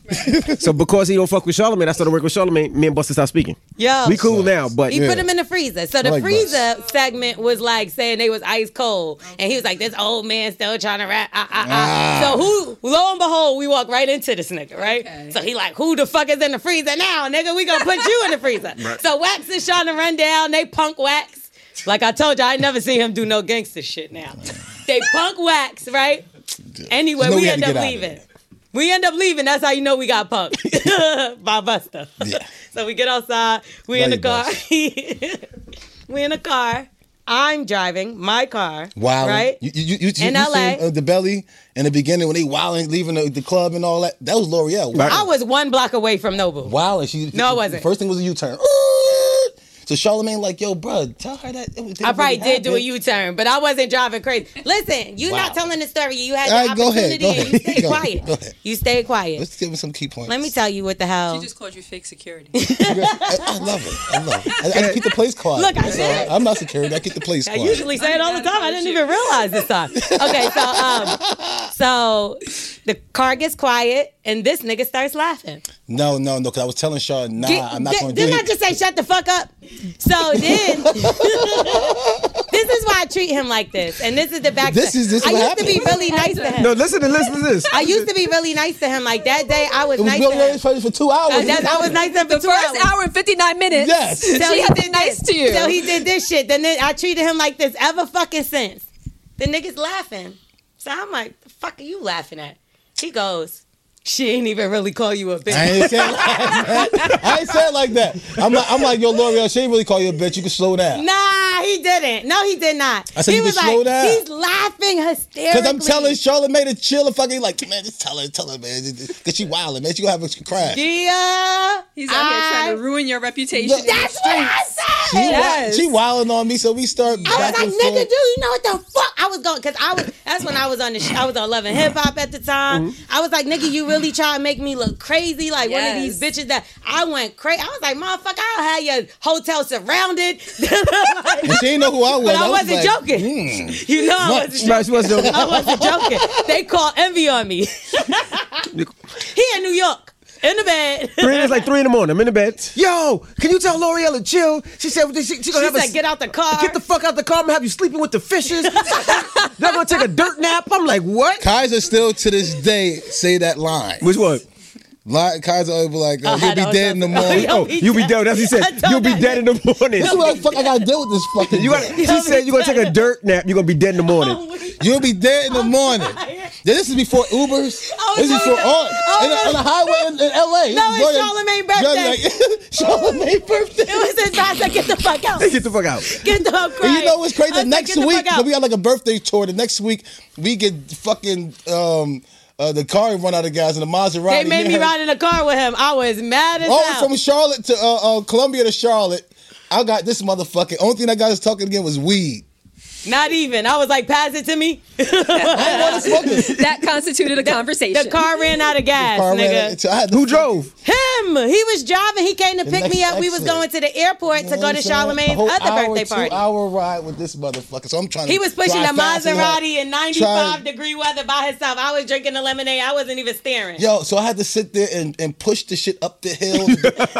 Speaker 4: so because he don't fuck with Charlemagne, I started working with Charlemagne. Me and Buster stopped speaking.
Speaker 2: Yo.
Speaker 4: we cool now, but
Speaker 2: He Oh, put him in the freezer. So the
Speaker 4: I like
Speaker 2: freezer segment was like saying they was ice cold, and he was like, "This old man still trying to rap." Ah, ah, ah. So who? Lo and behold, we walk right into this nigga, right? So he like, "Who the fuck is in the freezer now, nigga? We gonna put you in the freezer."
Speaker 10: Right.
Speaker 2: So Wax is trying to run down. They punk Wax. Like I told you, I ain't never seen him do no gangster shit. Now they punk Wax, right? Anyway,
Speaker 9: You know
Speaker 2: we,
Speaker 9: we had
Speaker 2: end
Speaker 9: to
Speaker 2: up
Speaker 9: get out of
Speaker 2: leaving. We end up leaving. That's how you know we got [laughs] punked by Buster. [laughs] So we get outside. We in the car. [laughs] we in the car. I'm driving my car.
Speaker 9: Wilding.
Speaker 2: Right?
Speaker 9: You, you, you, you,
Speaker 2: In
Speaker 9: you
Speaker 2: LA.
Speaker 9: seen, uh, the belly in the beginning when they wilding, leaving the, the club and all that. That was L'Oreal.
Speaker 2: I was one block away from Noble.
Speaker 9: Wilding. She,
Speaker 2: No, I
Speaker 9: the
Speaker 2: wasn't.
Speaker 9: First thing was a U-turn. So Charlemagne like, yo, bro, tell her that. It, was-
Speaker 2: I probably
Speaker 9: it
Speaker 2: did do a
Speaker 9: happened.
Speaker 2: U turn, but I wasn't driving crazy. Listen, you're not
Speaker 9: Wow.
Speaker 2: telling the story. You had
Speaker 9: All
Speaker 2: the
Speaker 9: right, go
Speaker 2: opportunity.
Speaker 9: ahead, go
Speaker 2: and you
Speaker 9: ahead, [laughs]
Speaker 2: stayed
Speaker 9: go ahead,
Speaker 2: quiet.
Speaker 9: go ahead.
Speaker 2: You stayed quiet.
Speaker 9: Let's give him some key points.
Speaker 2: Let me tell you what the hell.
Speaker 5: She just called you fake security.
Speaker 9: [laughs] I, I love it. I love it. I, I keep the place quiet.
Speaker 2: Look, I
Speaker 9: That's all
Speaker 2: did.
Speaker 9: right. I'm not security. I keep the place
Speaker 2: I
Speaker 9: quiet.
Speaker 2: usually say it all the time. I didn't even realize this time. Okay, so
Speaker 9: [laughs]
Speaker 2: um, so the car gets quiet and this nigga starts laughing.
Speaker 9: No, no, no. Because I was telling Shaw, nah,
Speaker 4: Uh,
Speaker 2: Did-
Speaker 9: I'm not
Speaker 2: did-
Speaker 9: going to do
Speaker 2: Didn't I
Speaker 9: it.
Speaker 2: just say shut the fuck up? So then, [laughs] this is why I treat him like this, and this is the back.
Speaker 4: This is- this is
Speaker 2: I
Speaker 4: what
Speaker 2: used to
Speaker 4: happened.
Speaker 2: be really nice to him.
Speaker 4: no. Listen to listen to this.
Speaker 2: I used to be really nice to him. Like that day, I was,
Speaker 4: It was
Speaker 2: nice
Speaker 4: Bill
Speaker 2: to him.
Speaker 9: for two hours.
Speaker 2: Uh, that's- I
Speaker 9: [laughs]
Speaker 2: was nice to him for
Speaker 5: The
Speaker 2: two hours.
Speaker 5: first hour and 59 minutes.
Speaker 2: Yes. [laughs]
Speaker 5: she had been nice to you.
Speaker 2: So he did this shit. Then it- I treated him like this ever fucking since. The nigga's laughing. So I'm like, the fuck are you laughing at? He goes, she ain't even really call you a bitch.
Speaker 9: I ain't saying I ain't say it like that. I'm like, I'm like, yo, L'Oreal, she ain't really call you a bitch. You can slow down.
Speaker 2: Nah, he didn't. No, he did not.
Speaker 9: I said
Speaker 2: he
Speaker 9: you
Speaker 2: was
Speaker 9: can
Speaker 2: like,
Speaker 9: slow down.
Speaker 2: he's laughing hysterically.
Speaker 9: Because I'm telling Charlamagne to chill and fucking like, man, just tell her, tell her, man. Because she wildin', man. She gonna have a crash.
Speaker 2: Gia,
Speaker 5: He's out here trying to ruin your reputation. in the
Speaker 2: That's what I
Speaker 5: streets.
Speaker 2: said.
Speaker 9: She, wi- she wilding on me, so we start
Speaker 2: I was
Speaker 9: back
Speaker 2: like,
Speaker 9: and
Speaker 2: nigga,
Speaker 9: forth.
Speaker 2: do you know what the fuck? I was going because I was. That's when I was on the. Sh- I was on Love and Hip Hop at the time.
Speaker 5: Mm-hmm.
Speaker 10: Mhm.
Speaker 2: I was like, nigga, you really try to make me look crazy, like one of
Speaker 10: Yes.
Speaker 2: these bitches that I went crazy. I was like, motherfucker, I'll have your hotel surrounded. [laughs]
Speaker 9: And she ain't know who I was.
Speaker 2: But I
Speaker 9: was
Speaker 2: wasn't
Speaker 9: like,
Speaker 2: joking.
Speaker 9: mm.
Speaker 2: You know, I
Speaker 9: Right,
Speaker 2: wasn't
Speaker 9: she was- she
Speaker 2: [laughs]
Speaker 9: was
Speaker 2: joking.
Speaker 9: joking.
Speaker 2: I wasn't joking. They called envy on me. he in New York, in the bed.
Speaker 4: Three, it's like three in the morning. I'm in the bed. Yo, can you tell L'Oreal to chill? She said she, she gonna
Speaker 2: She
Speaker 4: have a-
Speaker 2: said, "Get out the car."
Speaker 4: Get the fuck out the car. I'm gonna have you sleeping with the fishes. [laughs] They're gonna take a dirt nap. I'm like, what?
Speaker 9: Kaiser still to this day say that line. Which
Speaker 4: one?
Speaker 9: Line, Kaiser always be like,
Speaker 4: I
Speaker 2: Oh,
Speaker 9: uh, he'll
Speaker 4: had
Speaker 9: be
Speaker 4: all
Speaker 9: dead in the
Speaker 2: [laughs]
Speaker 4: those-
Speaker 9: morning.
Speaker 4: Oh, you'll be dead. That's what he said. You'll be dead in the morning.
Speaker 9: This is what the fuck I gotta deal with this fucking.
Speaker 4: You gotta, she said you're gonna take a dirt nap. You're gonna be dead in the
Speaker 2: Oh.
Speaker 4: morning.
Speaker 9: You'll be dead in the morning. This is before Ubers.
Speaker 4: I was
Speaker 9: This is
Speaker 4: telling
Speaker 9: before
Speaker 4: you-
Speaker 9: all
Speaker 4: I
Speaker 2: oh,
Speaker 9: in,
Speaker 4: was-
Speaker 9: the- on the highway in, in LA.
Speaker 4: No,
Speaker 9: This
Speaker 4: it's
Speaker 9: is
Speaker 2: Charlamagne
Speaker 9: [laughs] Charlamagne birthday. Charlamagne birthday.
Speaker 2: [laughs] It was his boss. Like, get the fuck out.
Speaker 4: [laughs] Get the fuck out.
Speaker 2: Get the fuck out.
Speaker 9: And you know what's crazy?
Speaker 2: I was like,
Speaker 9: next
Speaker 2: "Get the
Speaker 9: week,
Speaker 2: fuck out."
Speaker 9: we got like a birthday tour. The next week, we get fucking um, uh, the car run out of guys in the Maserati.
Speaker 2: They made me ride in the car with him. I was mad as
Speaker 9: Oh,
Speaker 2: hell.
Speaker 9: from Charlotte to uh, uh, Columbia to Charlotte. I got this motherfucker. Only thing I got us talking again was weed.
Speaker 2: Not even. I was like, pass it to me.
Speaker 5: [laughs]
Speaker 2: [laughs]
Speaker 5: that constituted a conversation.
Speaker 2: The car ran out of gas,
Speaker 3: Car ran out-
Speaker 2: nigga.
Speaker 3: so I had to-
Speaker 4: Who drove?
Speaker 2: Him. He was driving. He came to
Speaker 3: The
Speaker 2: pick me
Speaker 3: next
Speaker 2: up. We was
Speaker 3: exit.
Speaker 2: going to the airport to
Speaker 3: You know what
Speaker 2: go
Speaker 3: I'm
Speaker 2: to
Speaker 3: saying?
Speaker 2: Charlemagne's
Speaker 3: A whole
Speaker 2: other
Speaker 3: hour,
Speaker 2: birthday party.
Speaker 3: Two-hour ride with this motherfucker. So I'm trying.
Speaker 2: He
Speaker 3: to
Speaker 2: was pushing
Speaker 3: drive
Speaker 2: the
Speaker 3: fast and all.
Speaker 2: Maserati in 95
Speaker 3: Trying-
Speaker 2: degree weather by himself. I was drinking the lemonade. I wasn't even staring.
Speaker 3: Yo, so I had to sit there and, and push the shit up the hill.
Speaker 2: [laughs]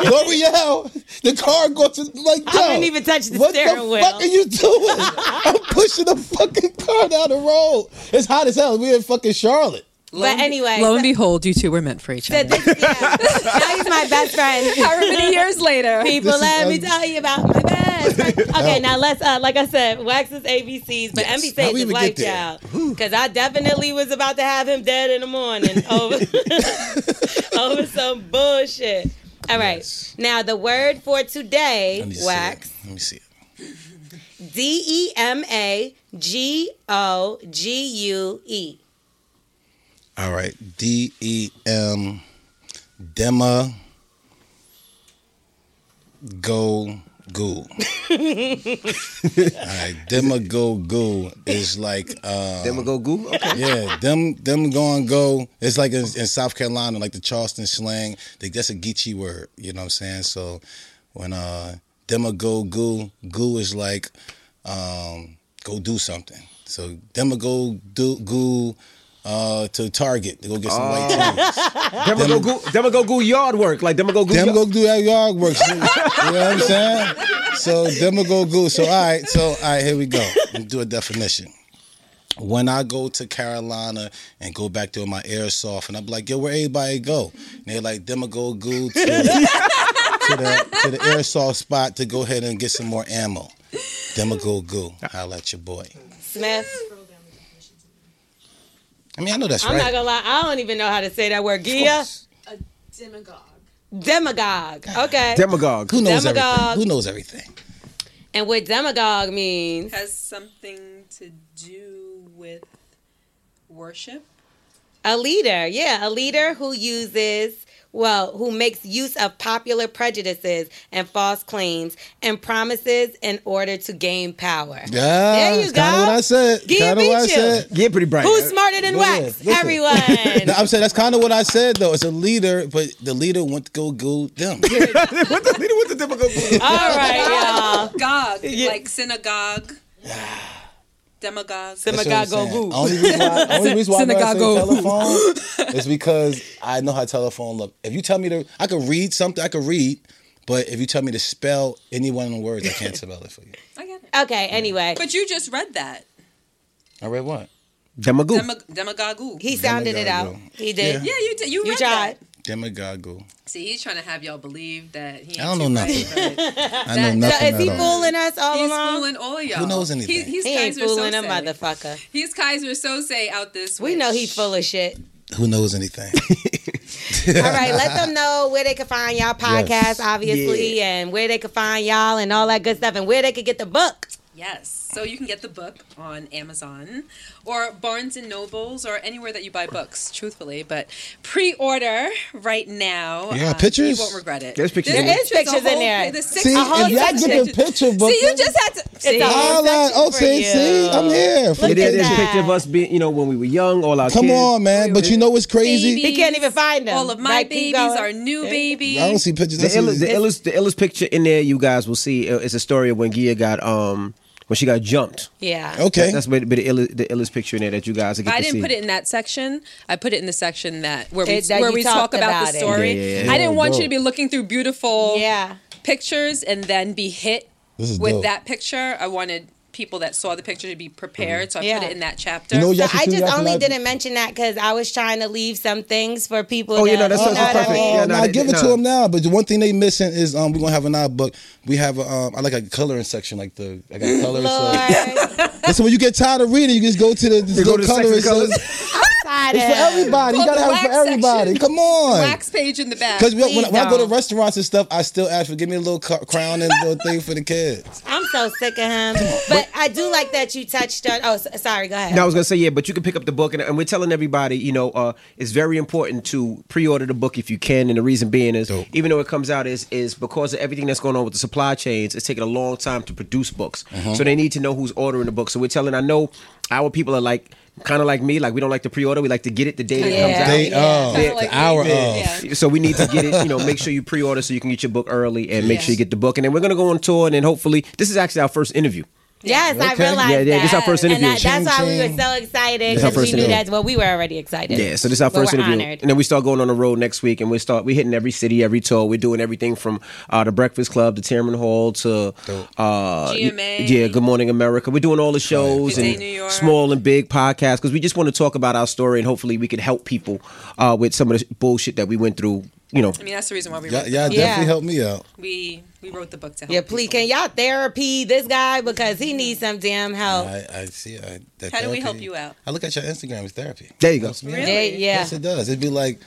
Speaker 3: L'Oreal, the car goes to like.
Speaker 2: I
Speaker 3: yo,
Speaker 2: didn't even touch the
Speaker 3: what
Speaker 2: steering
Speaker 3: the
Speaker 2: wheel.
Speaker 3: fuck are you doing? I'm pushing the fucking car down the road. It's hot as hell. We in fucking Charlotte.
Speaker 2: But anyway,
Speaker 3: [laughs]
Speaker 5: Lo and behold, you two were meant for each
Speaker 2: so
Speaker 5: other.
Speaker 2: this, yeah, now he's my best [laughs] friend.
Speaker 5: However
Speaker 3: [laughs]
Speaker 5: many years [laughs] later.
Speaker 2: People,
Speaker 3: This is
Speaker 2: let me
Speaker 3: un-
Speaker 2: tell you about my best
Speaker 3: [laughs]
Speaker 2: friend. Okay, now let's, uh, like I said, wax is ABCs, but
Speaker 3: Yes.
Speaker 2: MB
Speaker 3: How
Speaker 2: says
Speaker 3: we
Speaker 2: his
Speaker 3: even
Speaker 2: life
Speaker 3: get there?
Speaker 2: child. Because I definitely was about to have him dead in the
Speaker 3: [laughs]
Speaker 2: morning over, [laughs] over some bullshit. All right. Now, the word for today,
Speaker 3: Let me see it.
Speaker 2: wax.
Speaker 3: Let me see it.
Speaker 2: D E M A G O G U E.
Speaker 3: All right, D E M, Dema, Go Goo. All right, Dema Go Goo is like uh,
Speaker 4: Then we go goo. Okay.
Speaker 3: yeah, them them going go. It's like in, in South Carolina, like the Charleston slang. They, that's a Geechee word. You know what I'm saying? So when uh, them a go goo, goo is like um, go do something. So them a go do goo uh, to Target to go get some white things.
Speaker 4: Then we go goo. Then we go goo yard work. Like then we go goo.
Speaker 3: Them
Speaker 4: yard-
Speaker 3: go do that yard work. So, you know what I'm saying? So them a go goo. So all right, so all right, here we go. Let me do a definition. When I go to Carolina and go back there with my airsoft, and I'm like, yo, where everybody go? And they're like, them a go goo to, to the to the airsoft spot to go ahead and get some more ammo. Them a go goo. Holla at your boy.
Speaker 2: Smith.
Speaker 3: I mean, I know that's
Speaker 2: I'm not
Speaker 3: right.
Speaker 2: gonna lie, I don't even know how to say that word. Gia? Demagogue. Okay.
Speaker 4: Demagogue.
Speaker 3: Who knows
Speaker 2: Demagogue.
Speaker 3: everything? Who knows everything?
Speaker 2: and what demagogue means.
Speaker 5: Has something to do with worship?
Speaker 2: A leader, yeah, a leader who uses, well, who makes use of popular prejudices and false claims and promises in order to gain power.
Speaker 3: Yeah,
Speaker 2: There you
Speaker 3: Kind
Speaker 2: go.
Speaker 3: of what I said.
Speaker 2: Gia
Speaker 3: Kind of
Speaker 2: beat
Speaker 3: what I
Speaker 2: you.
Speaker 3: said.
Speaker 4: Yeah, pretty bright.
Speaker 2: Who's smarter than
Speaker 3: Yeah,
Speaker 2: Wax?
Speaker 3: listen. [laughs]
Speaker 2: Everyone.
Speaker 3: No, I'm saying that's kind of what I said though. It's a leader, but the leader went to go goo
Speaker 4: [laughs]
Speaker 3: them.
Speaker 4: what the leader? What the typical goo?
Speaker 2: [laughs] All right, y'all.
Speaker 5: Gog, like synagogue, [sighs] demagogue.
Speaker 3: That's what I'm
Speaker 2: Demagogue
Speaker 3: saying.
Speaker 2: goo.
Speaker 3: Only
Speaker 2: [laughs]
Speaker 3: reason why, only reason why I know I say
Speaker 5: Synagogue goo.
Speaker 3: telephone is because I know how telephone look. If you tell me to, I could read something. I could read, but if you tell me to spell any one of the words, I can't spell it for you.
Speaker 5: I get it.
Speaker 2: Okay, anyway.
Speaker 5: But you just read that.
Speaker 3: I read what?
Speaker 4: Demagogue.
Speaker 5: Demag- demagogue.
Speaker 2: He sounded it out.
Speaker 3: Demagogue.
Speaker 2: He did.
Speaker 5: yeah, you did. You,
Speaker 2: You
Speaker 5: read
Speaker 2: tried.
Speaker 5: That.
Speaker 3: Demagogue.
Speaker 5: See, he's trying to have y'all believe that he. Ain't
Speaker 3: I don't know
Speaker 5: too
Speaker 3: nothing.
Speaker 5: bright,
Speaker 2: [laughs]
Speaker 5: but
Speaker 3: I know
Speaker 5: So
Speaker 2: So
Speaker 3: nothing
Speaker 2: is he
Speaker 3: at all.
Speaker 2: fooling us all
Speaker 5: He's
Speaker 2: along?
Speaker 5: fooling all of y'all.
Speaker 3: Who knows anything?
Speaker 5: He, he's
Speaker 2: he ain't
Speaker 5: Kaiser
Speaker 2: fooling a
Speaker 5: Sose.
Speaker 2: motherfucker.
Speaker 5: He's Kaiser Sose out this.
Speaker 2: We know he
Speaker 5: he's
Speaker 2: full of shit.
Speaker 3: Who knows
Speaker 2: [laughs]
Speaker 3: anything?
Speaker 2: All right, let them know where they can find y'all podcast,
Speaker 3: Yes.
Speaker 2: obviously, and where they can find y'all and all that good stuff, and where they could get the book.
Speaker 5: Yes. So you can get the book on Amazon or Barnes and Nobles or anywhere that you buy books, truthfully. But pre order right now. uh,
Speaker 3: Yeah,
Speaker 5: You
Speaker 3: pictures?
Speaker 5: won't regret it.
Speaker 4: There's pictures in
Speaker 2: There is
Speaker 5: There's a
Speaker 2: pictures in
Speaker 5: whole-
Speaker 2: there.
Speaker 5: there's six
Speaker 3: See,
Speaker 5: a
Speaker 2: whole
Speaker 3: if y'all
Speaker 2: section.
Speaker 3: get the picture book,
Speaker 5: See, you just had to. See,
Speaker 2: a whole
Speaker 3: holla.
Speaker 2: section
Speaker 3: Oh,
Speaker 2: for
Speaker 3: see,
Speaker 2: you.
Speaker 3: see, I'm here.
Speaker 2: Look
Speaker 4: It is
Speaker 2: at
Speaker 4: it's a
Speaker 2: that.
Speaker 4: picture of us being, you know, when we were young, all our
Speaker 3: Come
Speaker 4: kids.
Speaker 3: on, man. But you know what's crazy?
Speaker 2: He can't even find them.
Speaker 5: All of my
Speaker 2: Like, keep
Speaker 5: babies
Speaker 2: going.
Speaker 5: are new babies.
Speaker 3: I don't see pictures.
Speaker 4: The
Speaker 3: That's
Speaker 4: illest, the
Speaker 3: what-
Speaker 4: illest, the illest picture in there you guys will see uh, is a story of when Gia got um when she got jumped.
Speaker 2: Yeah.
Speaker 3: okay.
Speaker 4: That's what the illest, the illest picture in there that you guys will get
Speaker 5: I
Speaker 4: to
Speaker 5: didn't
Speaker 4: see.
Speaker 5: put it in that section. I put it in the section that where we
Speaker 2: It- that
Speaker 5: where
Speaker 2: you
Speaker 5: we talk
Speaker 2: talked
Speaker 5: about,
Speaker 2: about it.
Speaker 5: the story.
Speaker 4: Yeah, yeah, yeah.
Speaker 5: I didn't want
Speaker 3: Dope.
Speaker 5: you to be looking through beautiful
Speaker 2: Yeah.
Speaker 5: pictures and then be hit
Speaker 3: This is
Speaker 5: with
Speaker 3: dope.
Speaker 5: that picture. I wanted people that saw the picture to be prepared, so I
Speaker 2: Yeah.
Speaker 5: put it in that chapter.
Speaker 3: You know what
Speaker 2: So
Speaker 3: y'all should
Speaker 2: I
Speaker 3: do? Y'all
Speaker 2: just
Speaker 3: should
Speaker 2: only
Speaker 3: like-
Speaker 2: didn't mention that because I was trying to leave some things for people.
Speaker 4: Oh,
Speaker 2: to,
Speaker 4: yeah, no, that's-
Speaker 2: you
Speaker 4: that's
Speaker 2: know what I
Speaker 4: perfect.
Speaker 2: mean?
Speaker 4: Yeah, no,
Speaker 3: Oh, nah,
Speaker 4: they-
Speaker 3: give it
Speaker 4: nah.
Speaker 3: to them now. But the one thing they missing is um, we're gonna have in our book. We have a um, I like a coloring section, like the I got colors. So.
Speaker 2: Mm, Lord,
Speaker 3: [laughs] Listen, when you get tired of reading, you just go to the just
Speaker 4: You
Speaker 3: go,
Speaker 4: go to the
Speaker 3: coloring
Speaker 4: section of [laughs]
Speaker 3: section.
Speaker 2: I'm everybody.
Speaker 3: It's for everybody. You
Speaker 5: Called
Speaker 3: gotta
Speaker 5: the
Speaker 3: have it for
Speaker 5: wax section.
Speaker 3: everybody. Come on.
Speaker 5: Wax page in the back.
Speaker 3: Because when,
Speaker 5: Please
Speaker 3: when I go to
Speaker 5: don't.
Speaker 3: restaurants and stuff, I still ask for give me a little cu- crown and a little thing for the kids.
Speaker 2: I'm so sick of him. But I do like that you touched on. Oh, s- sorry. Go ahead.
Speaker 4: Now I was gonna say yeah, but you can pick up the book, and, and we're telling everybody, you know, uh, it's very important to pre-order the book if you can, and the reason being is, even though it comes out is is because of everything that's going on with the supply chains, it's taking a long time to produce books,
Speaker 9: Mhm.
Speaker 4: so they need to know who's ordering the book. So we're telling, I know our people are like. Kind of like me, like we don't like to pre-order. We like to get it the day that it
Speaker 3: Yeah,
Speaker 4: comes
Speaker 2: Oh,
Speaker 4: out.
Speaker 3: Day yeah.
Speaker 4: um,
Speaker 3: of, the hour of.
Speaker 4: So we need to get it. You know, make sure you pre-order so you can get your book early, and make sure you get the book. And then we're gonna go on tour, and then hopefully, this is actually our first interview.
Speaker 2: Yes, I
Speaker 4: Okay.
Speaker 2: realized
Speaker 4: Yeah, yeah,
Speaker 2: that.
Speaker 4: this is our first interview.
Speaker 2: And that, that's why we were so excited
Speaker 4: This is our
Speaker 2: because we
Speaker 4: first
Speaker 2: knew
Speaker 4: interview.
Speaker 2: that's what we were already excited.
Speaker 4: Yeah, so this is our
Speaker 2: But
Speaker 4: 1st
Speaker 2: we're
Speaker 4: interview,
Speaker 2: honored.
Speaker 4: and then we start going on the road next week, and we start we hitting every city, every tour. We're doing everything from uh, the Breakfast Club, the Chairman Hall, to uh,
Speaker 5: GMA.
Speaker 4: yeah, Good Morning America. We're doing all the shows
Speaker 5: Good Day New
Speaker 4: and small and big podcasts because we just want to talk about our story, and hopefully we can help people uh, with some of the bullshit that we went through. You know,
Speaker 5: I mean, that's the reason why we.
Speaker 4: Y'all-
Speaker 5: wrote the
Speaker 4: y'all
Speaker 5: book.
Speaker 4: definitely Yeah. helped me out.
Speaker 5: We we wrote the book to help.
Speaker 2: Yeah, please, can y'all therapy this guy because he needs some damn help.
Speaker 3: I, I see. I, that
Speaker 2: How do we
Speaker 3: therapy-
Speaker 2: help you out?
Speaker 3: I look at your Instagram as therapy.
Speaker 4: There you go.
Speaker 3: Helps me
Speaker 2: Really?
Speaker 3: out.
Speaker 2: Yeah, yeah.
Speaker 3: Yes, it does. It'd be like,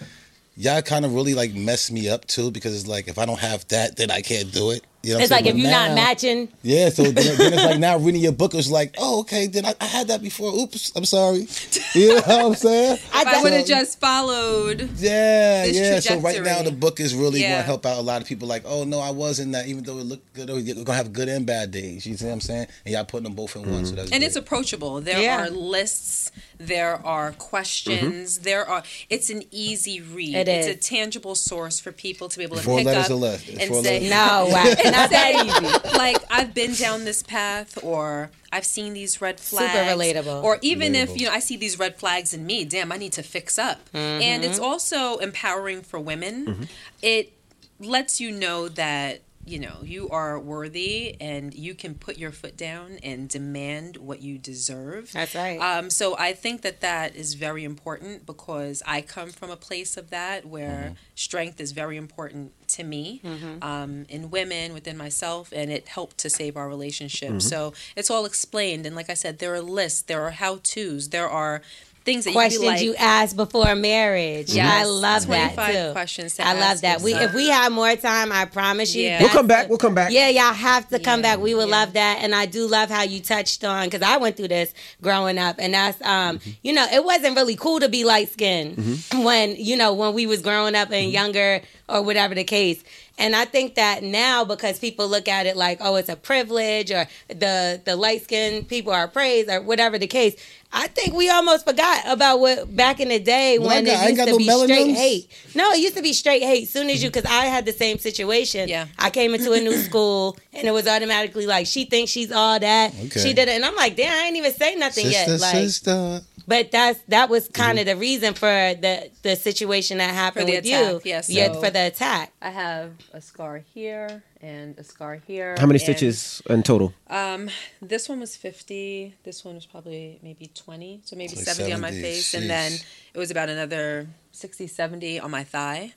Speaker 3: y'all kind of really like mess me up too because it's like if I don't have that, then I can't do it. You know what
Speaker 2: it's
Speaker 3: I'm
Speaker 2: like
Speaker 3: saying?
Speaker 2: if
Speaker 3: But
Speaker 2: you're
Speaker 3: now-
Speaker 2: not
Speaker 3: [laughs]
Speaker 2: matching.
Speaker 3: Yeah, so then, then it's
Speaker 2: [laughs]
Speaker 3: like now reading your book is like, oh, okay, then I, I had that before. Oops, I'm sorry. You know what
Speaker 2: [laughs]
Speaker 3: I'm saying?
Speaker 5: If I
Speaker 3: So-
Speaker 5: would have just followed.
Speaker 3: Yeah,
Speaker 5: this
Speaker 3: yeah. So right
Speaker 5: trajectory.
Speaker 3: now the book is really
Speaker 5: Yeah.
Speaker 3: going to help out a lot of people. Like, oh no, I wasn't that. Even though it looked good, we're going to have good and bad days. You see what I'm saying? And y'all putting them both in one. So that's
Speaker 5: and
Speaker 3: great.
Speaker 5: it's approachable. There
Speaker 2: Yeah.
Speaker 5: are lists, there are
Speaker 3: Mm-hmm.
Speaker 5: questions, there are. It's an easy read.
Speaker 2: It
Speaker 5: it's
Speaker 2: is.
Speaker 5: a tangible source for people to be able to
Speaker 3: Four
Speaker 5: pick
Speaker 3: letters
Speaker 5: up
Speaker 3: or less.
Speaker 5: and
Speaker 3: Four
Speaker 5: say,
Speaker 3: letters.
Speaker 2: No, wow, not
Speaker 5: and
Speaker 2: [laughs] that
Speaker 5: say, Like I've been down this path, or I've seen these red
Speaker 2: Super
Speaker 5: flags.
Speaker 2: relatable.
Speaker 5: Or even if
Speaker 2: Relatable.
Speaker 5: you know I see these red flags in me, damn, I need to fix up. And
Speaker 2: Mhm.
Speaker 5: it's also empowering for women. It lets you know that you know you are worthy and you can put your foot down and demand what you deserve
Speaker 2: That's right.
Speaker 5: um, so i think that that is very important because i come from a place of that where
Speaker 2: Mhm.
Speaker 5: strength is very important to me
Speaker 2: Mhm.
Speaker 5: um, in women within myself and it helped to save our relationship
Speaker 2: Mhm.
Speaker 5: so it's all explained and like i said there are lists there are how to's there are things that
Speaker 2: questions
Speaker 5: you,
Speaker 2: you,
Speaker 5: can be like,
Speaker 2: asked before marriage.
Speaker 5: Yes,
Speaker 2: I love that
Speaker 5: 25
Speaker 2: too.
Speaker 5: questions to
Speaker 2: I love
Speaker 5: ask
Speaker 2: that. We
Speaker 5: yourself.
Speaker 2: if we had more time, I promise you.
Speaker 5: Yeah.
Speaker 4: we'll come back. We'll come back.
Speaker 2: Yeah, y'all have to come back. We would love that, and I do love how you touched on because I went through this growing up, and that's um,
Speaker 4: Mm-hmm.
Speaker 2: you know, it wasn't really cool to be light skinned when you know when we was growing up and
Speaker 4: Mm-hmm.
Speaker 2: younger or whatever the case. And I think that now because people look at it like, oh, it's a privilege, or the the light skinned people are praised, or whatever the case. I think we almost forgot about what back in the day
Speaker 3: Well, I
Speaker 2: when
Speaker 3: got- I
Speaker 2: it
Speaker 3: ain't
Speaker 2: used
Speaker 3: got
Speaker 2: to
Speaker 3: no
Speaker 2: be straight
Speaker 3: melanomas.
Speaker 2: hate. No, it used to be straight hate. Soon as you,
Speaker 4: Mm-hmm.
Speaker 2: because I had the same situation. Yeah. I came into a
Speaker 4: [laughs]
Speaker 2: new school and it was automatically like she thinks she's all that.
Speaker 3: Okay.
Speaker 2: She did it, and I'm like, damn, I ain't even say nothing
Speaker 3: sister,
Speaker 2: yet. Like,
Speaker 3: sister.
Speaker 2: but that's that was
Speaker 4: Mm-hmm.
Speaker 2: kind of the reason for the the situation that happened
Speaker 5: the
Speaker 2: with you.
Speaker 5: attack, yeah,
Speaker 2: yeah,
Speaker 5: so-
Speaker 2: for the attack.
Speaker 5: i have a scar here and a scar here
Speaker 4: How many
Speaker 5: and-
Speaker 4: stitches in total?
Speaker 5: Um, this one was 50. This one was probably maybe 20. So maybe
Speaker 4: Like
Speaker 5: 70, on my
Speaker 4: 70,
Speaker 5: face. And then
Speaker 4: jeez.
Speaker 5: it was about another 60, 70 on my thigh.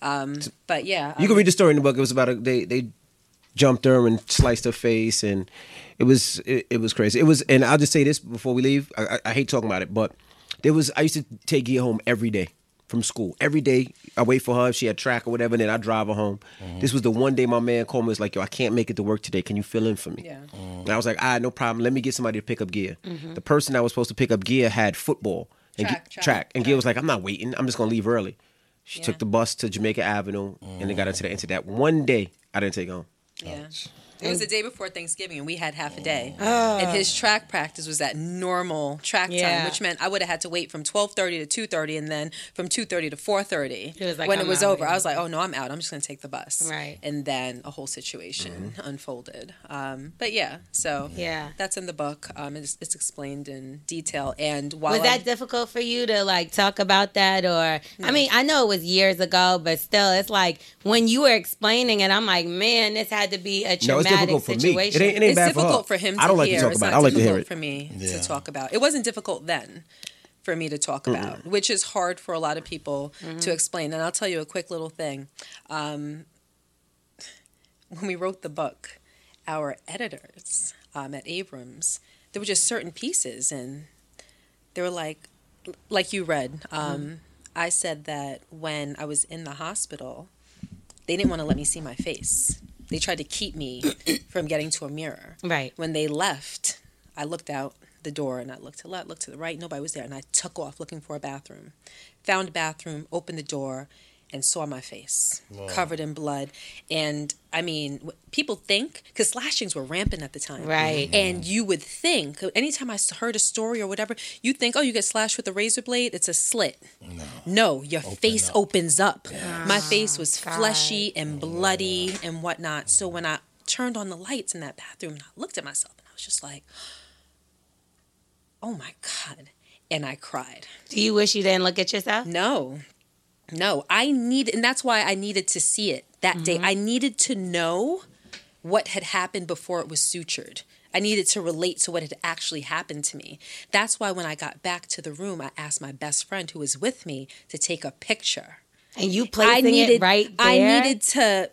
Speaker 5: Um, but yeah.
Speaker 4: You
Speaker 5: um,
Speaker 4: can read the story in the book. It was about a, they they jumped her and sliced her face, and it was it, it was crazy. It was, and I'll just say this before we leave. I, I, I hate talking about it, but there was I used to take Gia home every day from school. Every day I wait for her if she had track or whatever, and then I drive her home. This was the one day my man called me was like, "Yo, I can't make it to work today. Can you fill in for me?"
Speaker 5: Yeah.
Speaker 4: And I was like, "Ah, no problem. Let me get somebody to pick up Gia."
Speaker 5: Mhm.
Speaker 4: The person I was supposed to pick up Gia had football and Gia-
Speaker 5: Track, track,
Speaker 4: and Gia was like, "I'm not waiting. I'm just gonna leave early." She took the bus to Jamaica Avenue and then got into
Speaker 5: Mm.
Speaker 4: the into that one day I didn't take home.
Speaker 5: Yeah. It was the day before Thanksgiving, and we had half a day.
Speaker 2: Oh.
Speaker 5: And his track practice was at normal track
Speaker 2: Yeah.
Speaker 5: time, which meant I would have had to wait from twelve thirty to two thirty, and then from two thirty to four thirty.
Speaker 2: He was like,
Speaker 5: when
Speaker 2: "I'm
Speaker 5: it was
Speaker 2: out,
Speaker 5: over,
Speaker 2: yeah.
Speaker 5: I was like, "Oh no, I'm out. I'm just going to take the bus."
Speaker 2: Right.
Speaker 5: And then a whole situation
Speaker 4: Mm-hmm.
Speaker 5: unfolded. Um, but yeah, so
Speaker 2: Yeah.
Speaker 5: that's in the book. Um, it's, it's explained in detail. And while
Speaker 2: was that
Speaker 5: I'm-
Speaker 2: difficult for you to like talk about that or i mean i know it was years ago but still it's like when you were explaining it i'm like man this had to be a
Speaker 4: No,
Speaker 2: traumatic
Speaker 4: it's difficult for me. It
Speaker 2: situation
Speaker 4: ain't- it ain't It's bad for her.
Speaker 5: difficult for him. To
Speaker 4: I don't like to
Speaker 5: hear.
Speaker 4: talk
Speaker 5: It's
Speaker 4: about it.
Speaker 5: not
Speaker 4: I like to hear
Speaker 5: difficult
Speaker 4: it.
Speaker 5: for me
Speaker 4: Yeah.
Speaker 5: to talk about. It wasn't difficult then for me to talk
Speaker 4: Mm-mm.
Speaker 5: about, which is hard for a lot of people
Speaker 2: Mhm.
Speaker 4: Mm-hmm.
Speaker 5: to explain. And I'll tell you a quick little thing. Um, when we wrote the book, our editors um, at Abrams, there were just certain pieces, and they were like, like you read, um,
Speaker 4: Mm-hmm.
Speaker 5: I said that when I was in the hospital, they didn't want to let me see my face. They tried to keep me from getting to a mirror.
Speaker 2: Right.
Speaker 5: When they left, I looked out the door and I looked to the left, looked to the right. Nobody was there, and I took off looking for a bathroom. Found a bathroom, opened the door, and saw my face
Speaker 2: Wow.
Speaker 5: covered in blood. And I mean, w- people think because slashings were rampant at the time,
Speaker 2: Right.
Speaker 5: And you would think anytime I s- heard a story or whatever, you think, oh, you get slashed with a razor blade, it's a slit. No, your face opens up. My face was fleshy and bloody and whatnot. So when I turned on the lights in that bathroom, and I looked at myself, and I was just like, oh my god, and I cried.
Speaker 2: Do you wish you didn't look at yourself?
Speaker 5: No. No, I need, and that's why I needed to see it that day. I needed to know what had happened before it was sutured. I needed to relate to what had actually happened to me. That's why when I got back to the room, I asked my best friend who was with me to take a picture.
Speaker 2: And you placing it right
Speaker 5: I
Speaker 2: there?
Speaker 5: needed to.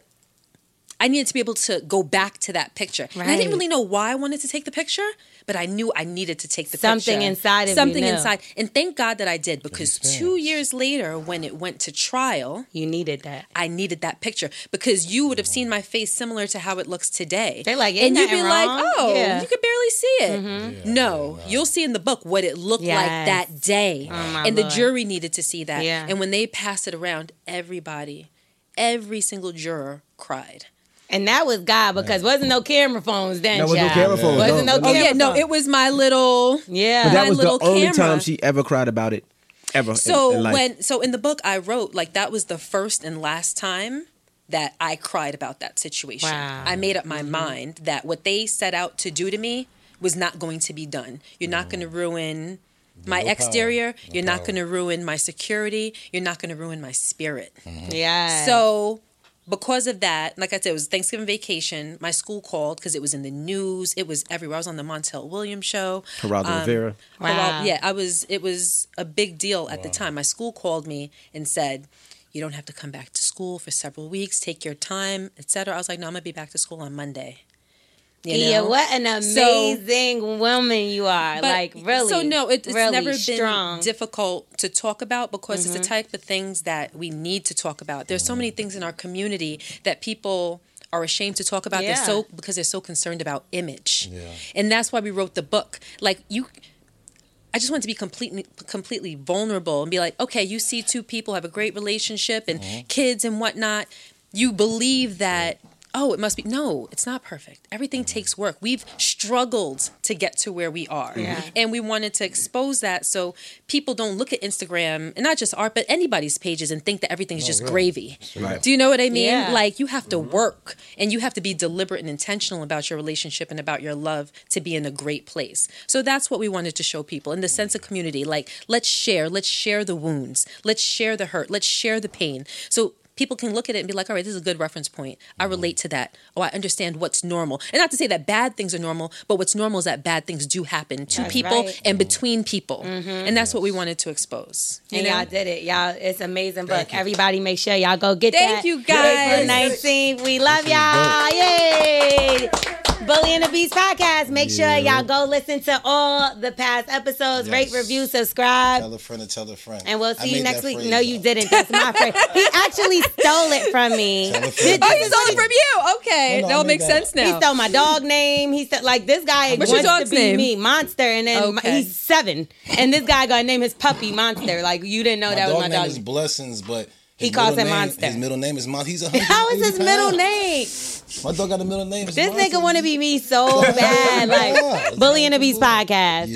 Speaker 5: I needed to be able to go back to that picture. And I
Speaker 2: Right.
Speaker 5: didn't really know why I wanted to take the picture, but I knew I needed to take the
Speaker 2: Something
Speaker 5: picture.
Speaker 2: inside of you
Speaker 5: something
Speaker 2: knew.
Speaker 5: inside. And thank God that I did because two years later, when it went to trial,
Speaker 2: you needed that.
Speaker 5: I needed that picture because you would have seen my face similar to how it looks today. They're
Speaker 2: like, "Ain't
Speaker 5: and you'd
Speaker 2: nothing
Speaker 5: be like,
Speaker 2: wrong."
Speaker 5: oh,
Speaker 2: Yeah. Mm-hmm.
Speaker 5: you could barely see it. no, you'll see in the book what it looked
Speaker 2: Yes.
Speaker 5: like that day,
Speaker 2: Oh, my
Speaker 5: and the
Speaker 2: Lord.
Speaker 5: jury needed to see that.
Speaker 2: Yeah.
Speaker 5: And when they passed it around, everybody, every single juror cried.
Speaker 2: And that was God because wasn't no camera phones then.
Speaker 4: There was no
Speaker 2: child.
Speaker 4: camera phones,
Speaker 2: Wasn't
Speaker 4: no,
Speaker 2: no,
Speaker 4: but-
Speaker 5: Oh
Speaker 2: camera
Speaker 5: yeah, no,
Speaker 2: phone.
Speaker 5: it was my little yeah,
Speaker 4: But that
Speaker 5: my
Speaker 4: was the
Speaker 5: little
Speaker 4: only
Speaker 5: camera.
Speaker 4: time she ever cried about it, ever. in-
Speaker 5: so
Speaker 4: in life.
Speaker 5: when so in the book I wrote like that was the first and last time that I cried about that situation.
Speaker 2: Wow. Mm-hmm.
Speaker 5: I made up my mind that what they set out to do to me was not going to be done. You're not going to ruin my
Speaker 2: No
Speaker 5: exterior.
Speaker 2: power. No
Speaker 5: You're not
Speaker 2: power.
Speaker 5: going to ruin my security. You're not going to ruin my spirit.
Speaker 2: Yes.
Speaker 5: So because of that, like I said, it was Thanksgiving vacation. My school called because it was in the news. It was everywhere. I was on the Montel Williams show.
Speaker 4: Geraldo
Speaker 5: um,
Speaker 4: Rivera.
Speaker 5: Gerald-
Speaker 4: Wow.
Speaker 5: uh, yeah, I was. It was a big deal at the time. My school called me and said, "You don't have to come back to school for several weeks. Take your time, etc." I was like, "No, I'm gonna be back to school on Monday." You
Speaker 2: yeah,
Speaker 5: know?
Speaker 2: what an
Speaker 5: So-
Speaker 2: amazing woman you are. like really.
Speaker 5: so no, it, it's
Speaker 2: really
Speaker 5: never been
Speaker 2: strong.
Speaker 5: difficult to talk about because it's
Speaker 2: Mhm.
Speaker 5: the type of things that we need to talk about. There's so many things in our community that people are ashamed to talk about. They're
Speaker 2: Yeah.
Speaker 5: so because they're so concerned about image,
Speaker 2: Yeah.
Speaker 5: and that's why we wrote the book. Like you. I just wanted to be completely completely vulnerable and be like, okay, you see two people have a great relationship and
Speaker 2: Mm-hmm.
Speaker 5: kids and whatnot. You believe that, oh, it must be no, it's not perfect. Everything
Speaker 2: Mm-hmm.
Speaker 5: takes work. We've struggled to get to where we are.
Speaker 2: Yeah.
Speaker 5: And we wanted to expose that so people don't look at Instagram and not just art, but anybody's pages and think that everything's
Speaker 2: No,
Speaker 5: just
Speaker 2: Oh, really.
Speaker 5: gravy.
Speaker 2: Right.
Speaker 5: Do you know what I mean?
Speaker 2: Yeah.
Speaker 5: Like you have to
Speaker 2: Mm-hmm.
Speaker 5: work and you have to be deliberate and intentional about your relationship and about your love to be in a great place. So that's what we wanted to show people in the sense of community. Like let's share, let's share the wounds, let's share the hurt, let's share the pain. So people can look at it and be like, all right, this is a good reference point. I
Speaker 2: Mm-hmm.
Speaker 5: relate to that. Oh, I understand what's normal. And not to say that bad things are normal, but what's normal is that bad things do happen to
Speaker 2: That's
Speaker 5: people
Speaker 2: right.
Speaker 5: and between people.
Speaker 2: Mhm.
Speaker 5: And that's what we wanted to expose. you
Speaker 2: and
Speaker 5: know?
Speaker 2: y'all did it. Y'all, it's amazing book. Everybody make sure y'all go get
Speaker 5: Thank
Speaker 2: that.
Speaker 5: you, guys.
Speaker 2: April 19th. We love y'all. Yay. Bully and the Beast podcast. Make sure
Speaker 3: Yeah.
Speaker 2: y'all go listen to all the past episodes. Rate,
Speaker 3: Yes.
Speaker 2: review, subscribe.
Speaker 3: Tell a friend to tell a friend.
Speaker 2: And we'll
Speaker 3: I
Speaker 2: see you
Speaker 3: made
Speaker 2: next
Speaker 3: that
Speaker 2: week.
Speaker 3: phrase
Speaker 2: No, you didn't. That's my friend. He
Speaker 3: [laughs]
Speaker 2: actually stole it from me.
Speaker 5: Oh,
Speaker 2: [laughs]
Speaker 5: he stole it from you. Okay,
Speaker 2: No, no, I
Speaker 5: that'll
Speaker 2: made
Speaker 5: make
Speaker 2: that.
Speaker 5: sense now.
Speaker 2: He stole my dog name. He said, like this guy
Speaker 5: What's your
Speaker 2: wants
Speaker 5: dog's
Speaker 2: to be
Speaker 5: name?
Speaker 2: me, Monster, and then my-
Speaker 5: Okay.
Speaker 2: he's seven, and this guy gonna name his puppy Monster. Like you didn't know
Speaker 3: My
Speaker 2: that
Speaker 3: dog
Speaker 2: was my
Speaker 3: name
Speaker 2: dog. [laughs]
Speaker 3: is Blessings, but
Speaker 2: He
Speaker 3: his
Speaker 2: calls him
Speaker 3: middle name-
Speaker 2: Monster.
Speaker 3: His middle name is Monster.
Speaker 2: [laughs]
Speaker 3: He's a
Speaker 2: How is his middle name?
Speaker 3: My dog got a middle name.
Speaker 2: This nigga want to be me so
Speaker 3: [laughs]
Speaker 2: bad. Like Bully and the Beast podcast.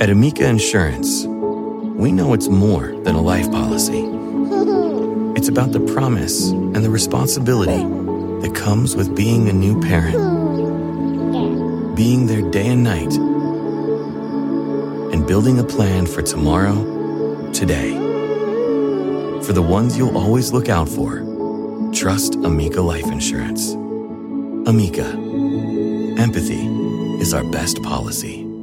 Speaker 11: At Amica Insurance, we know it's more than a life policy. It's about the promise and the responsibility that comes with being a new parent, being there day and night, and building a plan for tomorrow, today. For the ones you'll always look out for, trust Amica Life Insurance. Amica, empathy is our best policy.